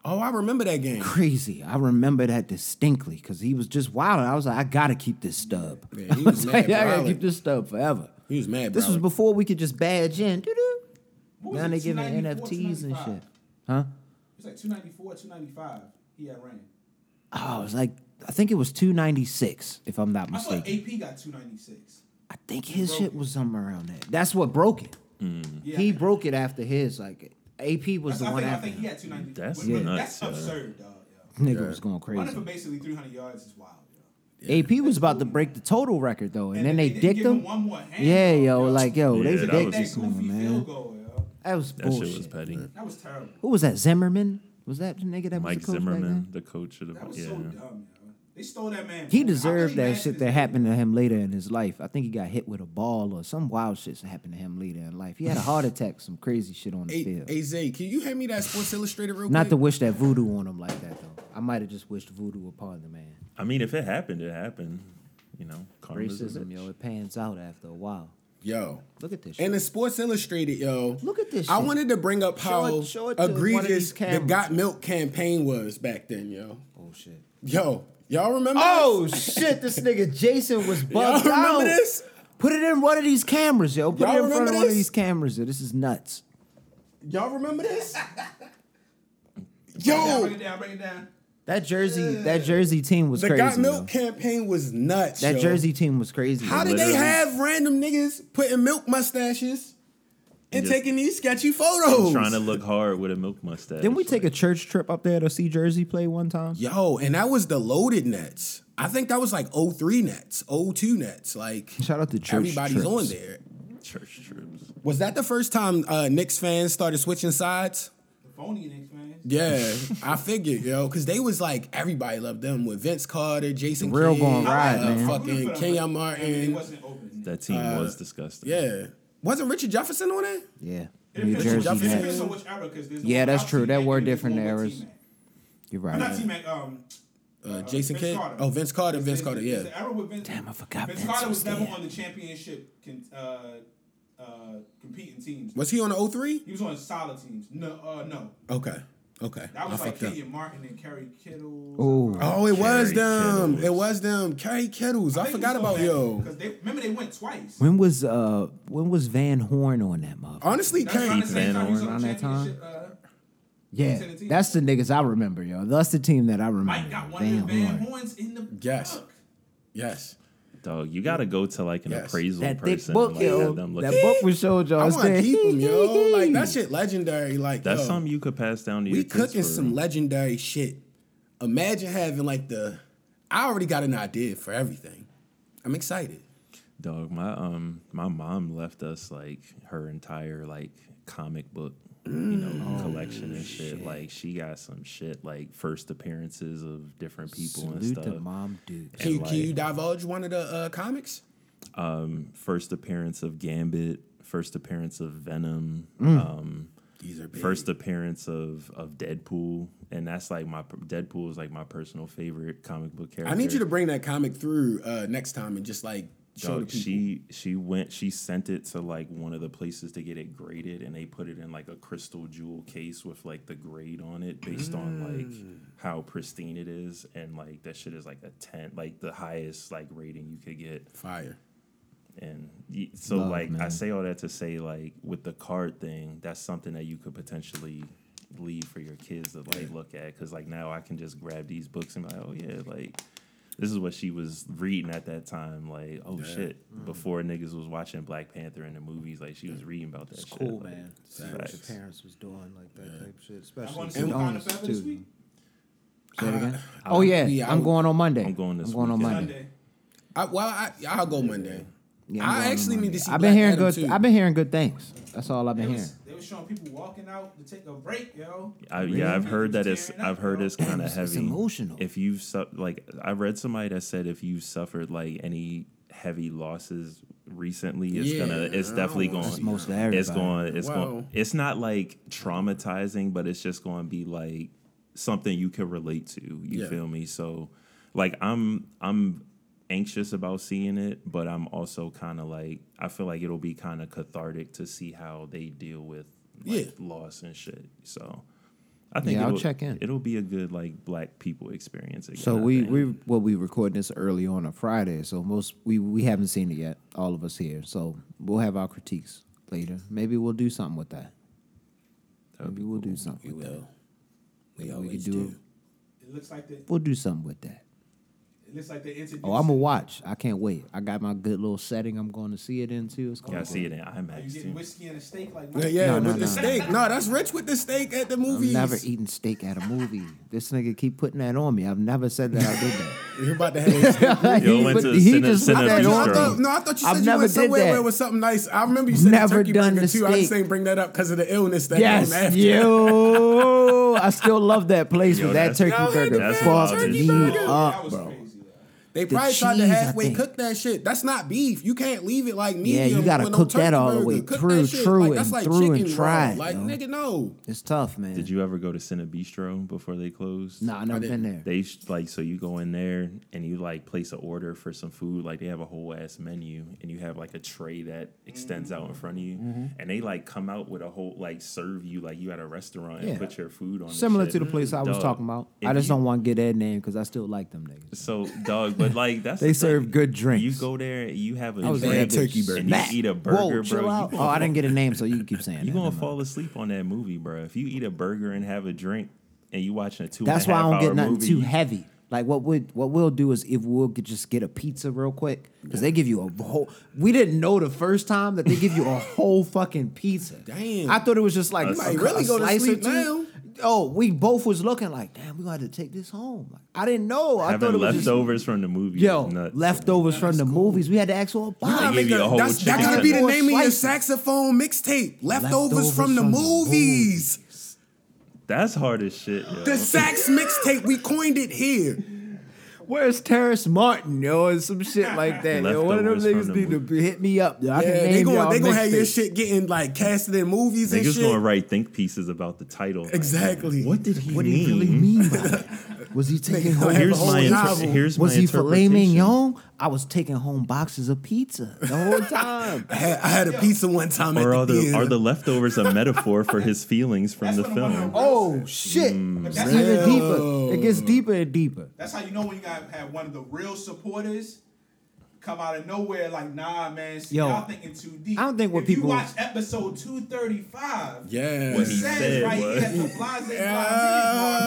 [SPEAKER 2] Oh, I remember that game.
[SPEAKER 4] Crazy. I remember that distinctly because he was just wild. And I was like, I gotta keep this stub.
[SPEAKER 2] Yeah, he
[SPEAKER 4] I
[SPEAKER 2] was
[SPEAKER 4] was
[SPEAKER 2] mad
[SPEAKER 4] like, I gotta
[SPEAKER 2] violent.
[SPEAKER 4] keep this stub forever.
[SPEAKER 2] He was mad,
[SPEAKER 4] This was
[SPEAKER 2] bro.
[SPEAKER 4] before we could just badge in. Doo-doo.
[SPEAKER 6] What was
[SPEAKER 4] Now
[SPEAKER 6] it,
[SPEAKER 4] they giving
[SPEAKER 6] 294,
[SPEAKER 4] NFTs and
[SPEAKER 6] 295?
[SPEAKER 4] shit.
[SPEAKER 6] It
[SPEAKER 4] Huh?
[SPEAKER 6] was like 294, 295. He had ran.
[SPEAKER 4] Oh, it was like I think it was two ninety six, if I'm not
[SPEAKER 6] I thought
[SPEAKER 4] mistaken.
[SPEAKER 6] AP got 296.
[SPEAKER 4] I think his shit was somewhere around that. That's what broke it.
[SPEAKER 6] Yeah.
[SPEAKER 4] He broke it after his. Like AP was
[SPEAKER 6] That's-
[SPEAKER 4] the
[SPEAKER 6] I
[SPEAKER 4] one
[SPEAKER 6] think, I
[SPEAKER 4] after.
[SPEAKER 6] think he
[SPEAKER 4] him.
[SPEAKER 6] had 290.
[SPEAKER 5] That's
[SPEAKER 6] but- but
[SPEAKER 5] nuts,
[SPEAKER 6] That's
[SPEAKER 5] yo.
[SPEAKER 6] absurd, dog. yo.
[SPEAKER 4] Nigga was going
[SPEAKER 6] Running for
[SPEAKER 4] crazy.
[SPEAKER 6] basically 300 yards is wild. yo.
[SPEAKER 4] AP was about to break the total record though, and, then they,
[SPEAKER 6] didn't
[SPEAKER 4] dicked
[SPEAKER 6] give
[SPEAKER 4] him.
[SPEAKER 6] one more hand,
[SPEAKER 4] Yeah,
[SPEAKER 6] dog,
[SPEAKER 4] yo,
[SPEAKER 6] yo.
[SPEAKER 4] like yo,
[SPEAKER 5] Yeah,
[SPEAKER 4] they
[SPEAKER 5] that
[SPEAKER 4] dicked
[SPEAKER 5] was
[SPEAKER 6] that
[SPEAKER 4] this
[SPEAKER 5] just-
[SPEAKER 6] goofy
[SPEAKER 4] one,
[SPEAKER 6] field
[SPEAKER 4] man.
[SPEAKER 6] goal, yo.
[SPEAKER 4] That was
[SPEAKER 5] That
[SPEAKER 4] bullshit.
[SPEAKER 5] shit was petty.
[SPEAKER 6] That was terrible.
[SPEAKER 4] Who was that? Zimmerman? Was that the nigga that
[SPEAKER 5] Mike
[SPEAKER 4] was the coach back
[SPEAKER 5] Zimmerman,
[SPEAKER 4] then?
[SPEAKER 5] the coach of the
[SPEAKER 6] That was
[SPEAKER 5] yeah.
[SPEAKER 6] so dumb, yo. They stole that man.
[SPEAKER 4] He
[SPEAKER 6] from him. I
[SPEAKER 4] deserved
[SPEAKER 6] really
[SPEAKER 4] that
[SPEAKER 6] mad
[SPEAKER 4] shit
[SPEAKER 6] this
[SPEAKER 4] that
[SPEAKER 6] day.
[SPEAKER 4] happened to him later in his life. I think he got hit with a ball or some wild shit happened to him later in life. He had a heart attack, some crazy shit on the
[SPEAKER 2] Hey,
[SPEAKER 4] field.
[SPEAKER 2] hey Zay, can you hand me that Sports Illustrated real
[SPEAKER 4] Not to
[SPEAKER 2] quick?
[SPEAKER 4] wish that voodoo on him like that though. I might have just wished voodoo upon the man.
[SPEAKER 5] I mean, if it happened, it happened. You know, karma's a
[SPEAKER 4] Racism,
[SPEAKER 5] bitch.
[SPEAKER 4] yo, it pans out after a while.
[SPEAKER 2] yo.
[SPEAKER 4] Look at this. Shit.
[SPEAKER 2] And the Sports Illustrated, yo.
[SPEAKER 4] Look at this
[SPEAKER 2] I
[SPEAKER 4] shit.
[SPEAKER 2] wanted to bring up
[SPEAKER 4] Show
[SPEAKER 2] how
[SPEAKER 4] it- show it to one of
[SPEAKER 2] egregious
[SPEAKER 4] these
[SPEAKER 2] the
[SPEAKER 4] cameras.
[SPEAKER 2] Got Milk campaign was back then, yo.
[SPEAKER 4] oh shit.
[SPEAKER 2] Yo, y'all remember?
[SPEAKER 4] Oh
[SPEAKER 2] this?
[SPEAKER 4] shit! This nigga Jason was bugged
[SPEAKER 2] Y'all
[SPEAKER 4] out.
[SPEAKER 2] remember this?
[SPEAKER 4] Put it in one of these cameras, yo. Put
[SPEAKER 2] Y'all
[SPEAKER 4] it in front
[SPEAKER 2] remember
[SPEAKER 4] of one of
[SPEAKER 2] this?
[SPEAKER 4] these cameras. Yo. This is nuts.
[SPEAKER 2] y'all remember this?
[SPEAKER 6] Yeah,
[SPEAKER 2] yo,
[SPEAKER 6] Break it down, break it down.
[SPEAKER 4] That jersey, that jersey team was
[SPEAKER 2] the
[SPEAKER 4] crazy.
[SPEAKER 2] Got Milk
[SPEAKER 4] yo.
[SPEAKER 2] campaign was nuts.
[SPEAKER 4] That
[SPEAKER 2] yo.
[SPEAKER 4] jersey team was crazy.
[SPEAKER 2] How did they
[SPEAKER 5] Literally.
[SPEAKER 2] have random niggas putting milk mustaches and
[SPEAKER 5] Just-
[SPEAKER 2] taking these sketchy photos?
[SPEAKER 5] Trying to look hard with a milk mustache.
[SPEAKER 4] Didn't we take a church trip up there to see Jersey play one time?
[SPEAKER 2] Yo, and that was the loaded Nets. I think that was like 03 Nets, 02 Nets. Like
[SPEAKER 4] Shout out to church.
[SPEAKER 2] everybody's
[SPEAKER 4] trips.
[SPEAKER 2] on there.
[SPEAKER 5] a church trips?
[SPEAKER 2] Was that the first time uh, Knicks fans started switching sides?
[SPEAKER 6] The phony Knicks, man.
[SPEAKER 2] Yeah, I figured, yo, because they was like everybody loved them with Vince Carter, Jason,
[SPEAKER 4] The real
[SPEAKER 2] Kidd,
[SPEAKER 4] gonna ride,
[SPEAKER 2] uh,
[SPEAKER 4] man.
[SPEAKER 2] fucking Kenyon
[SPEAKER 6] It
[SPEAKER 2] Martin.
[SPEAKER 6] wasn't open.
[SPEAKER 5] That team was disgusting.
[SPEAKER 2] Yeah, wasn't Richard Jefferson on it?
[SPEAKER 4] Yeah,
[SPEAKER 6] It
[SPEAKER 4] New
[SPEAKER 6] depends on-
[SPEAKER 4] Jersey
[SPEAKER 6] it depends
[SPEAKER 4] Nets.
[SPEAKER 6] on which era, 'cause there's
[SPEAKER 4] Yeah,
[SPEAKER 6] one
[SPEAKER 4] that's
[SPEAKER 6] out
[SPEAKER 4] true.
[SPEAKER 6] T-Mac
[SPEAKER 4] There
[SPEAKER 6] and
[SPEAKER 4] were
[SPEAKER 6] there's
[SPEAKER 4] different
[SPEAKER 6] one with
[SPEAKER 4] eras.
[SPEAKER 6] T-Mac.
[SPEAKER 4] You're
[SPEAKER 6] Uh, Not
[SPEAKER 4] right.
[SPEAKER 6] T-Mac, um,
[SPEAKER 2] Uh, Jason
[SPEAKER 6] Vince
[SPEAKER 2] Kidd.
[SPEAKER 6] Carter.
[SPEAKER 2] Oh, Vince Carter, Mm-hmm. Vince
[SPEAKER 6] Vince-
[SPEAKER 2] Carter.
[SPEAKER 6] Vince-
[SPEAKER 2] Yeah,
[SPEAKER 6] the era with Vince-
[SPEAKER 4] Damn, I forgot
[SPEAKER 6] Vince
[SPEAKER 4] Vince
[SPEAKER 6] Carter
[SPEAKER 4] was
[SPEAKER 6] was never
[SPEAKER 4] there.
[SPEAKER 6] on the championship con- uh, uh, competing teams.
[SPEAKER 2] was he on the 03?
[SPEAKER 6] He was on solid teams. No, uh, no,
[SPEAKER 2] Okay, okay,
[SPEAKER 6] that
[SPEAKER 2] I
[SPEAKER 6] was like
[SPEAKER 2] fucked up.
[SPEAKER 6] Kenyon Martin and Kerry Kittle.
[SPEAKER 4] Oh,
[SPEAKER 2] Oh, it was
[SPEAKER 5] Kerry
[SPEAKER 2] them.
[SPEAKER 5] Kittles.
[SPEAKER 2] It was them. Kerry Kettles. I, forgot about yo.
[SPEAKER 6] Because they remember they went twice.
[SPEAKER 4] when was uh when was Van Horn on that motherfucker?
[SPEAKER 2] Honestly,
[SPEAKER 6] That's around
[SPEAKER 2] Kerry.
[SPEAKER 6] the same
[SPEAKER 5] Van
[SPEAKER 6] time he was
[SPEAKER 5] Horn
[SPEAKER 6] on the
[SPEAKER 4] around that time?
[SPEAKER 6] championship. Uh,
[SPEAKER 4] Yeah,
[SPEAKER 6] Tennessee.
[SPEAKER 4] that's the niggas I remember, yo. That's the team that I remember.
[SPEAKER 6] Mike got one
[SPEAKER 4] Van
[SPEAKER 6] of the Van
[SPEAKER 4] Horn.
[SPEAKER 6] Horns in the
[SPEAKER 2] Yes.
[SPEAKER 6] book.
[SPEAKER 2] Yes.
[SPEAKER 5] Dog, you gotta go to like an
[SPEAKER 2] Yes.
[SPEAKER 5] appraisal
[SPEAKER 4] That thick
[SPEAKER 5] person.
[SPEAKER 4] book,
[SPEAKER 5] and, like,
[SPEAKER 4] yo.
[SPEAKER 5] have them look
[SPEAKER 4] That
[SPEAKER 5] at-
[SPEAKER 4] book was showed y'all.
[SPEAKER 2] I
[SPEAKER 4] It's
[SPEAKER 2] want to
[SPEAKER 4] there.
[SPEAKER 2] keep them, yo. Like that shit legendary. Like
[SPEAKER 5] That's
[SPEAKER 2] yo,
[SPEAKER 5] something you could pass down to
[SPEAKER 2] we
[SPEAKER 5] your kids
[SPEAKER 2] cooking
[SPEAKER 5] for-
[SPEAKER 2] some legendary shit. Imagine having like the. I already got an idea for everything. I'm excited.
[SPEAKER 5] Dog, my um my mom left us like her entire like comic book, you know, collection and shit. Like she got some shit like first appearances of different people and
[SPEAKER 4] Salute
[SPEAKER 5] stuff.
[SPEAKER 4] to Mom Duke.
[SPEAKER 2] Can, you-
[SPEAKER 5] And,
[SPEAKER 2] can you
[SPEAKER 5] like-
[SPEAKER 2] divulge one of the uh, comics?
[SPEAKER 5] First appearance of Gambit, first appearance of Venom, um
[SPEAKER 2] These are big.
[SPEAKER 5] first appearance of of Deadpool, and that's like my Deadpool is like my personal favorite comic book character.
[SPEAKER 2] I need you to bring that comic through uh, next time and just like show the
[SPEAKER 5] Dog,
[SPEAKER 2] people.
[SPEAKER 5] she she went she sent it to like one of the places to get it graded and they put it in like a crystal jewel case with like the grade on it based on like how pristine it is and like that shit is like a 10 like the highest like rating you could get
[SPEAKER 2] Fire.
[SPEAKER 5] and y- so
[SPEAKER 4] Love,
[SPEAKER 5] like I
[SPEAKER 4] man.
[SPEAKER 5] say all that to say like with the card thing that's something that you could potentially leave for your kids to like look at cuz like now I can just grab these books and be like oh yeah like this is what she was reading at that time like oh shit
[SPEAKER 4] Mm-hmm.
[SPEAKER 5] before niggas was watching Black Panther in the movies like she was reading about that shit
[SPEAKER 4] Cool,
[SPEAKER 5] like,
[SPEAKER 4] man. See what
[SPEAKER 5] facts.
[SPEAKER 4] your parents was doing, like that type of shit.
[SPEAKER 6] I
[SPEAKER 4] Especially
[SPEAKER 6] want to see what kind of
[SPEAKER 4] Jonas,
[SPEAKER 6] feather this
[SPEAKER 4] too.
[SPEAKER 6] week.
[SPEAKER 4] Say it again. Oh, yeah.
[SPEAKER 2] be
[SPEAKER 4] I'm
[SPEAKER 2] out.
[SPEAKER 4] going on Monday.
[SPEAKER 5] I'm going this
[SPEAKER 4] I'm going on
[SPEAKER 5] weekend.
[SPEAKER 4] Monday.
[SPEAKER 6] Sunday.
[SPEAKER 2] I, well, I, I'll go Monday.
[SPEAKER 4] Yeah, I'm
[SPEAKER 2] I
[SPEAKER 4] going on
[SPEAKER 2] actually need
[SPEAKER 4] Monday.
[SPEAKER 2] to see
[SPEAKER 4] I've
[SPEAKER 2] Black
[SPEAKER 4] been hearing
[SPEAKER 2] Adam,
[SPEAKER 4] good.
[SPEAKER 2] too.
[SPEAKER 4] I've been hearing good things. That's all I've
[SPEAKER 6] They
[SPEAKER 4] been hearing.
[SPEAKER 6] was, they was showing people walking out to take a break, yo.
[SPEAKER 5] I, yeah, I've heard that it's.
[SPEAKER 6] Tearing up,
[SPEAKER 5] I've heard
[SPEAKER 6] yo.
[SPEAKER 5] it's kind of
[SPEAKER 4] It's-
[SPEAKER 5] heavy.
[SPEAKER 4] it's emotional.
[SPEAKER 5] If you've su- like, I read somebody that said if you've suffered like any heavy losses recently, it's
[SPEAKER 2] Yeah,
[SPEAKER 5] gonna. It's
[SPEAKER 2] I
[SPEAKER 5] definitely
[SPEAKER 2] don't wanna
[SPEAKER 5] going.
[SPEAKER 2] see
[SPEAKER 4] Most of
[SPEAKER 5] It's
[SPEAKER 4] everybody.
[SPEAKER 5] going. It's
[SPEAKER 2] Wow.
[SPEAKER 5] going. It's not like traumatizing, but it's just going to be like something you can relate to. You
[SPEAKER 2] Yeah.
[SPEAKER 5] feel me? So, like, I'm. I'm anxious about seeing it, but I'm also kind of like. I feel like it'll be kind of cathartic to see how they deal with like,
[SPEAKER 2] Yeah.
[SPEAKER 5] loss and shit. So. I think
[SPEAKER 4] Yeah, I'll
[SPEAKER 5] it'll-
[SPEAKER 4] check in.
[SPEAKER 5] It'll be a good like black people experience. Again,
[SPEAKER 4] So
[SPEAKER 5] I
[SPEAKER 4] we
[SPEAKER 5] think.
[SPEAKER 4] we well we recording this early on a Friday, so most we we haven't seen it yet. All of us here, so we'll have our critiques later. Maybe we'll do something with that.
[SPEAKER 5] That'd
[SPEAKER 4] Maybe we'll do something.
[SPEAKER 2] We
[SPEAKER 4] with that.
[SPEAKER 2] will. We
[SPEAKER 4] We
[SPEAKER 2] always
[SPEAKER 4] could do
[SPEAKER 2] do.
[SPEAKER 4] it.
[SPEAKER 6] It looks like they. It
[SPEAKER 4] We'll do something with that.
[SPEAKER 6] looks like they introduced.
[SPEAKER 4] Oh, I'm gonna watch. I can't wait. I got my good little setting. I'm going to see it in too. It's gonna
[SPEAKER 5] Yeah, I
[SPEAKER 4] be
[SPEAKER 5] see
[SPEAKER 4] good.
[SPEAKER 5] it in
[SPEAKER 6] Are you
[SPEAKER 5] IMAX
[SPEAKER 6] getting
[SPEAKER 5] too.
[SPEAKER 6] whiskey and a steak like?
[SPEAKER 2] Yeah,
[SPEAKER 6] Mike?
[SPEAKER 2] yeah,
[SPEAKER 4] No, no,
[SPEAKER 2] with the
[SPEAKER 4] no.
[SPEAKER 2] steak. No, that's rich with the steak at the movies.
[SPEAKER 4] I've never eaten steak at a movie. This nigga keep putting that on me. I've never said that I did that.
[SPEAKER 2] You're about to have. steak.
[SPEAKER 5] Yo,
[SPEAKER 4] He
[SPEAKER 5] went
[SPEAKER 4] put-
[SPEAKER 5] to
[SPEAKER 4] he
[SPEAKER 5] Cine-
[SPEAKER 4] just put
[SPEAKER 5] Cine
[SPEAKER 4] that
[SPEAKER 2] No,
[SPEAKER 4] on
[SPEAKER 2] I
[SPEAKER 5] Bistro.
[SPEAKER 4] me.
[SPEAKER 2] thought, no, I thought you
[SPEAKER 4] I've
[SPEAKER 2] said you
[SPEAKER 4] never
[SPEAKER 2] went
[SPEAKER 4] did
[SPEAKER 2] somewhere where
[SPEAKER 4] that.
[SPEAKER 2] it was something nice. I remember you said
[SPEAKER 4] Never
[SPEAKER 2] the turkey
[SPEAKER 4] done
[SPEAKER 2] burger
[SPEAKER 4] the
[SPEAKER 2] too. I just
[SPEAKER 4] steak.
[SPEAKER 2] ain't bring that up because of the illness that came
[SPEAKER 4] Yes,
[SPEAKER 2] after.
[SPEAKER 4] yo, I still love that place
[SPEAKER 5] Yo,
[SPEAKER 4] with that
[SPEAKER 5] that's-
[SPEAKER 4] turkey
[SPEAKER 2] Y'all had
[SPEAKER 4] burger.
[SPEAKER 2] the
[SPEAKER 5] That's
[SPEAKER 2] best
[SPEAKER 5] wild
[SPEAKER 4] Fuck
[SPEAKER 5] as
[SPEAKER 2] turkey
[SPEAKER 4] me
[SPEAKER 5] shit.
[SPEAKER 2] burger.
[SPEAKER 6] that
[SPEAKER 4] up,
[SPEAKER 6] was
[SPEAKER 4] Ah, bro.
[SPEAKER 6] crazy. yo.
[SPEAKER 2] They probably tried to
[SPEAKER 4] cheese, I
[SPEAKER 2] halfway
[SPEAKER 4] think.
[SPEAKER 2] cook that shit. That's not beef. You can't leave it like medium.
[SPEAKER 4] Yeah, you gotta
[SPEAKER 2] with no
[SPEAKER 4] cook that
[SPEAKER 2] turkey
[SPEAKER 4] all the
[SPEAKER 2] burger.
[SPEAKER 4] way
[SPEAKER 2] Cook
[SPEAKER 4] through,
[SPEAKER 2] that shit.
[SPEAKER 4] true
[SPEAKER 2] like, that's
[SPEAKER 4] and
[SPEAKER 2] like
[SPEAKER 4] through and
[SPEAKER 2] chicken raw.
[SPEAKER 4] try it,
[SPEAKER 2] Like
[SPEAKER 4] yo.
[SPEAKER 2] nigga, no.
[SPEAKER 4] It's tough, man.
[SPEAKER 5] Did you ever go to Cine Bistro before they closed?
[SPEAKER 4] Nah, I never been there.
[SPEAKER 5] They sh- like so you go in there and you like place an order for some food. Like they have a whole ass menu and you have like a tray that extends out in front of you,
[SPEAKER 4] Mm-hmm.
[SPEAKER 5] and they like come out with a whole like serve you like you at a restaurant
[SPEAKER 4] Yeah.
[SPEAKER 5] and put your food on. this
[SPEAKER 4] Similar
[SPEAKER 5] shit.
[SPEAKER 4] to the place I was
[SPEAKER 5] Dog,
[SPEAKER 4] talking about. I
[SPEAKER 5] if
[SPEAKER 4] just
[SPEAKER 5] you-
[SPEAKER 4] don't want to get that name because I still like them niggas.
[SPEAKER 5] So dog, but like that's
[SPEAKER 4] They
[SPEAKER 5] the
[SPEAKER 4] serve
[SPEAKER 5] thing.
[SPEAKER 4] good drinks.
[SPEAKER 5] You go there, you have a
[SPEAKER 4] I was
[SPEAKER 5] drink,
[SPEAKER 4] there,
[SPEAKER 2] turkey burger.
[SPEAKER 5] and you
[SPEAKER 4] Matt,
[SPEAKER 5] eat a
[SPEAKER 4] whoa,
[SPEAKER 5] burger,
[SPEAKER 4] chill
[SPEAKER 5] bro. You
[SPEAKER 4] out.
[SPEAKER 5] gonna
[SPEAKER 4] Oh, I didn't get a name, so you can keep saying
[SPEAKER 5] You
[SPEAKER 4] that.
[SPEAKER 5] gonna
[SPEAKER 4] Never
[SPEAKER 5] fall asleep on that movie, bro. If you eat a burger and have a drink, and you watching a two
[SPEAKER 4] That's
[SPEAKER 5] and
[SPEAKER 4] why I
[SPEAKER 5] a half
[SPEAKER 4] don't get
[SPEAKER 5] hour
[SPEAKER 4] nothing
[SPEAKER 5] movie,
[SPEAKER 4] too
[SPEAKER 5] you-
[SPEAKER 4] heavy. Like what would what we'll do is if we'll get, just get a pizza real quick because they give you a whole. We didn't know the first time that they give you a whole fucking pizza.
[SPEAKER 2] Damn.
[SPEAKER 4] I thought it was just like
[SPEAKER 5] You
[SPEAKER 4] a,
[SPEAKER 5] might
[SPEAKER 4] a
[SPEAKER 2] really go to
[SPEAKER 4] slice or
[SPEAKER 2] sleep
[SPEAKER 4] two.
[SPEAKER 2] now.
[SPEAKER 4] Oh, we both was looking like, damn, we got to take this home. Like, I didn't know. I thought
[SPEAKER 5] having
[SPEAKER 4] it was just
[SPEAKER 5] leftovers from the movie. is
[SPEAKER 4] yo
[SPEAKER 5] nuts.
[SPEAKER 4] leftovers from the movies. We had to ask for a
[SPEAKER 5] gotta
[SPEAKER 4] box.
[SPEAKER 5] make- gave you a whole
[SPEAKER 2] that's, that
[SPEAKER 5] chicken
[SPEAKER 2] gotta be the
[SPEAKER 4] tender.
[SPEAKER 2] name of your
[SPEAKER 4] Slices.
[SPEAKER 2] saxophone mixtape. Leftovers,
[SPEAKER 4] Leftovers
[SPEAKER 2] from the
[SPEAKER 4] from the
[SPEAKER 2] movies.
[SPEAKER 5] That's hard as shit. Yo.
[SPEAKER 2] The sax mixtape. We coined it here.
[SPEAKER 4] Where's Terrace Martin, yo, and some shit like that. yo, one of them
[SPEAKER 5] Leftovers
[SPEAKER 4] niggas
[SPEAKER 5] from the
[SPEAKER 4] need to
[SPEAKER 5] movie.
[SPEAKER 4] be, hit me up. Yo.
[SPEAKER 2] Yeah,
[SPEAKER 4] I can name
[SPEAKER 2] they
[SPEAKER 4] y'all
[SPEAKER 2] going they gonna have your
[SPEAKER 4] mixtapes.
[SPEAKER 2] shit getting like casted in movies and
[SPEAKER 5] Niggas
[SPEAKER 2] shit.
[SPEAKER 5] gonna write think pieces about the title. Like,
[SPEAKER 2] Exactly.
[SPEAKER 5] what did he
[SPEAKER 4] What do
[SPEAKER 5] mean?
[SPEAKER 4] you really mean by that? Was he taking home?
[SPEAKER 2] have a
[SPEAKER 5] Here's
[SPEAKER 2] whole
[SPEAKER 5] my
[SPEAKER 2] novel.
[SPEAKER 5] inter- here's
[SPEAKER 4] was
[SPEAKER 5] my
[SPEAKER 4] he filet
[SPEAKER 5] interpretation.
[SPEAKER 4] mignon? I was taking home boxes of pizza the whole time.
[SPEAKER 2] I had, I had a pizza one time
[SPEAKER 5] Or
[SPEAKER 2] at
[SPEAKER 5] are
[SPEAKER 2] the,
[SPEAKER 5] the
[SPEAKER 2] theater.
[SPEAKER 5] are the leftovers a metaphor for his feelings from
[SPEAKER 6] That's
[SPEAKER 5] the
[SPEAKER 6] what I'm
[SPEAKER 5] film?
[SPEAKER 6] wondering.
[SPEAKER 4] oh shit!
[SPEAKER 6] But
[SPEAKER 4] It's
[SPEAKER 6] that's how
[SPEAKER 4] even
[SPEAKER 6] you know-
[SPEAKER 4] deeper. It gets deeper and deeper.
[SPEAKER 6] That's how you know when you got have one of the real supporters come out of nowhere. Like, nah, man, see,
[SPEAKER 4] Yo,
[SPEAKER 6] y'all thinking too deep.
[SPEAKER 4] I don't think what
[SPEAKER 6] if
[SPEAKER 4] people-
[SPEAKER 6] you watch episode two thirty five.
[SPEAKER 2] yeah.
[SPEAKER 5] What
[SPEAKER 6] It
[SPEAKER 5] he
[SPEAKER 6] says
[SPEAKER 5] said
[SPEAKER 6] right here
[SPEAKER 5] was-
[SPEAKER 6] that the Blase Blase
[SPEAKER 2] Yeah.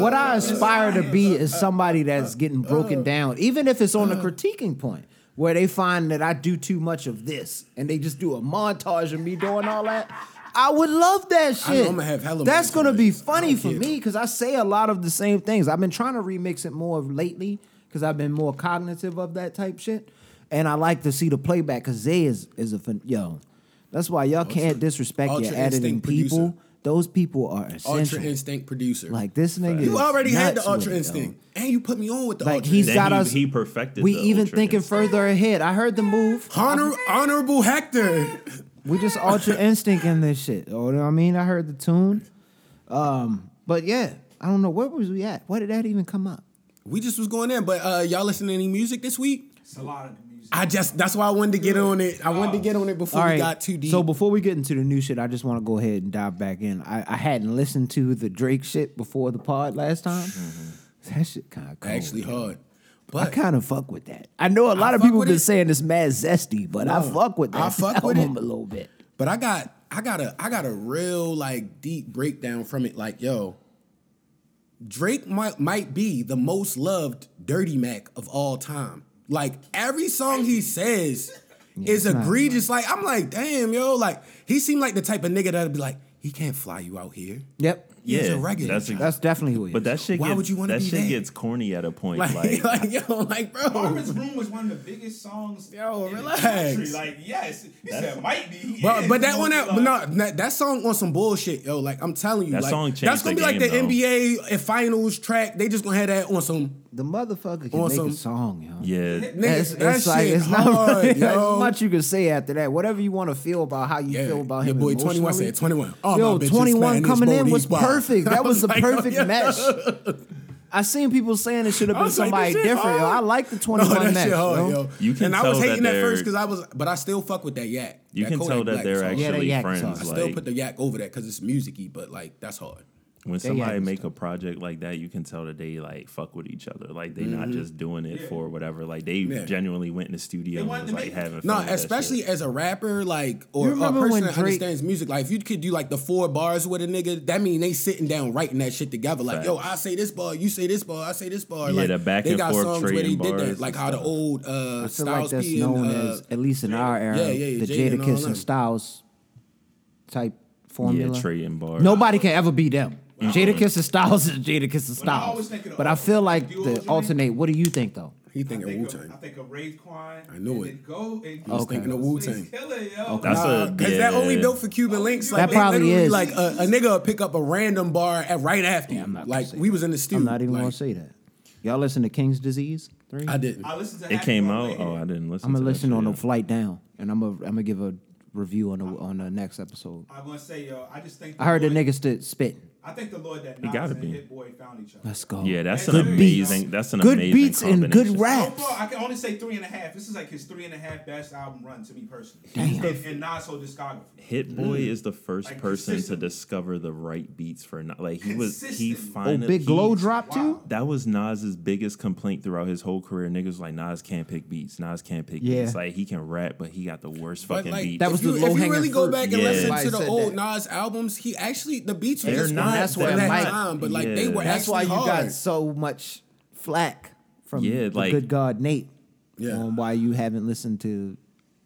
[SPEAKER 4] What I aspire to be is somebody that's getting broken down, even if it's on a critiquing point where they find that I do too much of this and they just do a montage of me doing all that. I would love that
[SPEAKER 2] I know
[SPEAKER 4] shit.
[SPEAKER 2] I'ma have hella
[SPEAKER 4] that's
[SPEAKER 2] money
[SPEAKER 4] gonna be
[SPEAKER 2] tonight. I
[SPEAKER 4] funny
[SPEAKER 2] don't
[SPEAKER 4] for
[SPEAKER 2] care.
[SPEAKER 4] me because I say a lot of the same things. I've been trying to remix it more lately because I've been more cognitive of that type shit, and I like to see the playback because Zay is is a fin- yo. That's why y'all can't disrespect your
[SPEAKER 2] Ultra
[SPEAKER 4] editing
[SPEAKER 2] Instinct
[SPEAKER 4] people.
[SPEAKER 2] producer.
[SPEAKER 4] Those people are
[SPEAKER 2] Ultra
[SPEAKER 4] essential.
[SPEAKER 2] Instinct producer.
[SPEAKER 4] Like this nigga,
[SPEAKER 2] you
[SPEAKER 4] is
[SPEAKER 2] already had
[SPEAKER 4] nuts
[SPEAKER 2] the Ultra
[SPEAKER 4] with it, yo.
[SPEAKER 2] Instinct, and you put me on with the
[SPEAKER 4] Like
[SPEAKER 2] Ultra
[SPEAKER 4] he's
[SPEAKER 2] Instinct.
[SPEAKER 5] Then
[SPEAKER 4] got
[SPEAKER 5] he-
[SPEAKER 4] us.
[SPEAKER 5] he perfected
[SPEAKER 4] We
[SPEAKER 5] the
[SPEAKER 4] even
[SPEAKER 5] Ultra
[SPEAKER 4] thinking
[SPEAKER 5] Instinct.
[SPEAKER 4] further ahead. I heard the move.
[SPEAKER 2] Honor, honorable Hector.
[SPEAKER 4] We just ultra instinct in this shit. You know what I mean? I heard the tune. Um, but yeah, I don't know where was we at. Why did that even come up?
[SPEAKER 2] We just was going in, but uh, y'all listening to any music this week?
[SPEAKER 6] It's a lot of the music.
[SPEAKER 2] I just that's why I wanted to get on it. I wanted to get on it before we got too deep.
[SPEAKER 4] So before we get into the new shit, I just want to go ahead and dive back in. I, I hadn't listened to the Drake shit before the pod last time. That shit kind of cold.
[SPEAKER 2] Mm-hmm. actually hard,
[SPEAKER 4] I
[SPEAKER 2] but
[SPEAKER 4] kind of fuck with that. I know a lot of
[SPEAKER 2] fuck
[SPEAKER 4] people
[SPEAKER 2] with
[SPEAKER 4] been
[SPEAKER 2] it.
[SPEAKER 4] saying it's mad zesty, but I
[SPEAKER 2] No,
[SPEAKER 4] fuck with that.
[SPEAKER 2] I fuck with
[SPEAKER 4] album
[SPEAKER 2] it.
[SPEAKER 4] a little bit.
[SPEAKER 2] but I got I got a I got a real like deep breakdown from it. Like yo, Drake might might be the most loved Dirty Mac of all time. Like every song he says is egregious. Like I'm like damn yo, like he seemed like the type of nigga that'd be like he can't fly you out here.
[SPEAKER 4] Yep.
[SPEAKER 2] He's
[SPEAKER 5] Yeah,
[SPEAKER 2] a regular.
[SPEAKER 5] that's ex-
[SPEAKER 4] That's definitely who he is.
[SPEAKER 5] But that shit.
[SPEAKER 2] Why
[SPEAKER 5] gets,
[SPEAKER 2] would you wanna
[SPEAKER 5] That
[SPEAKER 2] be
[SPEAKER 5] shit
[SPEAKER 2] that?
[SPEAKER 5] gets corny at a point. Like,
[SPEAKER 2] like, like yo, like bro.
[SPEAKER 6] Marvin's Room was one of the biggest songs.
[SPEAKER 2] Yo,
[SPEAKER 6] in the
[SPEAKER 2] relax.
[SPEAKER 6] country. Like, yes, he said might be. he
[SPEAKER 2] But
[SPEAKER 6] is.
[SPEAKER 2] but that
[SPEAKER 6] He
[SPEAKER 2] one
[SPEAKER 6] was
[SPEAKER 2] that
[SPEAKER 6] like-
[SPEAKER 2] no that, that song on some bullshit yo like I'm telling you
[SPEAKER 5] That
[SPEAKER 2] like,
[SPEAKER 5] song changed
[SPEAKER 2] that's gonna
[SPEAKER 5] the
[SPEAKER 2] be like
[SPEAKER 5] game,
[SPEAKER 2] the
[SPEAKER 5] though.
[SPEAKER 2] NBA and finals track they just gonna have that on some
[SPEAKER 4] the motherfucker can
[SPEAKER 2] Awesome.
[SPEAKER 4] make a song, yo.
[SPEAKER 5] yeah,
[SPEAKER 2] nigga
[SPEAKER 4] It's,
[SPEAKER 2] that
[SPEAKER 4] it's
[SPEAKER 2] shit
[SPEAKER 4] like it's
[SPEAKER 2] hard
[SPEAKER 4] not really, there's
[SPEAKER 2] yo
[SPEAKER 4] much you can say after that. Whatever you want to feel about how you
[SPEAKER 2] yeah
[SPEAKER 4] feel about
[SPEAKER 2] your
[SPEAKER 4] him.
[SPEAKER 2] boy 21
[SPEAKER 4] emotionally.
[SPEAKER 2] said 21 oh
[SPEAKER 4] Yo,
[SPEAKER 2] my bitch,
[SPEAKER 4] 21
[SPEAKER 2] man, this
[SPEAKER 4] coming in
[SPEAKER 2] Bodie's
[SPEAKER 4] was
[SPEAKER 2] wild.
[SPEAKER 4] perfect.
[SPEAKER 2] I
[SPEAKER 4] That was the
[SPEAKER 2] like,
[SPEAKER 4] perfect
[SPEAKER 2] yeah.
[SPEAKER 4] mesh. I seen people saying it should have
[SPEAKER 2] I
[SPEAKER 4] been
[SPEAKER 2] was like,
[SPEAKER 4] somebody
[SPEAKER 2] this shit
[SPEAKER 4] different. Yo,
[SPEAKER 2] hard.
[SPEAKER 4] I like the
[SPEAKER 2] No,
[SPEAKER 4] 21
[SPEAKER 2] that
[SPEAKER 4] mesh.
[SPEAKER 2] shit hard,
[SPEAKER 4] yo.
[SPEAKER 2] yo.
[SPEAKER 5] You can
[SPEAKER 2] and I was
[SPEAKER 5] tell that
[SPEAKER 2] hating at
[SPEAKER 5] they're-
[SPEAKER 2] first because I was, but I still fuck with that yak.
[SPEAKER 5] you
[SPEAKER 2] that
[SPEAKER 5] can
[SPEAKER 2] Kodak
[SPEAKER 5] tell that
[SPEAKER 2] Black
[SPEAKER 5] they're
[SPEAKER 2] song.
[SPEAKER 4] Yeah,
[SPEAKER 5] actually
[SPEAKER 4] yak
[SPEAKER 5] friends.
[SPEAKER 4] song.
[SPEAKER 2] I still
[SPEAKER 5] like,
[SPEAKER 2] put the yak over that because it's musicy, but like that's hard.
[SPEAKER 5] when
[SPEAKER 4] yeah,
[SPEAKER 5] somebody
[SPEAKER 4] it's-
[SPEAKER 5] make a project like that, you can tell that they like fuck with each other. Like they
[SPEAKER 4] Mm-hmm.
[SPEAKER 5] not just doing it for whatever. Like they genuinely went in the studio and
[SPEAKER 6] wanted
[SPEAKER 5] was
[SPEAKER 6] to
[SPEAKER 5] like
[SPEAKER 6] make-
[SPEAKER 5] having fun.
[SPEAKER 2] No,
[SPEAKER 5] with that
[SPEAKER 2] especially
[SPEAKER 5] shit.
[SPEAKER 2] as a rapper, like or
[SPEAKER 4] You
[SPEAKER 2] a
[SPEAKER 4] remember
[SPEAKER 2] person
[SPEAKER 4] when
[SPEAKER 2] that
[SPEAKER 4] Drake-
[SPEAKER 2] understands music. Like if you could do like the four bars with a nigga, that mean they sitting down writing that shit together. Like yo,
[SPEAKER 5] Facts.
[SPEAKER 2] I say this bar, you say this bar, I say this bar.
[SPEAKER 5] Yeah,
[SPEAKER 2] like,
[SPEAKER 5] the back
[SPEAKER 2] they
[SPEAKER 5] and
[SPEAKER 2] got
[SPEAKER 5] forth
[SPEAKER 2] songs where they
[SPEAKER 5] trading
[SPEAKER 2] did
[SPEAKER 5] bars
[SPEAKER 2] that,
[SPEAKER 5] and
[SPEAKER 2] like how the
[SPEAKER 5] stuff.
[SPEAKER 2] old uh,
[SPEAKER 4] I feel like
[SPEAKER 2] Styles
[SPEAKER 4] that's
[SPEAKER 2] P
[SPEAKER 4] known
[SPEAKER 2] and
[SPEAKER 4] as,
[SPEAKER 2] uh,
[SPEAKER 4] at least in our era,
[SPEAKER 2] Yeah, yeah,
[SPEAKER 4] the
[SPEAKER 2] Jada and all
[SPEAKER 4] Jadakiss and
[SPEAKER 2] them.
[SPEAKER 4] Styles type formula.
[SPEAKER 5] yeah, trading bars.
[SPEAKER 4] Nobody can ever be them. Jadakiss and Styles is Jadakiss and
[SPEAKER 6] When I always
[SPEAKER 4] Styles.
[SPEAKER 6] think of the
[SPEAKER 4] But I feel like
[SPEAKER 6] duos
[SPEAKER 4] the
[SPEAKER 6] and
[SPEAKER 4] alternate. What do you think though?
[SPEAKER 2] he
[SPEAKER 6] I
[SPEAKER 2] thinking
[SPEAKER 6] think
[SPEAKER 2] Wu
[SPEAKER 6] of- I
[SPEAKER 2] Tang.
[SPEAKER 6] think of Raekwon.
[SPEAKER 2] I knew
[SPEAKER 6] and
[SPEAKER 2] it.
[SPEAKER 6] then Go and
[SPEAKER 2] I was thinking of Wu Tang.
[SPEAKER 6] Killer, yo.
[SPEAKER 5] That's a
[SPEAKER 2] Because
[SPEAKER 5] yeah.
[SPEAKER 2] Uh, that only built for Cuban links. Like
[SPEAKER 4] That
[SPEAKER 2] they
[SPEAKER 4] probably
[SPEAKER 2] literally,
[SPEAKER 4] is.
[SPEAKER 2] like a, a nigga would pick up a random bar at right after you.
[SPEAKER 4] I'm not gonna
[SPEAKER 2] Like
[SPEAKER 4] say
[SPEAKER 2] we was in the studio.
[SPEAKER 4] I'm not even
[SPEAKER 2] like,
[SPEAKER 4] gonna say that. Y'all listen to King's Disease three?
[SPEAKER 2] I didn't.
[SPEAKER 6] I listened to
[SPEAKER 5] It
[SPEAKER 6] Happy
[SPEAKER 5] came
[SPEAKER 6] One
[SPEAKER 5] out.
[SPEAKER 6] Lady.
[SPEAKER 5] Oh, I didn't listen.
[SPEAKER 4] I'm gonna
[SPEAKER 5] to that
[SPEAKER 4] listen
[SPEAKER 5] shit
[SPEAKER 4] on the
[SPEAKER 5] yet.
[SPEAKER 4] flight down, and I'm gonna I'm gonna give a review on the on the next episode.
[SPEAKER 6] I'm gonna say, yo, I just think.
[SPEAKER 4] I heard the
[SPEAKER 6] Lord-
[SPEAKER 4] nigga stood spitting.
[SPEAKER 6] I think the Lord that Nas
[SPEAKER 5] gotta
[SPEAKER 6] and
[SPEAKER 5] be.
[SPEAKER 6] Hit Boy found each other.
[SPEAKER 4] Let's go.
[SPEAKER 5] Yeah, that's
[SPEAKER 6] Good
[SPEAKER 5] an
[SPEAKER 6] beats.
[SPEAKER 5] amazing. That's an
[SPEAKER 4] good
[SPEAKER 5] amazing
[SPEAKER 4] beats and good
[SPEAKER 5] combination.
[SPEAKER 6] So
[SPEAKER 4] raps.
[SPEAKER 2] Oh,
[SPEAKER 6] far, Oh, I can only say three and a half. This is like his three and a half best album run to me personally.
[SPEAKER 4] Damn.
[SPEAKER 6] And, and Nas whole discography.
[SPEAKER 5] Hit Boy is the first
[SPEAKER 6] Mm. Like,
[SPEAKER 5] person to
[SPEAKER 6] consistent.
[SPEAKER 5] discover the right beats for not like he was he
[SPEAKER 6] Consistent. Oh,
[SPEAKER 4] Oh,
[SPEAKER 5] finally
[SPEAKER 4] big glow
[SPEAKER 5] he-
[SPEAKER 4] drop too.
[SPEAKER 6] Wow.
[SPEAKER 5] That was Nas's biggest complaint throughout his whole career. Niggas was like Nas can't pick beats. Nas can't pick
[SPEAKER 4] Yeah.
[SPEAKER 5] beats. Like he can rap, but he got the worst
[SPEAKER 2] But
[SPEAKER 5] fucking
[SPEAKER 2] like,
[SPEAKER 5] beats.
[SPEAKER 4] That was
[SPEAKER 2] if you,
[SPEAKER 4] the
[SPEAKER 2] if you
[SPEAKER 4] low-hanging
[SPEAKER 2] really go
[SPEAKER 4] fruit.
[SPEAKER 2] back and
[SPEAKER 5] Yeah.
[SPEAKER 2] listen
[SPEAKER 4] Somebody
[SPEAKER 2] to the
[SPEAKER 4] said
[SPEAKER 2] old
[SPEAKER 4] that.
[SPEAKER 2] Nas albums, he actually the beats were
[SPEAKER 5] They're
[SPEAKER 2] just not
[SPEAKER 5] not That's
[SPEAKER 2] that's
[SPEAKER 5] why
[SPEAKER 2] for that
[SPEAKER 5] Mike-
[SPEAKER 2] time, but like
[SPEAKER 5] Yeah.
[SPEAKER 2] they were
[SPEAKER 4] That's
[SPEAKER 2] actually
[SPEAKER 4] why you
[SPEAKER 2] hard.
[SPEAKER 4] got so much flack from
[SPEAKER 5] Yeah,
[SPEAKER 4] the
[SPEAKER 5] like-
[SPEAKER 4] good God Nate
[SPEAKER 2] Yeah.
[SPEAKER 4] on why you haven't listened to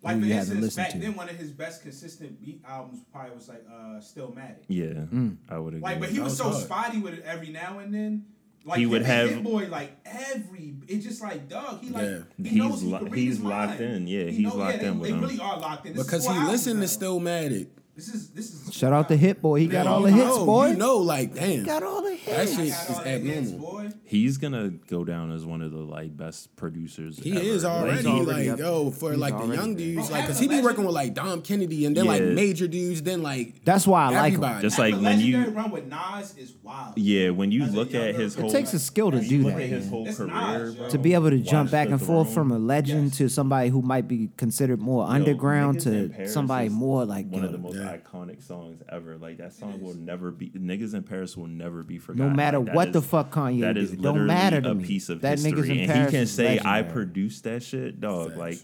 [SPEAKER 6] Like
[SPEAKER 4] who
[SPEAKER 6] for
[SPEAKER 4] you haven't
[SPEAKER 6] instance,
[SPEAKER 4] listened
[SPEAKER 6] back
[SPEAKER 4] to.
[SPEAKER 6] then one of his best consistent beat albums probably was like uh Stillmatic.
[SPEAKER 5] yeah,
[SPEAKER 4] Mm.
[SPEAKER 5] I would agree.
[SPEAKER 6] Like, but he
[SPEAKER 2] That
[SPEAKER 6] was,
[SPEAKER 2] was
[SPEAKER 6] so
[SPEAKER 2] hard.
[SPEAKER 6] spotty with it every now and then. Like
[SPEAKER 5] He would
[SPEAKER 6] him and
[SPEAKER 5] have-
[SPEAKER 6] Hit boy like every. It's just like dog. He like
[SPEAKER 2] Yeah.
[SPEAKER 6] he
[SPEAKER 5] He's
[SPEAKER 6] knows he
[SPEAKER 5] lo-
[SPEAKER 6] can read
[SPEAKER 5] he's
[SPEAKER 6] his
[SPEAKER 5] locked
[SPEAKER 6] mind.
[SPEAKER 5] in. Yeah,
[SPEAKER 6] He
[SPEAKER 5] he's locked
[SPEAKER 6] they,
[SPEAKER 5] in with
[SPEAKER 6] they
[SPEAKER 5] him.
[SPEAKER 6] really are locked in. This is
[SPEAKER 2] because
[SPEAKER 6] four
[SPEAKER 2] he
[SPEAKER 6] albums
[SPEAKER 2] listened to
[SPEAKER 6] now.
[SPEAKER 2] Stillmatic.
[SPEAKER 6] This is this is.
[SPEAKER 4] Shout out to Hit Boy. He got all the
[SPEAKER 2] You
[SPEAKER 4] hits,
[SPEAKER 2] know,
[SPEAKER 4] boy.
[SPEAKER 2] You know, like damn,
[SPEAKER 4] Got all the
[SPEAKER 2] that
[SPEAKER 4] hits.
[SPEAKER 2] shit is
[SPEAKER 6] Shout out to hits,
[SPEAKER 2] abnormal.
[SPEAKER 6] boy.
[SPEAKER 5] He's gonna go down as one of the like best producers.
[SPEAKER 2] He
[SPEAKER 5] ever.
[SPEAKER 2] is
[SPEAKER 5] Like,
[SPEAKER 2] already, like
[SPEAKER 4] already up-
[SPEAKER 2] yo for
[SPEAKER 4] he's
[SPEAKER 2] like the
[SPEAKER 4] already
[SPEAKER 2] young
[SPEAKER 4] there.
[SPEAKER 2] dudes,
[SPEAKER 6] Bro,
[SPEAKER 2] like because he be
[SPEAKER 6] Appalachian-
[SPEAKER 2] working with like Dom Kennedy and then like
[SPEAKER 5] Yeah.
[SPEAKER 2] major dudes, then like
[SPEAKER 4] That's why I like him.
[SPEAKER 2] everybody.
[SPEAKER 5] Just like
[SPEAKER 6] the
[SPEAKER 5] when you-
[SPEAKER 6] legendary run with Nas is wild.
[SPEAKER 5] yeah, when you
[SPEAKER 6] As a
[SPEAKER 5] look at
[SPEAKER 6] younger-
[SPEAKER 5] his
[SPEAKER 6] It
[SPEAKER 5] whole,
[SPEAKER 4] It takes a skill to
[SPEAKER 5] when you
[SPEAKER 4] do
[SPEAKER 5] look
[SPEAKER 4] that.
[SPEAKER 5] at
[SPEAKER 4] man.
[SPEAKER 5] his whole
[SPEAKER 6] It's
[SPEAKER 5] career,
[SPEAKER 6] Nas, yo.
[SPEAKER 5] bro,
[SPEAKER 4] to be able to
[SPEAKER 5] watch
[SPEAKER 4] jump back
[SPEAKER 5] the
[SPEAKER 4] and forth
[SPEAKER 5] throne.
[SPEAKER 4] from a legend
[SPEAKER 6] Yes.
[SPEAKER 4] to somebody who might be considered more underground
[SPEAKER 5] Niggas in
[SPEAKER 4] to
[SPEAKER 5] Paris
[SPEAKER 4] somebody
[SPEAKER 5] is
[SPEAKER 4] more like
[SPEAKER 5] one of
[SPEAKER 4] yo,
[SPEAKER 5] the most
[SPEAKER 2] Yeah.
[SPEAKER 5] iconic songs ever. Like that song will never be. Niggas in Paris will never be
[SPEAKER 4] no
[SPEAKER 5] forgotten.
[SPEAKER 4] matter
[SPEAKER 5] Like, that
[SPEAKER 4] what the
[SPEAKER 5] is-
[SPEAKER 4] fuck Kanye
[SPEAKER 5] That
[SPEAKER 4] did,
[SPEAKER 5] is
[SPEAKER 4] it
[SPEAKER 5] literally
[SPEAKER 4] don't matter to
[SPEAKER 5] a
[SPEAKER 4] me.
[SPEAKER 5] piece of
[SPEAKER 4] that
[SPEAKER 5] history,
[SPEAKER 4] niggas in
[SPEAKER 5] and
[SPEAKER 4] Paris
[SPEAKER 5] he can
[SPEAKER 4] is
[SPEAKER 5] say I
[SPEAKER 4] legendary.
[SPEAKER 5] produced that shit, dog.
[SPEAKER 2] Facts.
[SPEAKER 5] Like,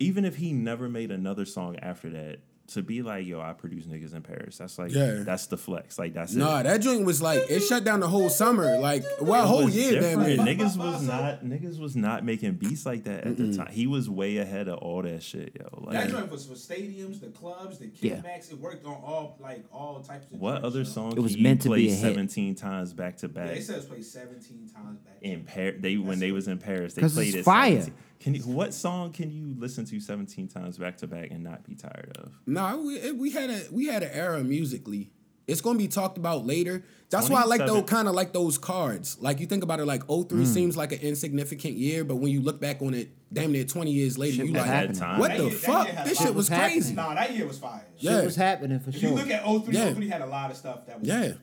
[SPEAKER 5] even if he never made another song after that, to be like, yo, I produce niggas in Paris. That's like,
[SPEAKER 2] Yeah.
[SPEAKER 5] that's the flex. Like that's
[SPEAKER 2] Nah,
[SPEAKER 5] it.
[SPEAKER 2] that joint was like it shut down the whole summer, like well,
[SPEAKER 5] It
[SPEAKER 2] whole
[SPEAKER 5] was
[SPEAKER 2] year, damn
[SPEAKER 5] different.
[SPEAKER 2] near.
[SPEAKER 5] Niggas was not niggas was not making beats like that at the time. He was way ahead of all that shit, yo.
[SPEAKER 6] That
[SPEAKER 5] Like,
[SPEAKER 6] joint was for stadiums, the clubs, the kickbacks.
[SPEAKER 4] Yeah.
[SPEAKER 6] It worked on all like all types of.
[SPEAKER 5] what
[SPEAKER 6] joints,
[SPEAKER 5] other
[SPEAKER 6] you know?
[SPEAKER 5] song
[SPEAKER 4] It was
[SPEAKER 5] can you
[SPEAKER 4] meant to
[SPEAKER 5] play
[SPEAKER 4] be a hit.
[SPEAKER 5] seventeen times back to
[SPEAKER 6] Yeah,
[SPEAKER 5] back?
[SPEAKER 6] they said it was played seventeen times back.
[SPEAKER 5] in Paris, they when they was in Paris, they
[SPEAKER 4] 'Cause
[SPEAKER 5] played
[SPEAKER 4] it's
[SPEAKER 5] it.
[SPEAKER 4] fire.
[SPEAKER 5] 17 Can you, what song can you listen to seventeen times back to back and not be tired of?
[SPEAKER 2] Nah, we, it- we had a we had an era musically. It's gonna be talked about later. That's why I like those
[SPEAKER 5] 27.
[SPEAKER 2] kind of like those cards. Like you think about it, like 03
[SPEAKER 4] Hmm.
[SPEAKER 2] seems like an insignificant year, but when you look back on it, damn near twenty years later,
[SPEAKER 4] Shit
[SPEAKER 2] you
[SPEAKER 4] was
[SPEAKER 2] like,
[SPEAKER 4] happening.
[SPEAKER 2] what
[SPEAKER 6] That
[SPEAKER 2] the
[SPEAKER 6] year- that
[SPEAKER 2] fuck?
[SPEAKER 6] year had a
[SPEAKER 2] This
[SPEAKER 6] lot
[SPEAKER 2] shit
[SPEAKER 6] of
[SPEAKER 2] was
[SPEAKER 4] happening.
[SPEAKER 2] crazy.
[SPEAKER 6] Nah, that year was fire.
[SPEAKER 2] Yeah.
[SPEAKER 4] Shit was happening for
[SPEAKER 6] If
[SPEAKER 4] sure.
[SPEAKER 6] you look at 03,
[SPEAKER 2] Yeah.
[SPEAKER 6] 03 had a lot of stuff that was.
[SPEAKER 2] Yeah,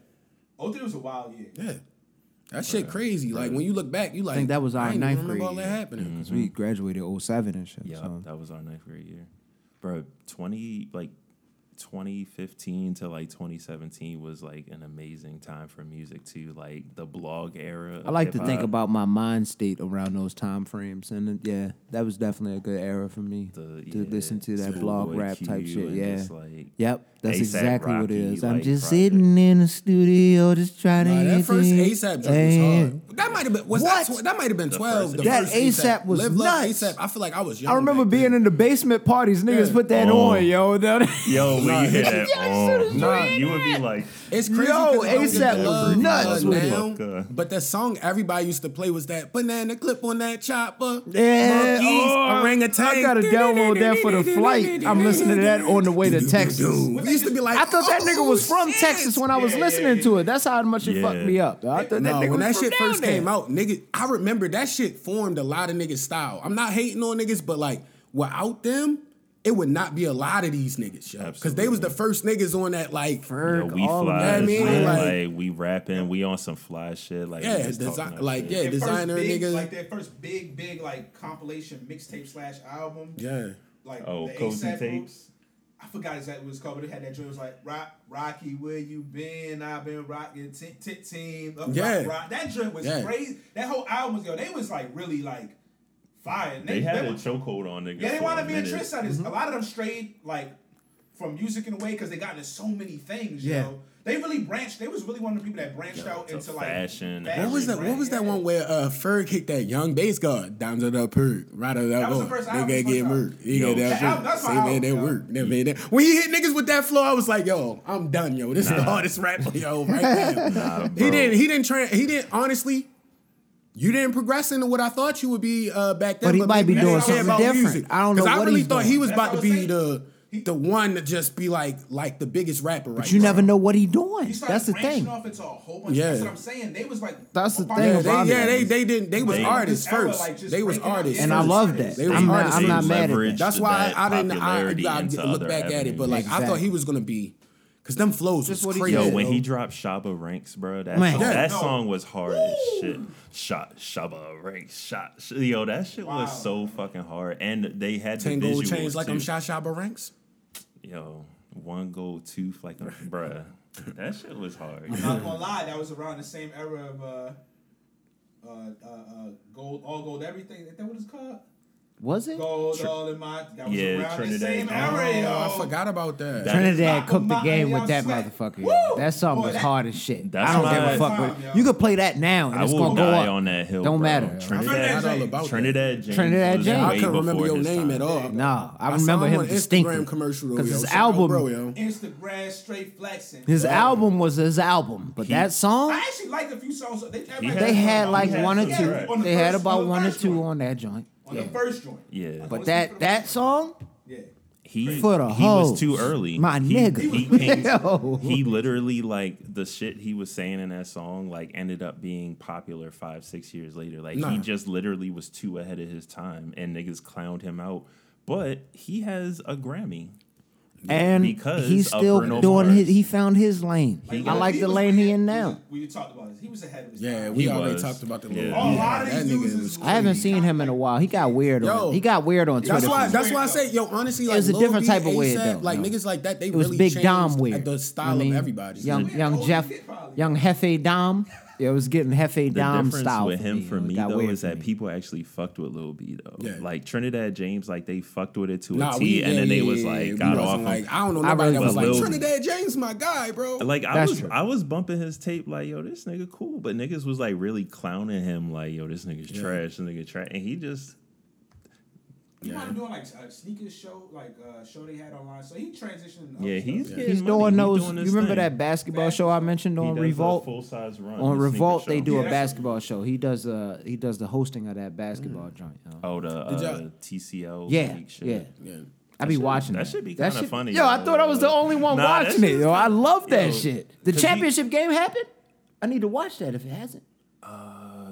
[SPEAKER 6] 03 was a wild year.
[SPEAKER 2] yeah, that shit crazy. Like when you look back, you like,
[SPEAKER 4] think that was our
[SPEAKER 2] I ain't even
[SPEAKER 4] ninth
[SPEAKER 2] remember
[SPEAKER 4] grade Mm.
[SPEAKER 2] all that
[SPEAKER 4] year.
[SPEAKER 2] happening.
[SPEAKER 4] 'Cause we graduated 07 and shit.
[SPEAKER 5] Yeah,
[SPEAKER 4] so.
[SPEAKER 5] that was our ninth grade year, bro. Twenty like twenty fifteen to like twenty seventeen was like an amazing time for music too. Like the blog era.
[SPEAKER 4] I like to think about my mind state around those time frames, and uh, yeah, that was definitely a good era for me
[SPEAKER 5] The-
[SPEAKER 4] to
[SPEAKER 5] yeah,
[SPEAKER 4] listen to that
[SPEAKER 5] Schoolboy
[SPEAKER 4] blog rap
[SPEAKER 5] Q
[SPEAKER 4] type shit.
[SPEAKER 5] and
[SPEAKER 4] Yeah,
[SPEAKER 5] just, like,
[SPEAKER 4] yep, that's
[SPEAKER 5] A$AP
[SPEAKER 4] exactly what it
[SPEAKER 5] Rocky,
[SPEAKER 4] is. I'm
[SPEAKER 5] like,
[SPEAKER 4] just
[SPEAKER 5] project.
[SPEAKER 4] sitting in the studio, just trying
[SPEAKER 2] Nah,
[SPEAKER 4] to.
[SPEAKER 2] that
[SPEAKER 4] hit
[SPEAKER 2] first
[SPEAKER 4] things.
[SPEAKER 2] ASAP joint was
[SPEAKER 4] Yeah.
[SPEAKER 2] hard. That might have been was that
[SPEAKER 4] What?
[SPEAKER 2] tw- that might have been
[SPEAKER 5] The
[SPEAKER 2] twelve.
[SPEAKER 5] first-
[SPEAKER 2] the
[SPEAKER 4] That
[SPEAKER 2] first
[SPEAKER 4] ASAP was
[SPEAKER 2] Live Love
[SPEAKER 4] nuts.
[SPEAKER 2] ASAP. I feel like I was young.
[SPEAKER 4] I remember being in the basement parties. Niggas
[SPEAKER 2] Yeah.
[SPEAKER 4] put that
[SPEAKER 5] Oh.
[SPEAKER 4] on, yo. That-
[SPEAKER 5] Yo, when you hear that, oh,
[SPEAKER 4] as
[SPEAKER 5] nah, you would be like,
[SPEAKER 2] It's crazy.
[SPEAKER 4] Yo,
[SPEAKER 2] 'cause I don't get
[SPEAKER 4] A$AP
[SPEAKER 2] the
[SPEAKER 4] was
[SPEAKER 2] love
[SPEAKER 4] nuts
[SPEAKER 2] love
[SPEAKER 4] with it.
[SPEAKER 2] now, but the song everybody used to play was that banana clip on that chopper.
[SPEAKER 4] Yeah,
[SPEAKER 2] monkeys,
[SPEAKER 4] oh,
[SPEAKER 2] orangutan.
[SPEAKER 4] I gotta download that for the flight. I'm listening to that on the way to Texas.
[SPEAKER 2] We used to be like,
[SPEAKER 4] I thought that
[SPEAKER 2] oh,
[SPEAKER 4] nigga was from
[SPEAKER 2] shit.
[SPEAKER 4] Texas when I was
[SPEAKER 6] Yeah, yeah,
[SPEAKER 4] listening to it. That's how much it
[SPEAKER 5] Yeah.
[SPEAKER 4] fucked me up. I thought
[SPEAKER 2] No,
[SPEAKER 4] that nigga
[SPEAKER 2] when
[SPEAKER 4] was
[SPEAKER 2] that
[SPEAKER 4] from
[SPEAKER 2] shit
[SPEAKER 4] down
[SPEAKER 2] first
[SPEAKER 4] there.
[SPEAKER 2] came out, nigga, I remember that shit formed a lot of niggas' style. I'm not hating on niggas, but like without them, it would not be a lot of these niggas, yo. Because they was the first niggas on that, like,
[SPEAKER 5] yo,
[SPEAKER 4] Ferg,
[SPEAKER 5] we
[SPEAKER 4] all of
[SPEAKER 5] fly.
[SPEAKER 4] that.
[SPEAKER 2] I mean,
[SPEAKER 5] shit,
[SPEAKER 2] like-
[SPEAKER 5] like, we rapping, we on some fly shit. Like, we
[SPEAKER 2] Yeah,
[SPEAKER 5] just
[SPEAKER 2] desi-
[SPEAKER 5] talking our
[SPEAKER 2] like,
[SPEAKER 5] shit.
[SPEAKER 2] yeah.
[SPEAKER 6] Their first
[SPEAKER 2] designer,
[SPEAKER 6] big,
[SPEAKER 2] nigga.
[SPEAKER 6] Like their first big, big like compilation mixtape slash album.
[SPEAKER 2] yeah.
[SPEAKER 6] Like
[SPEAKER 5] Oh,
[SPEAKER 6] the
[SPEAKER 5] Cozy
[SPEAKER 6] A$AP
[SPEAKER 5] Tapes?
[SPEAKER 6] I forgot exactly what it's called, but it had that joint. It was like Rock, Rocky, where you been? I've been rocking Tit Tit Team. Up,
[SPEAKER 2] Yeah.
[SPEAKER 6] rock, rock. That joint was
[SPEAKER 2] Yeah.
[SPEAKER 6] crazy. That whole album was yo. They was like really like fire. And
[SPEAKER 5] They had
[SPEAKER 6] they
[SPEAKER 5] a
[SPEAKER 6] were-
[SPEAKER 5] chokehold on niggas.
[SPEAKER 6] Yeah, they
[SPEAKER 5] for
[SPEAKER 6] want
[SPEAKER 5] a
[SPEAKER 6] to be in
[SPEAKER 5] minute.
[SPEAKER 6] Tristan. A lot of them strayed like from music in a way because they got into so many things. You
[SPEAKER 4] Yeah.
[SPEAKER 6] know? they really branched. They was really one of the people that branched out
[SPEAKER 5] to
[SPEAKER 6] into like
[SPEAKER 5] fashion.
[SPEAKER 2] What was that? What was that one where uh, Ferg kicked that young bass guard down to the perk, right out of that
[SPEAKER 6] That was the
[SPEAKER 2] one?
[SPEAKER 6] first
[SPEAKER 2] They
[SPEAKER 6] album,
[SPEAKER 2] gotta
[SPEAKER 6] first
[SPEAKER 2] get
[SPEAKER 6] album.
[SPEAKER 2] work. He
[SPEAKER 5] Yo.
[SPEAKER 2] got that
[SPEAKER 5] That
[SPEAKER 6] album-
[SPEAKER 2] shit.
[SPEAKER 6] that's my
[SPEAKER 2] Say man,
[SPEAKER 6] album,
[SPEAKER 2] that
[SPEAKER 6] yo.
[SPEAKER 2] work. That man, that. When he hit niggas with that flow, I was like, yo, I'm done, yo. This is the
[SPEAKER 5] Nah.
[SPEAKER 2] hardest rapper, yo, right now.
[SPEAKER 5] Nah,
[SPEAKER 2] He
[SPEAKER 5] bro.
[SPEAKER 2] didn't. He didn't. Tra- he didn't. Honestly, you didn't progress into what I thought you would be uh, back then.
[SPEAKER 4] But he might be
[SPEAKER 2] maybe
[SPEAKER 4] doing
[SPEAKER 2] that's what I'm
[SPEAKER 4] something
[SPEAKER 2] about
[SPEAKER 4] different. I don't know
[SPEAKER 2] 'Cause I
[SPEAKER 4] what
[SPEAKER 2] really
[SPEAKER 4] he's
[SPEAKER 2] thought he
[SPEAKER 4] doing.
[SPEAKER 2] was
[SPEAKER 6] That's
[SPEAKER 2] about to
[SPEAKER 6] what
[SPEAKER 2] be
[SPEAKER 6] I'm
[SPEAKER 2] the
[SPEAKER 6] saying.
[SPEAKER 2] the one to just be like like the biggest rapper right
[SPEAKER 4] But you
[SPEAKER 2] now.
[SPEAKER 4] never know what he doing.
[SPEAKER 6] He started
[SPEAKER 4] That's the
[SPEAKER 6] branching
[SPEAKER 4] thing.
[SPEAKER 6] Off into a whole bunch.
[SPEAKER 2] Yeah.
[SPEAKER 6] That's what I'm saying. They was like
[SPEAKER 4] That's the
[SPEAKER 6] a bunch
[SPEAKER 4] thing
[SPEAKER 2] Yeah,
[SPEAKER 6] of-
[SPEAKER 2] they,
[SPEAKER 4] about
[SPEAKER 2] yeah,
[SPEAKER 4] it.
[SPEAKER 2] they they didn't. They was
[SPEAKER 5] They-
[SPEAKER 2] artists
[SPEAKER 6] This era,
[SPEAKER 2] first.
[SPEAKER 6] like, just
[SPEAKER 2] they was
[SPEAKER 6] breaking out.
[SPEAKER 2] artists,
[SPEAKER 6] Yeah.
[SPEAKER 4] And I
[SPEAKER 2] first.
[SPEAKER 4] love that.
[SPEAKER 2] They was
[SPEAKER 4] I'm not,
[SPEAKER 2] artists
[SPEAKER 4] I'm not
[SPEAKER 2] first.
[SPEAKER 4] mad at
[SPEAKER 5] Leveraged.
[SPEAKER 4] that.
[SPEAKER 2] That's why
[SPEAKER 5] that
[SPEAKER 2] I didn't. I,
[SPEAKER 5] popularity
[SPEAKER 2] I
[SPEAKER 5] into
[SPEAKER 2] look
[SPEAKER 5] other
[SPEAKER 2] back at it, but
[SPEAKER 5] avenues.
[SPEAKER 2] like I thought
[SPEAKER 4] Exactly.
[SPEAKER 2] he was gonna be, cause them flows was
[SPEAKER 4] what he
[SPEAKER 2] crazy.
[SPEAKER 5] Yo,
[SPEAKER 4] Yeah.
[SPEAKER 5] when he dropped Shaba Ranks, bro, that,
[SPEAKER 4] Man.
[SPEAKER 5] song,
[SPEAKER 2] Yeah.
[SPEAKER 5] that
[SPEAKER 6] No.
[SPEAKER 5] song was hard as shit. Shot Shaba Ranks, shot. Sh- Yo, that shit
[SPEAKER 6] Wow.
[SPEAKER 5] was so fucking hard, and they had the
[SPEAKER 2] Tango
[SPEAKER 5] visuals
[SPEAKER 2] changed like
[SPEAKER 5] too.
[SPEAKER 2] I'm Sha Shabba Ranks.
[SPEAKER 5] Yo, one gold tooth, like I'm- bruh. That shit was hard.
[SPEAKER 6] I'm not gonna lie, that was around the same era of uh, uh, uh, uh, gold, all gold, everything. Is that what it's called?
[SPEAKER 4] Was it?
[SPEAKER 6] Gold, all in my. That was
[SPEAKER 5] Yeah,
[SPEAKER 6] around
[SPEAKER 5] Trinidad.
[SPEAKER 6] the same
[SPEAKER 5] Oh,
[SPEAKER 6] era. yo.
[SPEAKER 2] I forgot about that.
[SPEAKER 5] That-
[SPEAKER 4] Trinidad
[SPEAKER 6] Malcolm
[SPEAKER 4] cooked the
[SPEAKER 6] Motley,
[SPEAKER 4] game
[SPEAKER 6] I'm
[SPEAKER 4] with that
[SPEAKER 6] sweat.
[SPEAKER 4] motherfucker.
[SPEAKER 6] Woo!
[SPEAKER 4] yo. That song
[SPEAKER 6] Boy,
[SPEAKER 4] was
[SPEAKER 6] that-
[SPEAKER 4] hard as shit.
[SPEAKER 5] That's
[SPEAKER 4] I don't
[SPEAKER 5] why-
[SPEAKER 4] give a fuck.
[SPEAKER 6] Time,
[SPEAKER 4] with-
[SPEAKER 6] yo.
[SPEAKER 4] you could play that now and
[SPEAKER 5] I
[SPEAKER 4] it's
[SPEAKER 5] will
[SPEAKER 4] gonna go
[SPEAKER 5] die
[SPEAKER 4] up.
[SPEAKER 5] on that hill.
[SPEAKER 4] Don't
[SPEAKER 5] bro.
[SPEAKER 4] matter.
[SPEAKER 5] Trinidad,
[SPEAKER 2] forgot all about that.
[SPEAKER 5] Trinidad James.
[SPEAKER 4] Trinidad
[SPEAKER 5] was
[SPEAKER 4] James.
[SPEAKER 5] way
[SPEAKER 2] I couldn't remember
[SPEAKER 5] before
[SPEAKER 2] your
[SPEAKER 5] his
[SPEAKER 2] name
[SPEAKER 5] time.
[SPEAKER 2] at all.
[SPEAKER 4] Nah, I,
[SPEAKER 2] saw
[SPEAKER 4] remember
[SPEAKER 2] him
[SPEAKER 4] him
[SPEAKER 2] on
[SPEAKER 4] distinctly.
[SPEAKER 2] Instagram commercial though,
[SPEAKER 4] 'Cause
[SPEAKER 2] yo.
[SPEAKER 4] his
[SPEAKER 2] Shout out,
[SPEAKER 4] album,
[SPEAKER 2] bro, yo.
[SPEAKER 6] Instagram straight flexing.
[SPEAKER 4] his
[SPEAKER 6] Yo.
[SPEAKER 4] album was his album, but that song,
[SPEAKER 6] I actually liked a few songs. They, everybody-
[SPEAKER 5] had-
[SPEAKER 4] they had like
[SPEAKER 5] He had
[SPEAKER 4] one or
[SPEAKER 5] some
[SPEAKER 4] two.
[SPEAKER 5] tracks.
[SPEAKER 6] on the
[SPEAKER 4] They had
[SPEAKER 6] first-
[SPEAKER 4] about
[SPEAKER 6] the
[SPEAKER 4] one or
[SPEAKER 6] first
[SPEAKER 4] two
[SPEAKER 6] joint.
[SPEAKER 4] on that joint.
[SPEAKER 6] On the first joint.
[SPEAKER 5] Yeah.
[SPEAKER 4] But that that song,
[SPEAKER 6] Yeah.
[SPEAKER 5] He
[SPEAKER 4] For the
[SPEAKER 5] he
[SPEAKER 4] hoes.
[SPEAKER 5] was too early.
[SPEAKER 4] My
[SPEAKER 5] he,
[SPEAKER 4] nigga.
[SPEAKER 5] He, came-
[SPEAKER 4] Yo.
[SPEAKER 5] he literally like the shit he was saying in that song like ended up being popular five six years later. Like
[SPEAKER 2] Nah.
[SPEAKER 5] he just literally was too ahead of his time, and niggas clowned him out. But he has a Grammy.
[SPEAKER 4] and
[SPEAKER 5] Because
[SPEAKER 4] he's
[SPEAKER 5] of
[SPEAKER 4] still
[SPEAKER 5] Bruno
[SPEAKER 4] doing
[SPEAKER 5] Mars.
[SPEAKER 4] his. He found his lane. I
[SPEAKER 6] yo,
[SPEAKER 4] like
[SPEAKER 6] he
[SPEAKER 4] the
[SPEAKER 6] was
[SPEAKER 4] lane
[SPEAKER 6] ahead-
[SPEAKER 4] he in
[SPEAKER 6] was-
[SPEAKER 4] now.
[SPEAKER 6] We, talked about this. He was ahead of his
[SPEAKER 2] Yeah,
[SPEAKER 6] time.
[SPEAKER 2] we
[SPEAKER 5] He
[SPEAKER 2] already
[SPEAKER 5] was.
[SPEAKER 2] talked about the little.
[SPEAKER 5] Yeah.
[SPEAKER 6] Oh, a lot of
[SPEAKER 2] that
[SPEAKER 6] these dudes
[SPEAKER 2] nigga
[SPEAKER 6] is-
[SPEAKER 2] was
[SPEAKER 4] I haven't
[SPEAKER 2] crazy.
[SPEAKER 4] seen him in a while. He got weird
[SPEAKER 2] Yo.
[SPEAKER 4] on. He got weird on Twitter.
[SPEAKER 2] That's why.
[SPEAKER 6] was
[SPEAKER 2] That's why I
[SPEAKER 6] weird,
[SPEAKER 2] say, yo, honestly, like
[SPEAKER 4] was a
[SPEAKER 2] Lil
[SPEAKER 4] different
[SPEAKER 2] B,
[SPEAKER 4] type of weird,
[SPEAKER 2] A$AP,
[SPEAKER 4] though,
[SPEAKER 2] Like
[SPEAKER 4] no.
[SPEAKER 2] niggas like that, they
[SPEAKER 4] It was
[SPEAKER 2] really
[SPEAKER 4] Big
[SPEAKER 2] changed
[SPEAKER 4] Dom weird.
[SPEAKER 2] the
[SPEAKER 4] You know
[SPEAKER 2] style
[SPEAKER 4] what I mean?
[SPEAKER 2] of everybody.
[SPEAKER 4] Young
[SPEAKER 6] Yeah,
[SPEAKER 4] Young
[SPEAKER 6] old
[SPEAKER 4] Jeff,
[SPEAKER 6] kid probably.
[SPEAKER 4] Young Hefe Dom. It was getting Hefe
[SPEAKER 5] The
[SPEAKER 4] Dom
[SPEAKER 5] difference
[SPEAKER 4] style.
[SPEAKER 5] with him for
[SPEAKER 4] It
[SPEAKER 5] me
[SPEAKER 4] got
[SPEAKER 5] though
[SPEAKER 4] weird
[SPEAKER 5] is
[SPEAKER 4] for
[SPEAKER 5] that
[SPEAKER 4] me.
[SPEAKER 5] people actually fucked with Lil B though.
[SPEAKER 2] Yeah.
[SPEAKER 5] Like Trinidad James, like they fucked with it to a T,
[SPEAKER 2] Nah, we,
[SPEAKER 5] and
[SPEAKER 2] yeah,
[SPEAKER 5] then they
[SPEAKER 2] yeah,
[SPEAKER 5] was
[SPEAKER 2] yeah, yeah.
[SPEAKER 5] like
[SPEAKER 2] We
[SPEAKER 5] got
[SPEAKER 2] wasn't
[SPEAKER 5] off.
[SPEAKER 2] Like,
[SPEAKER 5] Like,
[SPEAKER 2] I don't know
[SPEAKER 4] I
[SPEAKER 2] nobody that
[SPEAKER 4] really
[SPEAKER 2] was like
[SPEAKER 5] wasn't.
[SPEAKER 2] Trinidad James, my guy, bro.
[SPEAKER 5] like I
[SPEAKER 4] That's
[SPEAKER 5] was,
[SPEAKER 4] true.
[SPEAKER 5] I was bumping his tape like, yo, this nigga cool, but niggas was like really clowning him like, yo, this nigga's trash, this nigga trash, and he just
[SPEAKER 6] You want to do like a sneakers show, like uh, show they had online. So he transitioned. up
[SPEAKER 5] yeah,
[SPEAKER 6] stuff.
[SPEAKER 5] he's getting
[SPEAKER 4] He's
[SPEAKER 5] money.
[SPEAKER 4] doing
[SPEAKER 5] He
[SPEAKER 4] those.
[SPEAKER 5] doing
[SPEAKER 4] you
[SPEAKER 5] his
[SPEAKER 4] remember
[SPEAKER 5] thing.
[SPEAKER 4] that basketball show I mentioned
[SPEAKER 5] He
[SPEAKER 4] on
[SPEAKER 5] does a
[SPEAKER 4] Revolt?
[SPEAKER 5] full-size run,
[SPEAKER 4] on
[SPEAKER 5] his sneaker
[SPEAKER 4] Revolt, they
[SPEAKER 5] show.
[SPEAKER 4] do
[SPEAKER 6] Yeah,
[SPEAKER 4] a
[SPEAKER 6] that's-
[SPEAKER 4] basketball show. He does uh he does the hosting of that basketball joint. yo.
[SPEAKER 5] Oh, the uh,
[SPEAKER 2] y'all-
[SPEAKER 5] TCL.
[SPEAKER 4] Yeah,
[SPEAKER 5] leak shit.
[SPEAKER 4] yeah.
[SPEAKER 2] Yeah.
[SPEAKER 4] I be
[SPEAKER 5] should-
[SPEAKER 4] watching
[SPEAKER 5] that should be
[SPEAKER 4] That
[SPEAKER 5] kinda
[SPEAKER 4] shit-
[SPEAKER 5] funny,
[SPEAKER 4] Yo, I
[SPEAKER 5] yo.
[SPEAKER 4] thought I was the only one
[SPEAKER 5] Nah, that
[SPEAKER 4] watching
[SPEAKER 5] shit
[SPEAKER 4] it.
[SPEAKER 5] is
[SPEAKER 4] Yo, I
[SPEAKER 5] kinda-
[SPEAKER 4] love that
[SPEAKER 5] yo,
[SPEAKER 4] shit. The
[SPEAKER 5] 'cause he-
[SPEAKER 4] championship game happened. I need to watch that if it hasn't.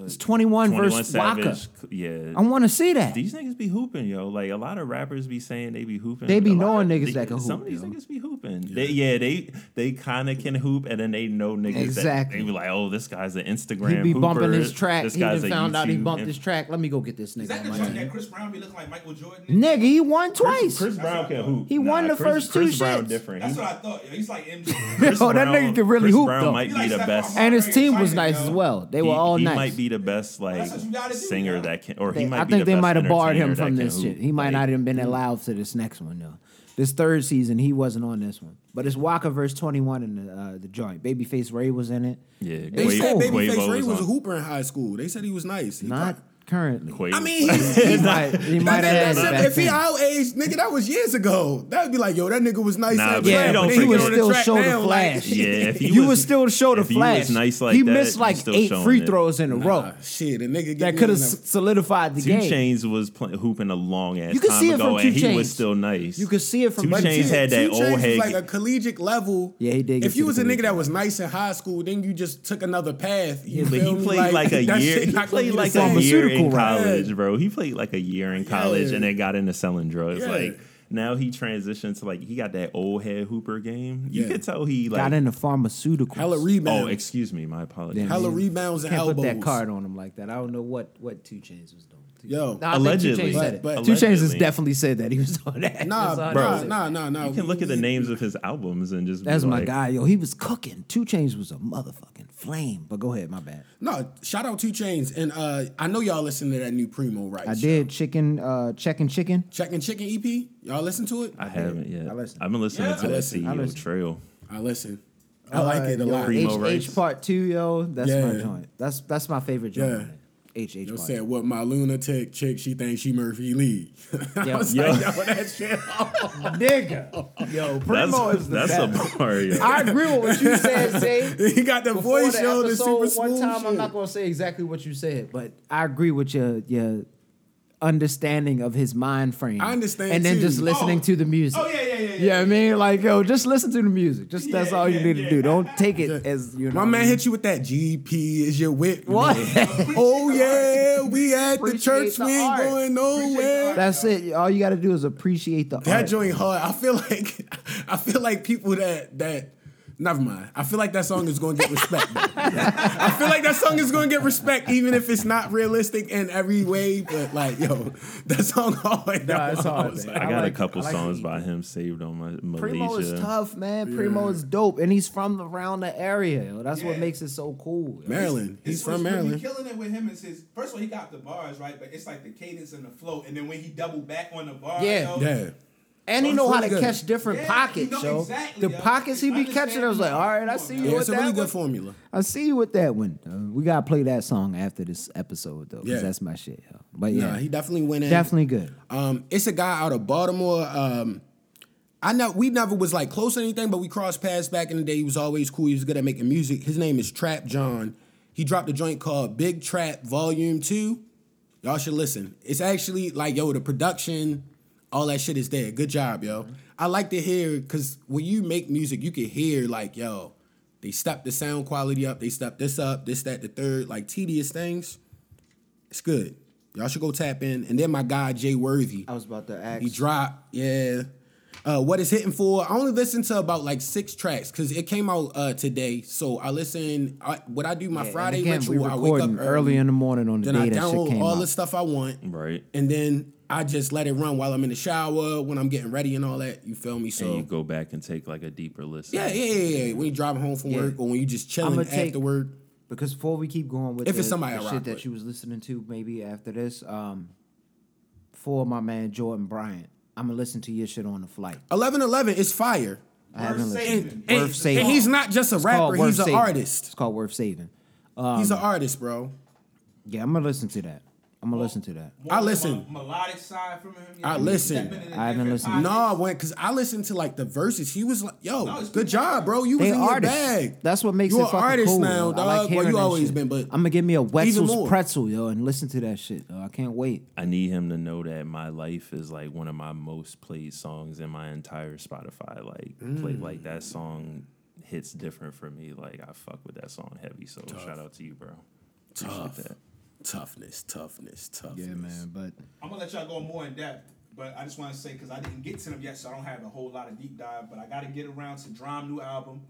[SPEAKER 4] it's twenty one
[SPEAKER 5] 21
[SPEAKER 4] versus Waka.
[SPEAKER 5] Uh, Savage. Yeah.
[SPEAKER 4] I want to see that.
[SPEAKER 5] These niggas be hooping, yo. Like a lot of rappers be saying they be hooping.
[SPEAKER 4] They be
[SPEAKER 5] A lot
[SPEAKER 4] knowing
[SPEAKER 5] of-
[SPEAKER 4] niggas
[SPEAKER 5] they-
[SPEAKER 4] that can
[SPEAKER 5] Some
[SPEAKER 4] hoop,
[SPEAKER 5] of these
[SPEAKER 4] yo.
[SPEAKER 5] niggas be hooping. They, yeah, they they kind of can hoop, and then they know niggas
[SPEAKER 4] Exactly.
[SPEAKER 5] that they be like, oh, this guy's an Instagram.
[SPEAKER 4] He be bumping
[SPEAKER 5] hooper.
[SPEAKER 4] his track.
[SPEAKER 5] This
[SPEAKER 4] he
[SPEAKER 5] guy's
[SPEAKER 4] done
[SPEAKER 5] a
[SPEAKER 4] found out he
[SPEAKER 5] YouTube
[SPEAKER 4] bumped
[SPEAKER 5] inf-
[SPEAKER 4] his track. Let me go get this
[SPEAKER 6] Is that
[SPEAKER 4] nigga. on
[SPEAKER 6] the
[SPEAKER 4] my
[SPEAKER 6] joint
[SPEAKER 4] team.
[SPEAKER 6] that Chris Brown be looking like Michael Jordan? in?
[SPEAKER 4] Nigga, he won
[SPEAKER 5] Chris,
[SPEAKER 4] twice.
[SPEAKER 5] Chris Brown can hoop.
[SPEAKER 4] He won the
[SPEAKER 5] Chris,
[SPEAKER 4] first two
[SPEAKER 5] Chris Brown
[SPEAKER 4] shits.
[SPEAKER 5] different.
[SPEAKER 6] That's
[SPEAKER 5] He-
[SPEAKER 6] what I thought. Yo, he's like MJ.
[SPEAKER 5] Chris
[SPEAKER 4] Yo, that
[SPEAKER 5] Brown-
[SPEAKER 4] nigga can really
[SPEAKER 5] Chris
[SPEAKER 4] hoop,
[SPEAKER 5] Brown
[SPEAKER 4] though.
[SPEAKER 5] might
[SPEAKER 6] He
[SPEAKER 5] be
[SPEAKER 6] like
[SPEAKER 5] the
[SPEAKER 6] Steph
[SPEAKER 5] best.
[SPEAKER 6] Curry.
[SPEAKER 4] and his team was
[SPEAKER 6] Excited,
[SPEAKER 4] nice as
[SPEAKER 6] yo.
[SPEAKER 4] well. They
[SPEAKER 5] he,
[SPEAKER 4] were all
[SPEAKER 5] he
[SPEAKER 4] nice.
[SPEAKER 5] might be the best like
[SPEAKER 6] what you gotta do,
[SPEAKER 5] singer
[SPEAKER 6] yo.
[SPEAKER 5] that can, or
[SPEAKER 4] They-
[SPEAKER 5] he might.
[SPEAKER 4] I
[SPEAKER 5] be
[SPEAKER 4] think
[SPEAKER 5] the
[SPEAKER 4] they
[SPEAKER 5] best
[SPEAKER 4] might have barred him
[SPEAKER 5] entertainer that
[SPEAKER 4] from
[SPEAKER 5] can
[SPEAKER 4] this
[SPEAKER 5] hoop.
[SPEAKER 4] shit. He might
[SPEAKER 5] Like,
[SPEAKER 4] not even been allowed to this next one though. This third season, he wasn't on this one. But it's Walker verse twenty one in the uh, the joint. Babyface Ray was in it.
[SPEAKER 5] Yeah,
[SPEAKER 2] They
[SPEAKER 5] Quavo-
[SPEAKER 2] said
[SPEAKER 5] Quavo
[SPEAKER 2] Babyface Ray was
[SPEAKER 5] on-
[SPEAKER 2] a hooper in high school. They said he was nice. He
[SPEAKER 4] Not
[SPEAKER 2] pro-
[SPEAKER 4] currently.
[SPEAKER 5] Quavo-
[SPEAKER 2] I mean, he's, he
[SPEAKER 4] He might, he might have had
[SPEAKER 2] That's-
[SPEAKER 4] it
[SPEAKER 2] that's-
[SPEAKER 4] back
[SPEAKER 2] if he
[SPEAKER 4] then.
[SPEAKER 2] our age, nigga, that was years ago. That would be like, yo, that nigga was nice.
[SPEAKER 5] Nah,
[SPEAKER 2] at
[SPEAKER 5] but
[SPEAKER 2] track,
[SPEAKER 5] you don't
[SPEAKER 2] then
[SPEAKER 4] he
[SPEAKER 5] forget-
[SPEAKER 4] would
[SPEAKER 5] on the
[SPEAKER 4] still
[SPEAKER 2] track
[SPEAKER 4] show the
[SPEAKER 2] now, like-
[SPEAKER 4] flash.
[SPEAKER 5] Yeah, if he
[SPEAKER 4] you
[SPEAKER 5] was-
[SPEAKER 4] would still show the
[SPEAKER 5] if he was
[SPEAKER 4] flash.
[SPEAKER 5] nice like
[SPEAKER 4] he
[SPEAKER 5] that,
[SPEAKER 4] missed
[SPEAKER 5] you
[SPEAKER 4] like
[SPEAKER 5] still
[SPEAKER 4] eight
[SPEAKER 5] showing
[SPEAKER 4] free
[SPEAKER 5] it.
[SPEAKER 4] throws in a row
[SPEAKER 2] Shit, a nigga
[SPEAKER 4] that
[SPEAKER 2] get
[SPEAKER 4] could have
[SPEAKER 2] in a-
[SPEAKER 4] solidified the
[SPEAKER 5] Two
[SPEAKER 4] game.
[SPEAKER 5] Chains was pl- hooping a long ass
[SPEAKER 4] You could
[SPEAKER 5] time
[SPEAKER 4] see it
[SPEAKER 5] ago,
[SPEAKER 4] from Two
[SPEAKER 5] and he
[SPEAKER 4] Chainz.
[SPEAKER 5] was still nice.
[SPEAKER 4] You could see it from
[SPEAKER 5] Two
[SPEAKER 4] But
[SPEAKER 5] Chains
[SPEAKER 4] Two-
[SPEAKER 5] had that
[SPEAKER 2] Two
[SPEAKER 5] old
[SPEAKER 2] Chainz was
[SPEAKER 5] head.
[SPEAKER 2] like a collegiate level.
[SPEAKER 4] Yeah, he did get
[SPEAKER 2] If
[SPEAKER 4] to
[SPEAKER 2] you
[SPEAKER 4] the
[SPEAKER 2] was a nigga
[SPEAKER 4] collegiate
[SPEAKER 2] that was nice in high school, then you just took another path. You
[SPEAKER 5] but
[SPEAKER 2] feel
[SPEAKER 5] he
[SPEAKER 2] me?
[SPEAKER 5] played like, a
[SPEAKER 2] that
[SPEAKER 5] year.
[SPEAKER 2] shit
[SPEAKER 5] He
[SPEAKER 2] not gonna
[SPEAKER 5] played
[SPEAKER 2] be the
[SPEAKER 5] like
[SPEAKER 2] same.
[SPEAKER 5] a year in
[SPEAKER 4] Pharmaceutical route.
[SPEAKER 5] college, bro. He played like a year in college,
[SPEAKER 2] Yeah.
[SPEAKER 5] and then got into selling drugs.
[SPEAKER 2] Yeah.
[SPEAKER 5] Like now he transitioned to like he got that old head Hooper game. You
[SPEAKER 2] Yeah.
[SPEAKER 5] could tell he like.
[SPEAKER 4] Got into pharmaceuticals.
[SPEAKER 2] Hella
[SPEAKER 5] oh,
[SPEAKER 2] rebounds.
[SPEAKER 5] excuse me, my apologies.
[SPEAKER 2] Hella
[SPEAKER 4] Yeah.
[SPEAKER 2] rebounds and
[SPEAKER 4] Can't put
[SPEAKER 2] elbows.
[SPEAKER 4] that card on him like that. I don't know what what Two Chains was doing.
[SPEAKER 2] Yo.
[SPEAKER 4] Nah, I think
[SPEAKER 5] Allegedly.
[SPEAKER 4] Two Chainz said it.
[SPEAKER 2] But- but-
[SPEAKER 4] Two Chains has
[SPEAKER 5] Allegedly.
[SPEAKER 4] definitely said that he was doing that.
[SPEAKER 2] Nah,
[SPEAKER 4] That's all I know.
[SPEAKER 2] nah, nah, nah, nah.
[SPEAKER 5] You can look at the names of his albums and just. be
[SPEAKER 4] That's my
[SPEAKER 5] like,
[SPEAKER 4] guy, yo. He was cooking. Two Chains was a motherfucking flame. But go ahead, my bad.
[SPEAKER 2] No, shout out Two Chains, and uh, I know y'all listen to that new Primo Rice.
[SPEAKER 4] I did chicken, uh, chicken, chicken.
[SPEAKER 2] Checking Chicken EP. Y'all listen to it?
[SPEAKER 5] I haven't yet.
[SPEAKER 4] I listen.
[SPEAKER 5] I've been listening
[SPEAKER 6] Yeah.
[SPEAKER 5] to
[SPEAKER 6] I
[SPEAKER 5] that
[SPEAKER 2] listen. I
[SPEAKER 5] CEO
[SPEAKER 4] listen.
[SPEAKER 5] trail.
[SPEAKER 2] I listen. I like it a
[SPEAKER 4] Yo,
[SPEAKER 2] lot.
[SPEAKER 5] Primo
[SPEAKER 4] H,
[SPEAKER 5] Rice.
[SPEAKER 4] H part two, yo. That's my
[SPEAKER 2] Yeah.
[SPEAKER 4] joint. That's that's my favorite joint.
[SPEAKER 2] Yeah.
[SPEAKER 4] on it. H H
[SPEAKER 2] Yo
[SPEAKER 4] part.
[SPEAKER 2] said what my lunatic chick she thinks she Murphy Lee. I
[SPEAKER 4] Yo.
[SPEAKER 2] was
[SPEAKER 5] Yo.
[SPEAKER 2] like, yo, that shit.
[SPEAKER 4] Nigga, yo,
[SPEAKER 5] That's
[SPEAKER 4] Primo is the
[SPEAKER 5] that's a
[SPEAKER 4] best.
[SPEAKER 5] bar. yo.
[SPEAKER 4] I agree with what you said, Zay.
[SPEAKER 2] he got the
[SPEAKER 4] Before
[SPEAKER 2] voice yo, the super
[SPEAKER 4] episode,
[SPEAKER 2] smooth
[SPEAKER 4] one time,
[SPEAKER 2] shit.
[SPEAKER 4] I'm not gonna say exactly what you said, but I agree with your your understanding of his mind frame.
[SPEAKER 2] I understand,
[SPEAKER 4] and then
[SPEAKER 2] too.
[SPEAKER 4] just listening
[SPEAKER 6] Oh.
[SPEAKER 4] to the music.
[SPEAKER 6] Oh, yeah, yeah, yeah, yeah,
[SPEAKER 4] You know what I mean, like yo, just listen to the music. Just that's
[SPEAKER 6] Yeah,
[SPEAKER 4] all you
[SPEAKER 6] yeah,
[SPEAKER 4] need to
[SPEAKER 6] yeah.
[SPEAKER 4] do. Don't take it as you know.
[SPEAKER 2] My man hit you with that GP is your whip.
[SPEAKER 4] What?
[SPEAKER 2] Oh yeah, we at the
[SPEAKER 4] Appreciate
[SPEAKER 2] church.
[SPEAKER 4] the
[SPEAKER 2] we ain't
[SPEAKER 4] art.
[SPEAKER 2] going
[SPEAKER 6] the
[SPEAKER 2] nowhere.
[SPEAKER 6] art.
[SPEAKER 4] That's it. All you got to do is appreciate the
[SPEAKER 2] That
[SPEAKER 4] art.
[SPEAKER 2] joint hard. I feel like I feel like people that that never mind. I feel like that song is gonna get respect. though. I feel like that song is gonna get respect, even if it's not realistic in every way. But like, yo, that song hard.
[SPEAKER 4] Nah, it's
[SPEAKER 2] I
[SPEAKER 4] hard,
[SPEAKER 2] was
[SPEAKER 4] man.
[SPEAKER 5] I
[SPEAKER 4] I
[SPEAKER 5] got
[SPEAKER 4] like-
[SPEAKER 5] a couple
[SPEAKER 4] I like
[SPEAKER 5] songs
[SPEAKER 4] the-
[SPEAKER 5] by him saved on my Malaysia.
[SPEAKER 4] Primo is tough, man. Primo is dope, and he's from around the area. yo. That's what
[SPEAKER 6] Yeah.
[SPEAKER 4] makes it so cool. yo.
[SPEAKER 2] Maryland.
[SPEAKER 6] His
[SPEAKER 2] He's from
[SPEAKER 6] first- when he
[SPEAKER 2] Maryland.
[SPEAKER 6] Killing it with him is his. First of all, he got the bars right, but it's like the cadence and the flow. And then when he doubled back on the bar,
[SPEAKER 4] Yeah.
[SPEAKER 6] yo,
[SPEAKER 2] Yeah.
[SPEAKER 4] And he
[SPEAKER 2] Sounds
[SPEAKER 4] know how to
[SPEAKER 2] really good.
[SPEAKER 4] catch different
[SPEAKER 6] Yeah,
[SPEAKER 4] pockets,
[SPEAKER 6] you know
[SPEAKER 4] yo.
[SPEAKER 6] exactly,
[SPEAKER 4] the
[SPEAKER 6] yo.
[SPEAKER 4] pockets he be
[SPEAKER 6] Understand
[SPEAKER 4] catching, I was like,
[SPEAKER 6] me.
[SPEAKER 4] all right, I
[SPEAKER 6] Come
[SPEAKER 4] see
[SPEAKER 6] on,
[SPEAKER 4] you
[SPEAKER 6] man.
[SPEAKER 2] Yeah,
[SPEAKER 4] with
[SPEAKER 2] it's a
[SPEAKER 4] that
[SPEAKER 2] really
[SPEAKER 4] one.
[SPEAKER 2] good formula.
[SPEAKER 4] I see you with that one. Uh, we gotta play that song after this episode though,
[SPEAKER 2] Yeah.
[SPEAKER 4] because that's my shit, yo. But yeah,
[SPEAKER 2] Yeah, he definitely went in.
[SPEAKER 4] definitely good.
[SPEAKER 2] Um, it's a guy out of Baltimore. Um, I know we never was like close or anything, but we crossed paths back in the day. He was always cool. He was good at making music. His name is Trap John. He dropped a joint called Big Trap Volume Two. Y'all should listen. It's actually like yo, the production, all that shit is there. Good job, yo. I like to hear because when you make music, you can hear like yo, they stepped the sound quality up. They stepped this up, this that the third, like tedious things. It's good. Y'all should go tap in. And then my guy Jay Worthy.
[SPEAKER 4] I was about to ask.
[SPEAKER 2] He dropped, yeah. Uh, what it's hitting for? I only listened to about like six tracks because it came out uh, today. So I listen. I, what I do my
[SPEAKER 4] Yeah, and
[SPEAKER 2] Friday
[SPEAKER 4] again,
[SPEAKER 2] ritual,
[SPEAKER 4] we
[SPEAKER 2] I wake up
[SPEAKER 4] recording early in the morning on the
[SPEAKER 2] then
[SPEAKER 4] day
[SPEAKER 2] I
[SPEAKER 4] that shit
[SPEAKER 2] download
[SPEAKER 4] came
[SPEAKER 2] all
[SPEAKER 4] out.
[SPEAKER 2] the stuff I want,
[SPEAKER 5] Right.
[SPEAKER 2] and then I just let it run while I'm in the shower, when I'm getting ready, and all that. You feel me?
[SPEAKER 5] And you
[SPEAKER 2] So
[SPEAKER 5] go back and take like a deeper listen.
[SPEAKER 2] yeah, yeah, yeah, yeah. When you driving home from
[SPEAKER 4] Yeah.
[SPEAKER 2] work, or when you just
[SPEAKER 4] I'ma
[SPEAKER 2] chilling
[SPEAKER 4] take-
[SPEAKER 2] after work,
[SPEAKER 4] Because before we keep going with
[SPEAKER 2] If
[SPEAKER 4] the,
[SPEAKER 2] it's somebody
[SPEAKER 4] the
[SPEAKER 2] I
[SPEAKER 4] shit
[SPEAKER 2] rock
[SPEAKER 4] that
[SPEAKER 2] with.
[SPEAKER 4] you was listening to, maybe after this, um, for my man Jordan Bryant, I'm gonna listen to your shit on the flight.
[SPEAKER 2] Eleven Eleven is fire.
[SPEAKER 4] I haven't
[SPEAKER 6] saving.
[SPEAKER 4] listened.
[SPEAKER 2] And,
[SPEAKER 4] worth saving.
[SPEAKER 2] and he's not just a
[SPEAKER 4] It's called
[SPEAKER 2] rapper,
[SPEAKER 4] Worth
[SPEAKER 2] he's an
[SPEAKER 4] Saving. Um, It's
[SPEAKER 2] artist.
[SPEAKER 4] called worth saving.
[SPEAKER 2] he's an artist, bro.
[SPEAKER 4] Yeah, I'm gonna listen to that. I'm gonna listen to that.
[SPEAKER 6] More
[SPEAKER 2] I
[SPEAKER 6] of a
[SPEAKER 2] listen.
[SPEAKER 6] melodic side from him. you
[SPEAKER 2] I
[SPEAKER 6] know, he's
[SPEAKER 2] listen.
[SPEAKER 6] stepping into
[SPEAKER 4] I haven't
[SPEAKER 6] different
[SPEAKER 4] listened.
[SPEAKER 6] pockets.
[SPEAKER 2] No, I went because I listened to like the verses. He was like, "Yo,
[SPEAKER 6] No, it's
[SPEAKER 2] good
[SPEAKER 6] people-
[SPEAKER 2] job, bro. You was
[SPEAKER 4] They
[SPEAKER 2] in
[SPEAKER 4] artists.
[SPEAKER 2] your bag.
[SPEAKER 4] That's what makes
[SPEAKER 2] you
[SPEAKER 4] it
[SPEAKER 2] an
[SPEAKER 4] fucking
[SPEAKER 2] artist
[SPEAKER 4] cool.
[SPEAKER 2] now,
[SPEAKER 4] yo.
[SPEAKER 2] dog.
[SPEAKER 4] I like
[SPEAKER 2] well,
[SPEAKER 4] hearing
[SPEAKER 2] you
[SPEAKER 4] that
[SPEAKER 2] always
[SPEAKER 4] shit.
[SPEAKER 2] been, but
[SPEAKER 4] I'm gonna give me a Wetzel's
[SPEAKER 2] more.
[SPEAKER 4] pretzel, yo, and listen to that shit. Yo. I can't wait.
[SPEAKER 5] I need him to know that my life is like one of my most played songs in my entire Spotify. Like, play like that song hits different for me. Like, I fuck with that song heavy. So, shout out to you, bro. Appreciate
[SPEAKER 2] Tough.
[SPEAKER 5] that.
[SPEAKER 2] toughness, toughness, toughness.
[SPEAKER 4] Yeah, man. But
[SPEAKER 6] I'm gonna let y'all go more in depth, but I just want to say because I didn't get to them yet, so I don't have a whole lot of deep dive. But I gotta get around to Drum new album.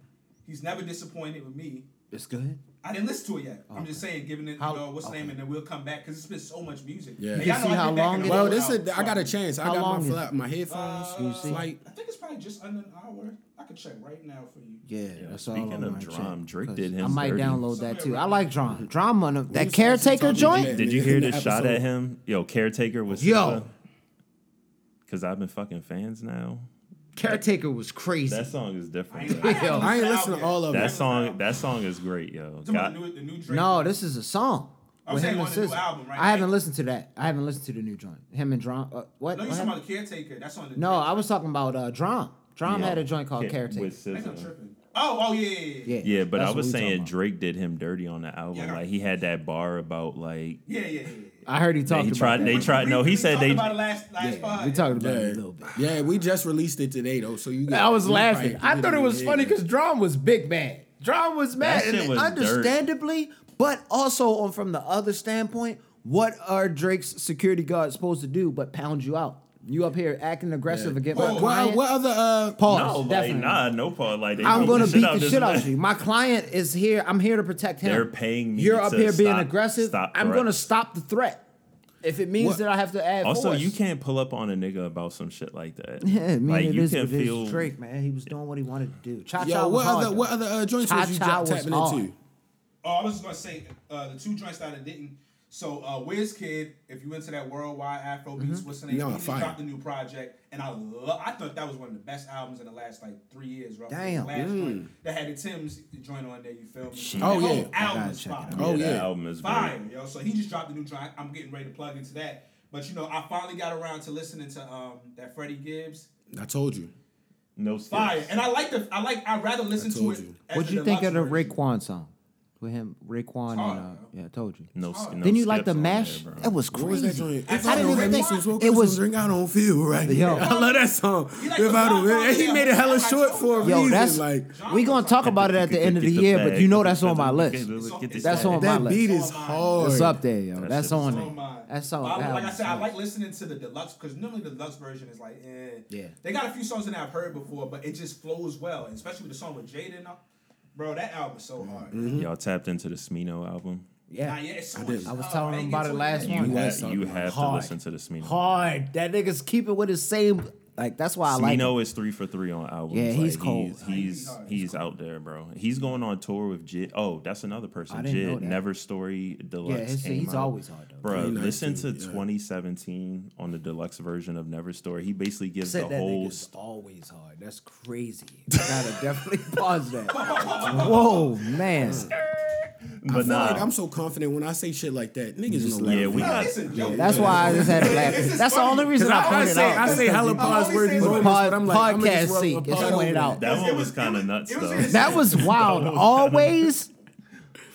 [SPEAKER 6] He's never disappointed with me.
[SPEAKER 4] it's good.
[SPEAKER 6] I didn't listen to it yet. I'm just saying, giving it
[SPEAKER 4] How-
[SPEAKER 6] you know, what's the name,
[SPEAKER 4] okay.
[SPEAKER 6] and then we'll come back because it's been so much music.
[SPEAKER 2] Yeah.
[SPEAKER 6] And
[SPEAKER 2] You
[SPEAKER 6] y'all
[SPEAKER 4] see
[SPEAKER 6] know I
[SPEAKER 4] how
[SPEAKER 6] get back
[SPEAKER 4] long
[SPEAKER 6] in
[SPEAKER 4] it
[SPEAKER 6] the
[SPEAKER 4] is?
[SPEAKER 2] Well,
[SPEAKER 6] whole
[SPEAKER 2] this is.
[SPEAKER 6] album,
[SPEAKER 2] I got a
[SPEAKER 6] so-
[SPEAKER 2] chance. I
[SPEAKER 4] How
[SPEAKER 2] got
[SPEAKER 4] long
[SPEAKER 2] my
[SPEAKER 4] is
[SPEAKER 2] flat, my
[SPEAKER 6] Uh,
[SPEAKER 2] headphones. like,
[SPEAKER 6] I think it's probably just under an hour. I could check right now for you.
[SPEAKER 4] Yeah, that's all.
[SPEAKER 5] speaking
[SPEAKER 4] I'm
[SPEAKER 5] of
[SPEAKER 4] gonna
[SPEAKER 5] Drum,
[SPEAKER 4] check,
[SPEAKER 5] Drake
[SPEAKER 4] 'cause
[SPEAKER 5] did
[SPEAKER 4] I
[SPEAKER 5] him
[SPEAKER 4] might
[SPEAKER 5] dirty.
[SPEAKER 4] download that too.
[SPEAKER 6] Somewhere
[SPEAKER 4] I like Drum. Drum on a, that
[SPEAKER 2] was listening to
[SPEAKER 4] caretaker
[SPEAKER 2] Tommy
[SPEAKER 4] joint.
[SPEAKER 2] Lee.
[SPEAKER 5] Did
[SPEAKER 2] Yeah,
[SPEAKER 5] you
[SPEAKER 2] in
[SPEAKER 5] hear
[SPEAKER 2] the
[SPEAKER 5] the shot
[SPEAKER 2] episode.
[SPEAKER 5] at him? Yo, caretaker was
[SPEAKER 4] Yo.
[SPEAKER 5] Because I've been fucking fans now.
[SPEAKER 4] Caretaker was crazy.
[SPEAKER 5] That song is
[SPEAKER 6] I
[SPEAKER 5] different.
[SPEAKER 6] ain't,
[SPEAKER 5] though.
[SPEAKER 6] I haven't
[SPEAKER 2] I ain't
[SPEAKER 6] listened
[SPEAKER 2] listening to all of
[SPEAKER 5] That
[SPEAKER 2] it.
[SPEAKER 5] song, that song is great, yo.
[SPEAKER 6] Some of
[SPEAKER 5] God-
[SPEAKER 6] the new, the new Drake.
[SPEAKER 4] no, this is a song.
[SPEAKER 6] I'm
[SPEAKER 4] with
[SPEAKER 6] saying
[SPEAKER 4] him
[SPEAKER 6] on
[SPEAKER 4] and
[SPEAKER 6] the new
[SPEAKER 4] SZA.
[SPEAKER 6] album, right?
[SPEAKER 4] I haven't listened to that. I haven't listened to the new joint. Him and Drum. Uh, what?
[SPEAKER 6] No,
[SPEAKER 4] What
[SPEAKER 6] you talking
[SPEAKER 4] happened?
[SPEAKER 6] about the caretaker? That's on the.
[SPEAKER 4] no, I was talking about uh, Drum. Drum
[SPEAKER 5] yeah.
[SPEAKER 4] had a joint called
[SPEAKER 5] Ca-
[SPEAKER 4] Caretaker.
[SPEAKER 5] with
[SPEAKER 6] I think I'm
[SPEAKER 5] SZA.
[SPEAKER 6] tripping. Oh, oh yeah, yeah, yeah. yeah.
[SPEAKER 4] yeah,
[SPEAKER 5] Yeah, but
[SPEAKER 4] that's
[SPEAKER 5] I
[SPEAKER 4] what
[SPEAKER 5] was
[SPEAKER 4] we talking
[SPEAKER 5] saying
[SPEAKER 4] about.
[SPEAKER 5] Drake did him dirty on the album.
[SPEAKER 6] Yeah.
[SPEAKER 5] Like he had that bar about like
[SPEAKER 6] Yeah, yeah, yeah, yeah.
[SPEAKER 4] I heard he talked
[SPEAKER 5] he
[SPEAKER 4] about
[SPEAKER 5] tried.
[SPEAKER 4] that.
[SPEAKER 5] They tried. No, he
[SPEAKER 6] We
[SPEAKER 5] said
[SPEAKER 6] talked
[SPEAKER 5] they.
[SPEAKER 6] about it last last
[SPEAKER 4] Yeah,
[SPEAKER 6] pod.
[SPEAKER 4] we talked about it a
[SPEAKER 2] Yeah.
[SPEAKER 4] little bit.
[SPEAKER 2] yeah, we just released it today though, so you.
[SPEAKER 4] I was
[SPEAKER 2] you
[SPEAKER 4] laughing.
[SPEAKER 2] probably-
[SPEAKER 4] I thought it was funny because Drum was big mad. Drum was mad,
[SPEAKER 5] That shit
[SPEAKER 4] and
[SPEAKER 5] was
[SPEAKER 4] understandably, but also on from the other standpoint, what are Drake's security guards supposed to do but pound you out? You up here acting aggressive against
[SPEAKER 2] What,
[SPEAKER 4] my
[SPEAKER 2] what,
[SPEAKER 4] client?
[SPEAKER 2] what other? Uh,
[SPEAKER 4] Pause.
[SPEAKER 5] No, like
[SPEAKER 4] definitely.
[SPEAKER 5] nah, no part. Like they
[SPEAKER 4] I'm
[SPEAKER 5] beat
[SPEAKER 4] gonna
[SPEAKER 5] the
[SPEAKER 4] beat
[SPEAKER 5] shit out
[SPEAKER 4] the
[SPEAKER 5] this
[SPEAKER 4] shit out
[SPEAKER 5] man.
[SPEAKER 4] of you. My client is here. I'm here to protect him.
[SPEAKER 5] They're paying me
[SPEAKER 4] You're up
[SPEAKER 5] to
[SPEAKER 4] here being
[SPEAKER 5] stop-
[SPEAKER 4] aggressive.
[SPEAKER 5] stop
[SPEAKER 4] I'm gonna
[SPEAKER 5] threats.
[SPEAKER 4] stop the threat. If it means
[SPEAKER 2] What-
[SPEAKER 4] that I have to add
[SPEAKER 5] Also,
[SPEAKER 4] force.
[SPEAKER 5] you can't pull up on a nigga about some shit like that.
[SPEAKER 4] Yeah, I mean,
[SPEAKER 5] like
[SPEAKER 4] it
[SPEAKER 5] you
[SPEAKER 4] is
[SPEAKER 5] can
[SPEAKER 4] what it is.
[SPEAKER 5] feel.
[SPEAKER 4] Drake, man. He was doing what he wanted to do. Cha Cha
[SPEAKER 2] yo,
[SPEAKER 4] was
[SPEAKER 2] what
[SPEAKER 4] hard.
[SPEAKER 2] other?
[SPEAKER 4] though.
[SPEAKER 2] What other uh, joints was you
[SPEAKER 4] Cha-Cha
[SPEAKER 2] drop-
[SPEAKER 4] was
[SPEAKER 2] tapping
[SPEAKER 4] hard.
[SPEAKER 2] into?
[SPEAKER 6] Oh, I was just gonna say uh, the two joints that I didn't. So uh, Wiz Kid, if you into that worldwide Afro beats,
[SPEAKER 4] Mm-hmm.
[SPEAKER 6] what's the name?
[SPEAKER 2] Y'all
[SPEAKER 6] he just
[SPEAKER 2] fire.
[SPEAKER 6] dropped a new project, and I lo- I thought that was one of the best albums in the last like three years. Right?
[SPEAKER 4] Damn. mm.
[SPEAKER 6] last joint that had the Tim's joint on there. You feel me?
[SPEAKER 2] Oh,
[SPEAKER 6] The whole
[SPEAKER 2] yeah.
[SPEAKER 4] I
[SPEAKER 6] album
[SPEAKER 4] gotta
[SPEAKER 6] is
[SPEAKER 4] check it
[SPEAKER 6] fire.
[SPEAKER 4] out.
[SPEAKER 2] Oh,
[SPEAKER 5] that
[SPEAKER 2] yeah.
[SPEAKER 5] album is
[SPEAKER 6] fire,
[SPEAKER 5] great.
[SPEAKER 6] yo. So he just dropped a new joint. I'm getting ready to plug into that. But you know, I finally got around to listening to um that Freddie Gibbs.
[SPEAKER 2] I told you.
[SPEAKER 5] No skips.
[SPEAKER 6] Fire, and I like the I like I would rather listen
[SPEAKER 2] I told
[SPEAKER 6] to it.
[SPEAKER 2] you.
[SPEAKER 6] as
[SPEAKER 4] What'd
[SPEAKER 6] the
[SPEAKER 4] you think of the
[SPEAKER 6] deluxe version.
[SPEAKER 4] Raekwon song? With him, Raekwon,
[SPEAKER 6] hard,
[SPEAKER 4] and, uh,
[SPEAKER 6] bro.
[SPEAKER 4] yeah, I told you.
[SPEAKER 5] No, sk- no
[SPEAKER 4] Then you like the
[SPEAKER 5] skips on
[SPEAKER 4] mash?
[SPEAKER 5] There, bro.
[SPEAKER 4] that was
[SPEAKER 2] What was
[SPEAKER 4] crazy.
[SPEAKER 2] that joint?
[SPEAKER 6] I
[SPEAKER 2] If I
[SPEAKER 6] didn't
[SPEAKER 2] don't
[SPEAKER 6] even
[SPEAKER 2] make
[SPEAKER 6] think-
[SPEAKER 2] some smoke
[SPEAKER 4] it
[SPEAKER 2] or
[SPEAKER 4] was-
[SPEAKER 2] some drink, I don't feel right.
[SPEAKER 4] Yo.
[SPEAKER 2] I love that song.
[SPEAKER 6] like
[SPEAKER 2] if
[SPEAKER 6] the
[SPEAKER 2] I don't,
[SPEAKER 6] Black
[SPEAKER 2] and he
[SPEAKER 6] Mamba,
[SPEAKER 2] made it hella
[SPEAKER 6] I
[SPEAKER 2] short
[SPEAKER 6] told
[SPEAKER 2] for a
[SPEAKER 6] you.
[SPEAKER 4] Yo,
[SPEAKER 2] reason.
[SPEAKER 4] that's
[SPEAKER 2] like
[SPEAKER 4] we gonna talk about it at the end of the year, but you know that's on my list.
[SPEAKER 6] It's
[SPEAKER 4] That's on
[SPEAKER 6] on
[SPEAKER 4] my
[SPEAKER 2] that beat is
[SPEAKER 4] list.
[SPEAKER 2] hard.
[SPEAKER 4] It's up there, yo.
[SPEAKER 5] That
[SPEAKER 4] That's
[SPEAKER 5] shit is
[SPEAKER 4] on
[SPEAKER 6] It's
[SPEAKER 4] there.
[SPEAKER 6] on mine.
[SPEAKER 4] That's on.
[SPEAKER 6] But I-
[SPEAKER 4] that
[SPEAKER 6] Like I
[SPEAKER 4] was-
[SPEAKER 6] said, I like listening to the deluxe because normally the deluxe version is like, eh.
[SPEAKER 4] Yeah.
[SPEAKER 6] They got a few songs that I've heard before, but it just flows well, and especially with the song with Jada and all. Bro, that album is
[SPEAKER 4] Mm-hmm.
[SPEAKER 6] so hard.
[SPEAKER 5] Y'all tapped into the Smino album.
[SPEAKER 6] Nah,
[SPEAKER 4] Yeah,
[SPEAKER 6] yeah, it's so
[SPEAKER 2] I
[SPEAKER 6] much
[SPEAKER 2] did. I
[SPEAKER 4] was
[SPEAKER 6] stuff.
[SPEAKER 4] telling
[SPEAKER 6] ain't
[SPEAKER 4] him
[SPEAKER 6] get
[SPEAKER 4] about
[SPEAKER 6] to
[SPEAKER 4] it last month.
[SPEAKER 6] yet.
[SPEAKER 5] You,
[SPEAKER 2] Yeah,
[SPEAKER 5] ha-
[SPEAKER 2] something
[SPEAKER 5] you have to
[SPEAKER 4] hard.
[SPEAKER 5] listen to the Smino.
[SPEAKER 4] hard. That nigga's keeping with his same. Like that's why I like.
[SPEAKER 5] Smino
[SPEAKER 4] him.
[SPEAKER 5] is three for three on albums.
[SPEAKER 4] Yeah, he's
[SPEAKER 5] like,
[SPEAKER 4] cold.
[SPEAKER 5] He's he's,
[SPEAKER 6] He's hard.
[SPEAKER 5] he's out there, bro. He's going on tour with Jid. Oh, that's another
[SPEAKER 4] I
[SPEAKER 5] person.
[SPEAKER 4] didn't know
[SPEAKER 5] Jid
[SPEAKER 4] that.
[SPEAKER 5] Never Story Deluxe.
[SPEAKER 4] Yeah, his-
[SPEAKER 5] came
[SPEAKER 4] he's
[SPEAKER 5] out.
[SPEAKER 4] always hard, though.
[SPEAKER 5] Bro,
[SPEAKER 2] 2019,
[SPEAKER 5] listen to
[SPEAKER 2] yeah.
[SPEAKER 5] 2017 on the deluxe version of Never Story. He basically gives
[SPEAKER 4] Said
[SPEAKER 5] the
[SPEAKER 4] that
[SPEAKER 5] whole.
[SPEAKER 4] nigga's
[SPEAKER 5] st-
[SPEAKER 4] always hard. That's crazy. You gotta definitely pause that. Whoa, man.
[SPEAKER 5] But nah,
[SPEAKER 2] Like, I'm so confident when I say shit like that. Niggas
[SPEAKER 4] just
[SPEAKER 2] know
[SPEAKER 4] laugh.
[SPEAKER 5] yeah, we got.
[SPEAKER 6] It's a joke.
[SPEAKER 4] That's why I just had to laugh. That's the only reason
[SPEAKER 2] I,
[SPEAKER 4] I,
[SPEAKER 2] I
[SPEAKER 4] pointed
[SPEAKER 2] say
[SPEAKER 4] out.
[SPEAKER 2] I say hella
[SPEAKER 6] always
[SPEAKER 2] pause worthy
[SPEAKER 6] saying
[SPEAKER 2] moments,
[SPEAKER 4] Pod-
[SPEAKER 2] but I'm like I'ma just
[SPEAKER 4] podcast
[SPEAKER 2] rub
[SPEAKER 4] seat.
[SPEAKER 2] a
[SPEAKER 4] It's
[SPEAKER 2] pod
[SPEAKER 4] pointed
[SPEAKER 2] over
[SPEAKER 4] out.
[SPEAKER 5] That
[SPEAKER 6] It
[SPEAKER 5] one was
[SPEAKER 6] was-
[SPEAKER 5] kind
[SPEAKER 6] it
[SPEAKER 5] of nuts,
[SPEAKER 6] was-
[SPEAKER 5] though.
[SPEAKER 6] it
[SPEAKER 4] That was wild. Always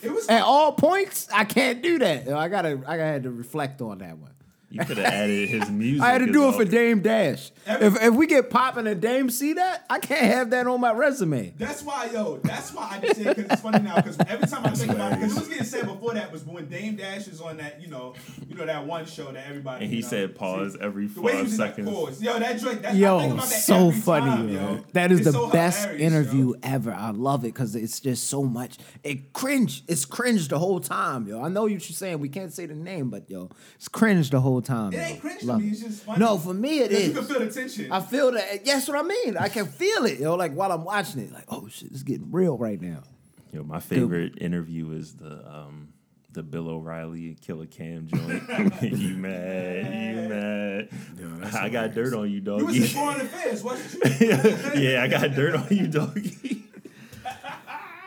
[SPEAKER 6] It was
[SPEAKER 4] at all points. I can't do that. I gotta. I had to reflect on that one.
[SPEAKER 5] You could have added his music.
[SPEAKER 4] I had to
[SPEAKER 5] as
[SPEAKER 4] do it
[SPEAKER 5] well.
[SPEAKER 4] for Dame Dash.
[SPEAKER 6] Every-
[SPEAKER 4] If if we get popping and Dame see that, I can't have that on my resume.
[SPEAKER 6] That's why, yo. That's why I just say because it's funny now. Because every time I think about it, because it was getting said before that was when Dame Dash was on that, you know, you know that one show that everybody.
[SPEAKER 5] And he
[SPEAKER 6] you know,
[SPEAKER 5] said pause
[SPEAKER 6] see.
[SPEAKER 5] every
[SPEAKER 6] The way he
[SPEAKER 5] five
[SPEAKER 6] was in that
[SPEAKER 5] seconds.
[SPEAKER 6] pause. Yo, that joint. That's, I think
[SPEAKER 4] Yo,
[SPEAKER 6] about that
[SPEAKER 4] so
[SPEAKER 6] every
[SPEAKER 4] funny,
[SPEAKER 6] time,
[SPEAKER 4] yo.
[SPEAKER 6] yo.
[SPEAKER 4] That is
[SPEAKER 6] It's
[SPEAKER 4] the
[SPEAKER 6] so
[SPEAKER 4] best
[SPEAKER 6] hilarious, yo.
[SPEAKER 4] interview ever. I love it because it's just so much. It cringe. It's cringe the whole time, yo. I know you're saying we can't say the name, but yo, it's cringe the whole time.
[SPEAKER 6] It
[SPEAKER 4] yo.
[SPEAKER 6] ain't cringe
[SPEAKER 4] Love
[SPEAKER 6] to me.
[SPEAKER 4] it.
[SPEAKER 6] It's just funny.
[SPEAKER 4] No, for me it
[SPEAKER 6] 'Cause
[SPEAKER 4] is.
[SPEAKER 6] You can feel the tension.
[SPEAKER 4] I feel that. That's what I mean. I can feel it, yo. Like while I'm watching it, like oh shit, it's getting real right now.
[SPEAKER 5] Yo, my favorite interview is the um, the Bill O'Reilly and Killer Cam joint. you mad? You mad? I got dirt on you,
[SPEAKER 6] You was in
[SPEAKER 5] doggy.
[SPEAKER 6] foreign affairs, wasn't you?
[SPEAKER 5] yeah, I got dirt on you, doggy.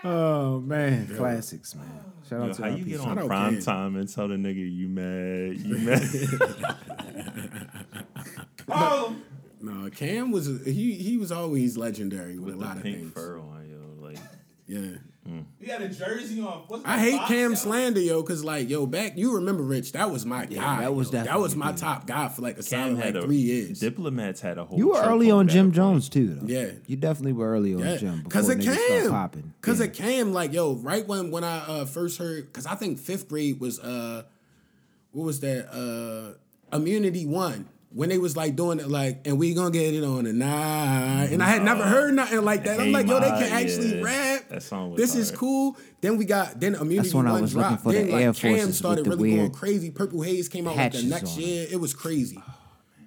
[SPEAKER 4] Oh man, classics, man. Shout out
[SPEAKER 5] Yo,
[SPEAKER 4] to
[SPEAKER 5] how
[SPEAKER 4] our
[SPEAKER 5] you get
[SPEAKER 4] people.
[SPEAKER 5] on
[SPEAKER 2] don't
[SPEAKER 5] prime
[SPEAKER 2] care.
[SPEAKER 5] time and tell the nigga you mad? You mad?
[SPEAKER 6] All of them.
[SPEAKER 2] No, Cam was he he was always legendary with, a
[SPEAKER 5] With
[SPEAKER 2] lot
[SPEAKER 5] the
[SPEAKER 2] of
[SPEAKER 5] pink
[SPEAKER 2] things.
[SPEAKER 5] fur on, yo. Like,
[SPEAKER 2] Yeah.
[SPEAKER 6] He had a jersey on. What's
[SPEAKER 2] I
[SPEAKER 6] that,
[SPEAKER 2] hate
[SPEAKER 6] Fox?
[SPEAKER 2] Cam Slander, yo, cause like, yo, back you remember Rich, that was my guy.
[SPEAKER 4] that was
[SPEAKER 2] yo. that
[SPEAKER 4] definitely
[SPEAKER 2] was my
[SPEAKER 4] good.
[SPEAKER 2] top guy for like a
[SPEAKER 5] Cam
[SPEAKER 2] solid
[SPEAKER 5] had
[SPEAKER 2] like
[SPEAKER 5] a
[SPEAKER 2] three years.
[SPEAKER 5] Diplomats had a whole.
[SPEAKER 4] You were
[SPEAKER 5] trip
[SPEAKER 4] early on
[SPEAKER 5] that.
[SPEAKER 4] Jim Jones too, though.
[SPEAKER 2] Yeah.
[SPEAKER 4] you definitely were early on Jim
[SPEAKER 2] Yeah,
[SPEAKER 4] before
[SPEAKER 2] cause it
[SPEAKER 4] niggas start
[SPEAKER 2] came,
[SPEAKER 4] popping.
[SPEAKER 2] cause
[SPEAKER 4] yeah.
[SPEAKER 2] it came like yo, right when when I uh, first heard, cause I think fifth grade was uh, what was that uh, Immunity One when they was like doing it like, and we gonna get it on tonight, and I had never heard nothing like that. I'm
[SPEAKER 5] Hey,
[SPEAKER 2] like yo, they
[SPEAKER 5] Ma,
[SPEAKER 2] can actually
[SPEAKER 5] yeah.
[SPEAKER 2] rap.
[SPEAKER 5] That song was
[SPEAKER 2] this is
[SPEAKER 5] hard.
[SPEAKER 2] cool. Then we got then Immunity
[SPEAKER 4] when I
[SPEAKER 2] One
[SPEAKER 4] was looking
[SPEAKER 2] dropped.
[SPEAKER 4] for the
[SPEAKER 2] Then
[SPEAKER 4] Air
[SPEAKER 2] like
[SPEAKER 4] Forces
[SPEAKER 2] Cam
[SPEAKER 4] with
[SPEAKER 2] started
[SPEAKER 4] the
[SPEAKER 2] really going
[SPEAKER 4] weird
[SPEAKER 2] crazy. Purple Haze came out like the
[SPEAKER 4] patches
[SPEAKER 2] next
[SPEAKER 4] on it.
[SPEAKER 2] year. It was crazy.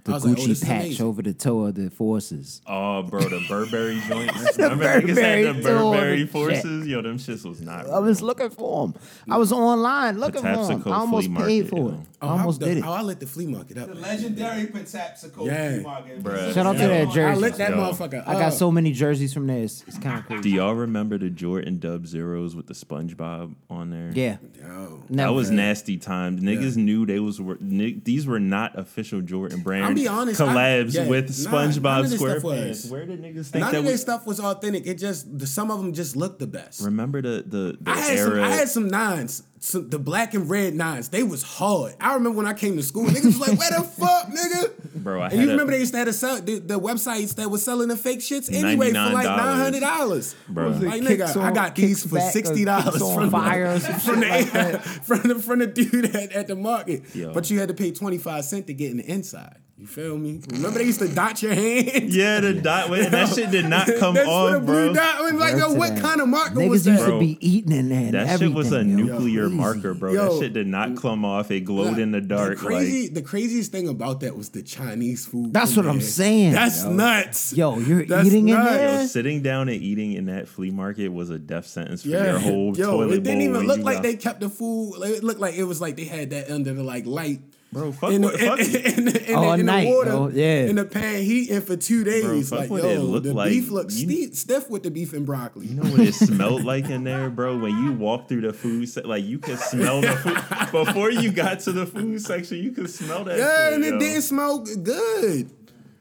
[SPEAKER 4] the
[SPEAKER 2] I was
[SPEAKER 4] Gucci
[SPEAKER 2] like, oh, this is
[SPEAKER 4] patch
[SPEAKER 2] amazing.
[SPEAKER 4] over the toe of the forces.
[SPEAKER 5] Oh, bro, the Burberry joints. Remember niggas
[SPEAKER 4] Burberry
[SPEAKER 5] had the
[SPEAKER 4] tour
[SPEAKER 5] Burberry
[SPEAKER 4] and
[SPEAKER 5] forces? Yo, them shits was not.
[SPEAKER 4] I was looking for him. I was online looking for
[SPEAKER 5] Patapsco
[SPEAKER 4] him. I almost
[SPEAKER 5] flea
[SPEAKER 4] paid
[SPEAKER 5] market,
[SPEAKER 4] for
[SPEAKER 5] yo.
[SPEAKER 4] it. I almost
[SPEAKER 2] the-
[SPEAKER 4] did it.
[SPEAKER 2] Oh, I let the flea market up.
[SPEAKER 6] The legendary Patapsco.
[SPEAKER 2] Yeah.
[SPEAKER 5] Bruh.
[SPEAKER 4] Shout out to that
[SPEAKER 2] I
[SPEAKER 4] jersey.
[SPEAKER 2] lit that
[SPEAKER 5] Yo.
[SPEAKER 2] motherfucker.
[SPEAKER 5] uh,
[SPEAKER 4] I got
[SPEAKER 2] up.
[SPEAKER 4] so many jerseys from there. It's, it's kind of crazy.
[SPEAKER 5] Do y'all remember the Jordan Dub Zeros with the SpongeBob on there?
[SPEAKER 4] Yeah,
[SPEAKER 2] Yo.
[SPEAKER 4] never.
[SPEAKER 5] That was nasty times. Niggas knew they was were, ni- these were not official Jordan brand.
[SPEAKER 2] I'll be honest, I-
[SPEAKER 5] collabs
[SPEAKER 2] yeah,
[SPEAKER 5] with
[SPEAKER 2] nah,
[SPEAKER 5] SpongeBob
[SPEAKER 2] none of this stuff
[SPEAKER 5] SquarePants.
[SPEAKER 2] was.
[SPEAKER 5] Where did niggas think
[SPEAKER 2] None
[SPEAKER 5] that
[SPEAKER 2] of their
[SPEAKER 5] was?
[SPEAKER 2] stuff was authentic. It just the, some of them just looked the best.
[SPEAKER 5] Remember the the, the
[SPEAKER 2] I had
[SPEAKER 5] era?
[SPEAKER 2] some I had some nines, some, the black and red nines. They was hard. I remember when I came to school, niggas was like, "Where the fuck, nigga?"
[SPEAKER 5] Bro, I
[SPEAKER 2] and
[SPEAKER 5] had
[SPEAKER 2] you
[SPEAKER 5] a-
[SPEAKER 2] remember they used to have to sell the, the websites that was selling the fake shits anyway for like
[SPEAKER 5] $99.
[SPEAKER 2] nine hundred dollars.
[SPEAKER 5] Bro. Was it
[SPEAKER 2] like nigga,
[SPEAKER 4] Kicks
[SPEAKER 2] I
[SPEAKER 4] on-
[SPEAKER 2] got these
[SPEAKER 4] Kicks
[SPEAKER 2] for
[SPEAKER 4] Back or
[SPEAKER 2] sixty dollars
[SPEAKER 4] Kicks on
[SPEAKER 2] from
[SPEAKER 4] fire or
[SPEAKER 2] the,
[SPEAKER 4] some
[SPEAKER 2] from, the
[SPEAKER 4] shit like that.
[SPEAKER 2] from the from the dude at, at the market.
[SPEAKER 5] Yo.
[SPEAKER 2] But you had to pay twenty five cent to get in the inside. You feel me? Remember they used to dot your hand.
[SPEAKER 5] yeah, the dot. wait, that shit did not come
[SPEAKER 2] That's
[SPEAKER 5] on,
[SPEAKER 2] where the blue
[SPEAKER 5] bro.
[SPEAKER 2] dot. was. like,
[SPEAKER 4] Word
[SPEAKER 2] yo,
[SPEAKER 4] to
[SPEAKER 2] what
[SPEAKER 4] that.
[SPEAKER 2] kind of marker
[SPEAKER 4] Niggas
[SPEAKER 2] was
[SPEAKER 4] used
[SPEAKER 2] that?
[SPEAKER 4] to be eating in there. and
[SPEAKER 5] That shit was a
[SPEAKER 4] everything, yo.
[SPEAKER 5] nuclear
[SPEAKER 4] Crazy.
[SPEAKER 5] marker, bro.
[SPEAKER 2] Yo.
[SPEAKER 5] that shit did not come off. It glowed in the dark.
[SPEAKER 2] crazy,
[SPEAKER 5] like
[SPEAKER 2] the craziest thing about that was the Chinese food.
[SPEAKER 4] That's
[SPEAKER 2] in
[SPEAKER 4] what I'm
[SPEAKER 2] there.
[SPEAKER 4] saying,
[SPEAKER 2] That's
[SPEAKER 4] yo.
[SPEAKER 2] nuts.
[SPEAKER 4] Yo, you're
[SPEAKER 2] That's
[SPEAKER 4] eating
[SPEAKER 2] nuts.
[SPEAKER 4] in
[SPEAKER 5] yo,
[SPEAKER 4] there.
[SPEAKER 5] sitting down and eating in that flea market was a death sentence for
[SPEAKER 2] Yeah,
[SPEAKER 5] your whole
[SPEAKER 2] yo,
[SPEAKER 5] toilet
[SPEAKER 2] it didn't
[SPEAKER 5] bowl
[SPEAKER 2] even
[SPEAKER 5] when
[SPEAKER 2] look
[SPEAKER 5] you
[SPEAKER 2] like
[SPEAKER 5] left.
[SPEAKER 2] they kept the food. like, It looked like it was like they had that under the like light.
[SPEAKER 5] Bro, fuck
[SPEAKER 2] in the,
[SPEAKER 5] what-
[SPEAKER 2] in,
[SPEAKER 5] fuck-
[SPEAKER 2] in the- in the-
[SPEAKER 4] All
[SPEAKER 2] in the
[SPEAKER 4] night,
[SPEAKER 2] water,
[SPEAKER 4] bro. Yeah.
[SPEAKER 2] in the pan heating for two days.
[SPEAKER 5] fuck
[SPEAKER 2] like,
[SPEAKER 5] what it
[SPEAKER 2] yo,
[SPEAKER 5] looked
[SPEAKER 2] the
[SPEAKER 5] like.
[SPEAKER 2] beef looks
[SPEAKER 5] You-
[SPEAKER 2] ste- stiff with the beef and broccoli.
[SPEAKER 5] You know what it smelled like in there, bro? When you walk through the food, se- like you could smell the food before you got to the food section. You could smell that.
[SPEAKER 2] yeah,
[SPEAKER 5] shit,
[SPEAKER 2] and it
[SPEAKER 5] yo.
[SPEAKER 2] didn't smell good.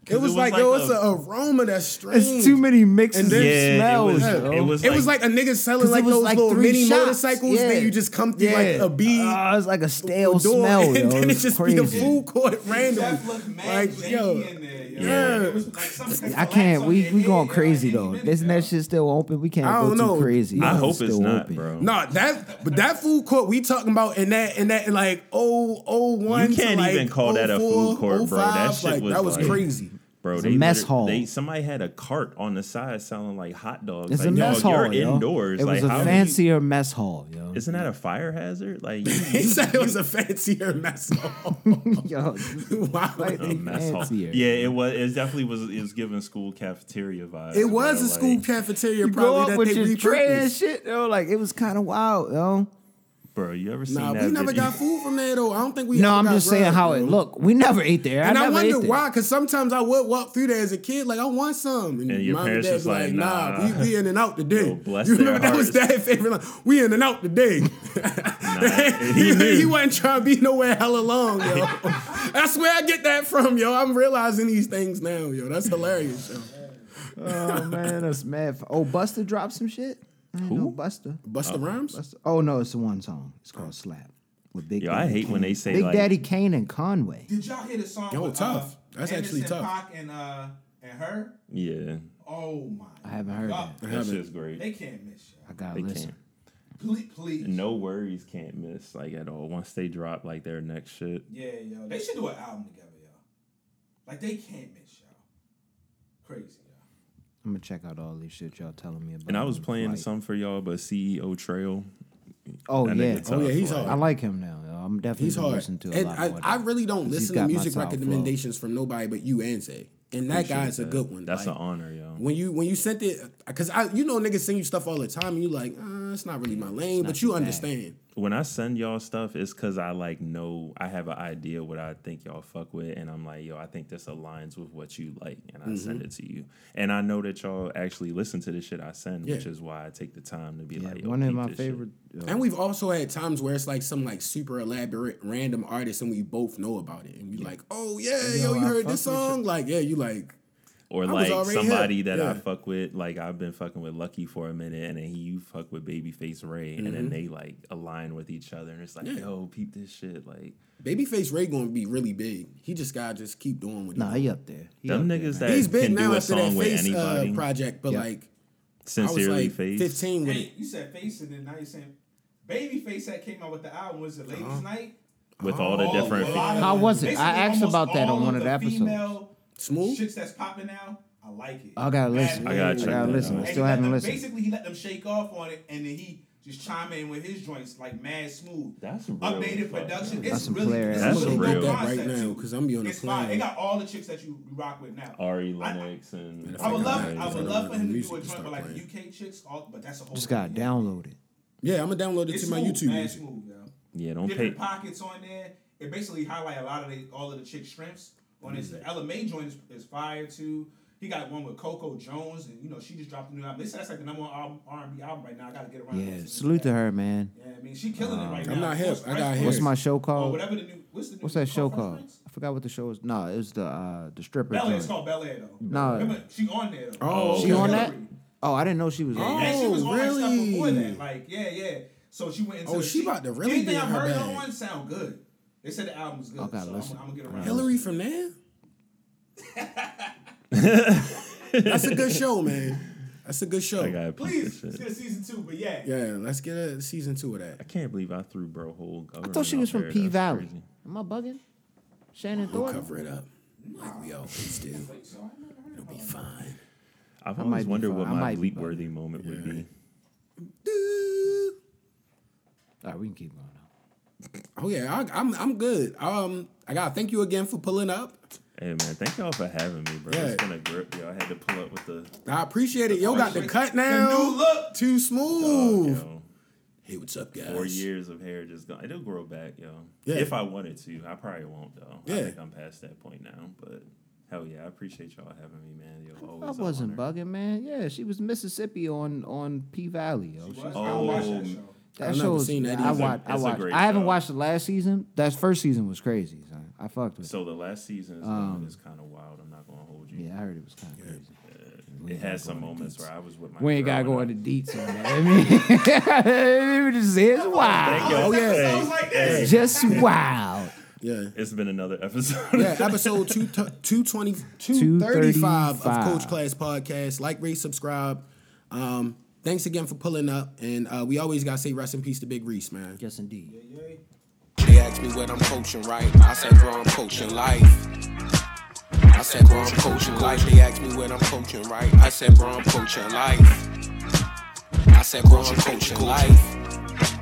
[SPEAKER 2] It was,
[SPEAKER 5] was
[SPEAKER 2] like,
[SPEAKER 5] like
[SPEAKER 2] yo,
[SPEAKER 5] a-
[SPEAKER 2] it's an aroma that's strange.
[SPEAKER 4] It's too many mixes
[SPEAKER 2] And
[SPEAKER 4] and
[SPEAKER 2] then-
[SPEAKER 4] smells.
[SPEAKER 5] Yeah, it was.
[SPEAKER 4] yo.
[SPEAKER 5] It was.
[SPEAKER 2] It was
[SPEAKER 5] like,
[SPEAKER 2] like a nigga selling
[SPEAKER 4] 'Cause it
[SPEAKER 2] like
[SPEAKER 4] was
[SPEAKER 2] those
[SPEAKER 4] like
[SPEAKER 2] little
[SPEAKER 4] three
[SPEAKER 2] mini
[SPEAKER 4] shots.
[SPEAKER 2] motorcycles
[SPEAKER 4] Yeah.
[SPEAKER 2] that you just come through like
[SPEAKER 4] Yeah.
[SPEAKER 2] a bee.
[SPEAKER 4] Ah, it's like a stale
[SPEAKER 2] door,
[SPEAKER 4] smell,
[SPEAKER 2] and
[SPEAKER 4] yo.
[SPEAKER 2] then it
[SPEAKER 4] It's
[SPEAKER 2] just be a
[SPEAKER 4] crazy.
[SPEAKER 2] food court
[SPEAKER 6] Jeff looked
[SPEAKER 2] random.
[SPEAKER 6] mad
[SPEAKER 2] Like
[SPEAKER 6] janky
[SPEAKER 2] yo,
[SPEAKER 6] E in there. yo.
[SPEAKER 2] Yeah.
[SPEAKER 6] It was like some-
[SPEAKER 4] I can't. We we going
[SPEAKER 6] Yeah,
[SPEAKER 4] crazy
[SPEAKER 6] yeah,
[SPEAKER 4] though.
[SPEAKER 6] yeah.
[SPEAKER 4] Isn't that shit still open? We can't
[SPEAKER 2] I
[SPEAKER 4] go
[SPEAKER 2] don't
[SPEAKER 4] too
[SPEAKER 2] know.
[SPEAKER 4] crazy.
[SPEAKER 5] I
[SPEAKER 4] yo.
[SPEAKER 5] hope it's
[SPEAKER 4] still
[SPEAKER 5] not,
[SPEAKER 4] open.
[SPEAKER 5] bro.
[SPEAKER 2] no, that but that food court we talking about in that in that like oh oh one.
[SPEAKER 5] You can't
[SPEAKER 2] to, like,
[SPEAKER 5] even call that
[SPEAKER 2] 04,
[SPEAKER 5] a food court, bro.
[SPEAKER 2] 05,
[SPEAKER 5] That shit
[SPEAKER 2] like,
[SPEAKER 5] was
[SPEAKER 2] that was
[SPEAKER 5] like-
[SPEAKER 2] crazy.
[SPEAKER 5] bro,
[SPEAKER 4] It's a
[SPEAKER 5] they
[SPEAKER 4] mess
[SPEAKER 5] literally-
[SPEAKER 4] hall.
[SPEAKER 5] They, somebody had a cart on the side selling like hot dogs.
[SPEAKER 4] It's
[SPEAKER 5] like,
[SPEAKER 4] a mess
[SPEAKER 5] yo,
[SPEAKER 4] hall.
[SPEAKER 5] You're
[SPEAKER 4] yo.
[SPEAKER 5] indoors.
[SPEAKER 4] It
[SPEAKER 5] like
[SPEAKER 4] was a
[SPEAKER 5] how do you-
[SPEAKER 4] fancier mess hall, yo.
[SPEAKER 5] Isn't that a fire hazard? Like you-
[SPEAKER 2] He said it was a fancier mess hall.
[SPEAKER 4] Yo,
[SPEAKER 2] wow.
[SPEAKER 5] a mess hall.
[SPEAKER 4] fancier.
[SPEAKER 5] Yeah, it was. It definitely was. It was giving school cafeteria vibes.
[SPEAKER 2] It was
[SPEAKER 5] bro,
[SPEAKER 2] a school
[SPEAKER 5] like,
[SPEAKER 2] cafeteria
[SPEAKER 4] You go
[SPEAKER 2] probably
[SPEAKER 4] up with
[SPEAKER 2] that they
[SPEAKER 4] your tray and
[SPEAKER 2] repurposed.
[SPEAKER 4] shit, yo. Like it was kind of wild, yo.
[SPEAKER 5] Bro, you ever seen
[SPEAKER 2] Nah,
[SPEAKER 5] that?
[SPEAKER 2] we never
[SPEAKER 5] video?
[SPEAKER 2] got food from there though. I don't think we.
[SPEAKER 4] No,
[SPEAKER 2] ever
[SPEAKER 4] I'm
[SPEAKER 2] got
[SPEAKER 4] just saying
[SPEAKER 2] grub,
[SPEAKER 4] how
[SPEAKER 2] bro.
[SPEAKER 4] it looked. We never ate there.
[SPEAKER 2] And I,
[SPEAKER 4] never
[SPEAKER 2] wonder
[SPEAKER 4] ate there.
[SPEAKER 2] why, because sometimes I would walk through there as a kid, like I want some, and,
[SPEAKER 5] And your
[SPEAKER 2] mom and
[SPEAKER 5] parents
[SPEAKER 2] dad
[SPEAKER 5] just
[SPEAKER 2] be like,
[SPEAKER 5] like,
[SPEAKER 2] "Nah,
[SPEAKER 5] nah.
[SPEAKER 2] we, we in and out today."
[SPEAKER 5] Yo, bless
[SPEAKER 2] you remember
[SPEAKER 5] their
[SPEAKER 2] that was
[SPEAKER 5] hearts.
[SPEAKER 2] dad favorite line? We in and out today.
[SPEAKER 5] he
[SPEAKER 2] he,
[SPEAKER 5] knew.
[SPEAKER 2] wasn't trying to be nowhere hella long, yo. That's where I get that from, yo. I'm realizing these things now, yo. That's hilarious, yo.
[SPEAKER 4] Oh man, that's mad. f- Oh, Buster dropped some shit. Who? Buster.
[SPEAKER 2] Busta Rhymes.
[SPEAKER 4] Buster. Oh no, it's the one song. It's called Slap. With Big.
[SPEAKER 5] Yo, I
[SPEAKER 4] Daddy
[SPEAKER 5] hate
[SPEAKER 4] Kane.
[SPEAKER 5] when they say,
[SPEAKER 4] Big
[SPEAKER 5] like-
[SPEAKER 4] Daddy Kane and Conway.
[SPEAKER 6] Did y'all hear the song?
[SPEAKER 2] Yo,
[SPEAKER 6] with,
[SPEAKER 2] tough.
[SPEAKER 6] Uh,
[SPEAKER 2] That's
[SPEAKER 6] Anderson
[SPEAKER 2] actually tough.
[SPEAKER 6] Paak and uh and her.
[SPEAKER 5] Yeah,
[SPEAKER 6] Oh my.
[SPEAKER 4] I haven't heard
[SPEAKER 6] God.
[SPEAKER 4] that.
[SPEAKER 5] that shit's great.
[SPEAKER 6] They can't miss y'all.
[SPEAKER 4] I gotta
[SPEAKER 5] They
[SPEAKER 4] listen.
[SPEAKER 5] can't.
[SPEAKER 6] Please, please.
[SPEAKER 5] No worries can't miss like at all. Once they drop like their next shit,
[SPEAKER 6] Yeah, yo. They should do an album together, y'all. Like they can't miss y'all. Crazy, y'all.
[SPEAKER 4] I'm gonna check out all this shit y'all telling me about.
[SPEAKER 5] and I was
[SPEAKER 4] on the
[SPEAKER 5] playing
[SPEAKER 4] flight.
[SPEAKER 5] some for y'all, but CEO Trail.
[SPEAKER 4] Oh
[SPEAKER 5] that
[SPEAKER 4] yeah.
[SPEAKER 5] nigga
[SPEAKER 2] Oh,
[SPEAKER 5] tough,
[SPEAKER 2] yeah, he's
[SPEAKER 5] like-
[SPEAKER 4] I like him now. yo. I'm definitely
[SPEAKER 2] He's
[SPEAKER 4] gonna
[SPEAKER 2] hard.
[SPEAKER 4] listen to a
[SPEAKER 2] and
[SPEAKER 4] lot
[SPEAKER 2] I,
[SPEAKER 4] more.
[SPEAKER 2] I really don't
[SPEAKER 4] He's
[SPEAKER 2] listen
[SPEAKER 4] got
[SPEAKER 2] to
[SPEAKER 4] my
[SPEAKER 2] music
[SPEAKER 4] sound flow.
[SPEAKER 2] recommendations from nobody but you and Zay. And that guy's a good one.
[SPEAKER 5] That's
[SPEAKER 2] like,
[SPEAKER 5] an honor, yo.
[SPEAKER 2] when you when you sent it because I you know niggas send you stuff all the time and you like uh, it's not really my lane, but you understand.
[SPEAKER 5] when I send y'all stuff, it's because I like know I have an idea what I think y'all fuck with, and I'm like, yo, I think this aligns with what you like, and I send
[SPEAKER 2] Mm-hmm.
[SPEAKER 5] it to you. And I know that y'all actually listen to the shit I send, which
[SPEAKER 2] Yeah.
[SPEAKER 5] is why I take the time to be
[SPEAKER 4] Yeah,
[SPEAKER 5] like, yo,
[SPEAKER 4] one of
[SPEAKER 5] peep
[SPEAKER 4] my
[SPEAKER 5] this shit.
[SPEAKER 4] favorite.
[SPEAKER 2] And we've also had times where it's like some like super elaborate random artist and we both know about it. And we like, oh yeah, yo,
[SPEAKER 4] Yo,
[SPEAKER 2] you
[SPEAKER 4] I
[SPEAKER 2] heard
[SPEAKER 4] fuck
[SPEAKER 2] this
[SPEAKER 4] with you.
[SPEAKER 2] song? Like, yeah, you like
[SPEAKER 5] or
[SPEAKER 2] was
[SPEAKER 5] like
[SPEAKER 2] already
[SPEAKER 5] somebody
[SPEAKER 2] hip,
[SPEAKER 5] that
[SPEAKER 2] yeah.
[SPEAKER 5] I fuck with. Like I've been fucking with Lucky for a minute, and then he you fuck with Babyface Ray, and
[SPEAKER 2] Mm-hmm.
[SPEAKER 5] then they like align with each other, and it's like, yo, peep this shit, like.
[SPEAKER 2] Babyface Ray gonna be really big. He just gotta just keep doing what he
[SPEAKER 4] Nah,
[SPEAKER 2] does.
[SPEAKER 4] he up there. He
[SPEAKER 5] Them
[SPEAKER 4] up
[SPEAKER 5] niggas
[SPEAKER 4] there, man.
[SPEAKER 5] that
[SPEAKER 2] He's big
[SPEAKER 5] can do
[SPEAKER 2] now
[SPEAKER 5] a
[SPEAKER 2] after that
[SPEAKER 5] song with
[SPEAKER 2] face uh,
[SPEAKER 5] anybody.
[SPEAKER 2] project, but
[SPEAKER 4] Yeah.
[SPEAKER 2] like I was
[SPEAKER 5] Sincerely,
[SPEAKER 2] like
[SPEAKER 5] face.
[SPEAKER 2] 15 with
[SPEAKER 6] Hey,
[SPEAKER 2] it.
[SPEAKER 6] you said face, and then now you're saying Babyface that came out with the album was it Ladies Night? Oh,
[SPEAKER 5] with all
[SPEAKER 2] Oh,
[SPEAKER 5] the Uh-huh. different.
[SPEAKER 6] A lot of-
[SPEAKER 4] How was it? I
[SPEAKER 6] basically
[SPEAKER 4] asked
[SPEAKER 6] almost
[SPEAKER 4] about that on
[SPEAKER 6] all
[SPEAKER 4] one of the episodes.
[SPEAKER 6] female
[SPEAKER 2] Smooth?
[SPEAKER 6] shits that's popping now. I like it.
[SPEAKER 4] I gotta listen.
[SPEAKER 5] I gotta
[SPEAKER 4] I
[SPEAKER 5] check
[SPEAKER 4] gotta
[SPEAKER 5] that
[SPEAKER 4] listen. I
[SPEAKER 5] out.
[SPEAKER 6] And
[SPEAKER 4] still
[SPEAKER 6] he let
[SPEAKER 4] haven't
[SPEAKER 6] them-
[SPEAKER 4] listened.
[SPEAKER 6] Basically, he let them shake off on it, and then he just chime in with his joints like mad smooth.
[SPEAKER 5] That's real
[SPEAKER 6] updated
[SPEAKER 5] fuck,
[SPEAKER 6] production.
[SPEAKER 5] yeah.
[SPEAKER 6] It's
[SPEAKER 4] That's some
[SPEAKER 6] really
[SPEAKER 4] flair.
[SPEAKER 6] it's
[SPEAKER 5] That's
[SPEAKER 6] really
[SPEAKER 5] some
[SPEAKER 6] good
[SPEAKER 5] real-
[SPEAKER 2] that right
[SPEAKER 6] concept,
[SPEAKER 2] now,
[SPEAKER 6] too.
[SPEAKER 2] 'cause I'm be on the
[SPEAKER 6] It's fine. They
[SPEAKER 2] plane.
[SPEAKER 6] got all the chicks that you rock with now.
[SPEAKER 5] Ari
[SPEAKER 6] I-
[SPEAKER 5] Lennox and
[SPEAKER 6] I would love,
[SPEAKER 2] Like,
[SPEAKER 6] I would
[SPEAKER 2] uh,
[SPEAKER 6] love for him to
[SPEAKER 2] music
[SPEAKER 6] do a
[SPEAKER 2] to
[SPEAKER 6] joint
[SPEAKER 2] start
[SPEAKER 6] with like
[SPEAKER 2] playing.
[SPEAKER 6] UK chicks, all, but that's a whole.
[SPEAKER 4] Just gotta download it.
[SPEAKER 2] Yeah, I'm gonna download it
[SPEAKER 6] It's
[SPEAKER 2] to my
[SPEAKER 6] smooth,
[SPEAKER 2] YouTube.
[SPEAKER 6] man,
[SPEAKER 2] music.
[SPEAKER 6] smooth, yo.
[SPEAKER 5] Yeah, don't pay.
[SPEAKER 6] Different pockets on there. It basically highlight a lot of the, all of the chick strengths on this. The Ella May joint is, is fire too. He got one with Coco Jones, and you know she just dropped a new album. They said that's like the number one album, R&B album right now. I gotta get around.
[SPEAKER 4] Yeah, salute to her, man.
[SPEAKER 6] Yeah, I mean she killing it right now.
[SPEAKER 2] I'm not hip.
[SPEAKER 6] Force
[SPEAKER 2] I got
[SPEAKER 6] Fresh
[SPEAKER 2] hip.
[SPEAKER 4] What's
[SPEAKER 2] Yes.
[SPEAKER 4] my show
[SPEAKER 6] Or
[SPEAKER 4] called?
[SPEAKER 6] whatever the new. What's the new?
[SPEAKER 4] What's that show called?
[SPEAKER 6] Fresh Prince?
[SPEAKER 4] I forgot what the show is. No, it was the uh, the stripper.
[SPEAKER 6] Bel Air. It's
[SPEAKER 4] joint.
[SPEAKER 6] called Bel Air though.
[SPEAKER 4] No.
[SPEAKER 6] Remember, she on there though.
[SPEAKER 2] Oh,
[SPEAKER 4] She on that?
[SPEAKER 6] Hillary.
[SPEAKER 4] Oh, I didn't know she was on.
[SPEAKER 2] Oh.
[SPEAKER 4] that.
[SPEAKER 6] And she was on like stuff
[SPEAKER 2] really?
[SPEAKER 6] before that. Like, yeah, yeah. So she went into
[SPEAKER 2] Oh,
[SPEAKER 6] the-
[SPEAKER 2] she about to really
[SPEAKER 6] Anything
[SPEAKER 2] get
[SPEAKER 6] I've
[SPEAKER 2] her
[SPEAKER 6] heard
[SPEAKER 2] bag.
[SPEAKER 6] her on sound good. They said the album was good.
[SPEAKER 4] Okay,
[SPEAKER 6] so
[SPEAKER 4] listen.
[SPEAKER 6] I'm, I'm gonna get around.
[SPEAKER 2] Hillary from there? That's a good show, man. That's a good show.
[SPEAKER 5] I gotta peep
[SPEAKER 6] Please,
[SPEAKER 5] this
[SPEAKER 6] it's
[SPEAKER 5] shit.
[SPEAKER 6] good season two, but yeah.
[SPEAKER 2] Yeah, let's get a season two of that.
[SPEAKER 5] I can't believe I threw bro whole.
[SPEAKER 4] I thought she was from P Valley. Am I bugging? Shannon
[SPEAKER 2] We'll
[SPEAKER 4] Thornton.
[SPEAKER 2] cover it up. Like we always do. It'll be fine.
[SPEAKER 5] I've
[SPEAKER 4] I might
[SPEAKER 5] always
[SPEAKER 4] be
[SPEAKER 5] wondered
[SPEAKER 4] fine.
[SPEAKER 5] what
[SPEAKER 4] I
[SPEAKER 5] my
[SPEAKER 4] might be
[SPEAKER 5] bleep worthy moment would be.
[SPEAKER 2] Doo.
[SPEAKER 4] All right, we can keep going. now.
[SPEAKER 2] Oh yeah, I, I'm I'm good. Um, I gotta thank you again for pulling up.
[SPEAKER 5] Hey man, thank y'all for having me, bro.
[SPEAKER 2] Yeah.
[SPEAKER 5] It's been a grip. Yo, I had to pull up with the
[SPEAKER 2] I appreciate it. Yo, got the cut now.
[SPEAKER 6] new look.
[SPEAKER 2] Too smooth.
[SPEAKER 5] uh, yo,
[SPEAKER 2] hey, what's up, guys?
[SPEAKER 5] Oh, four years of hair just gone. It'll grow back, yo.
[SPEAKER 2] Yeah.
[SPEAKER 5] If I wanted to, I probably won't though.
[SPEAKER 2] Yeah.
[SPEAKER 5] I think I'm past that point now. But hell yeah, I appreciate y'all having me, man. Yo, always
[SPEAKER 4] I
[SPEAKER 5] an
[SPEAKER 4] wasn't
[SPEAKER 5] honor.
[SPEAKER 4] bugging, man. Yeah, she was Mississippi on on P Valley. Yo. She-
[SPEAKER 6] Well, I don't watch
[SPEAKER 2] Oh.
[SPEAKER 5] Oh,
[SPEAKER 6] that show.
[SPEAKER 4] That
[SPEAKER 2] I've never
[SPEAKER 4] show is-
[SPEAKER 2] seen that
[SPEAKER 4] I
[SPEAKER 2] either.
[SPEAKER 4] watched. I
[SPEAKER 5] It's a
[SPEAKER 4] watched.
[SPEAKER 5] great
[SPEAKER 4] I haven't
[SPEAKER 5] show.
[SPEAKER 4] watched the last season. That first season was crazy. Son. I fucked with. it.
[SPEAKER 5] So the last season is going is kind of wild. I'm not gonna hold you.
[SPEAKER 4] Um, Yeah, I heard it was kind of crazy.
[SPEAKER 5] It has some moments where I was with my.
[SPEAKER 4] We ain't
[SPEAKER 5] girl
[SPEAKER 4] gotta go
[SPEAKER 5] and I-
[SPEAKER 4] into deets on that. I mean, we just say it's
[SPEAKER 5] Thank
[SPEAKER 4] wild.
[SPEAKER 5] y'all.
[SPEAKER 2] Oh, yeah.
[SPEAKER 5] Hey,
[SPEAKER 6] like
[SPEAKER 5] hey,
[SPEAKER 4] Just wild.
[SPEAKER 2] Yeah.
[SPEAKER 5] It's been another episode.
[SPEAKER 2] Yeah, episode two, 220, 235 of Coach Class Podcast. Like, rate, subscribe. Um, thanks again for pulling up. And uh, we always got to say rest in peace to Big Reese, man.
[SPEAKER 4] Yes, indeed.
[SPEAKER 1] They ask me what I'm coaching, right? I said, bro, I'm coaching life. I said, bro, I'm coaching life. They ask me what I'm coaching, right? I said, bro, I'm coaching life. I said, bro, I'm coaching life.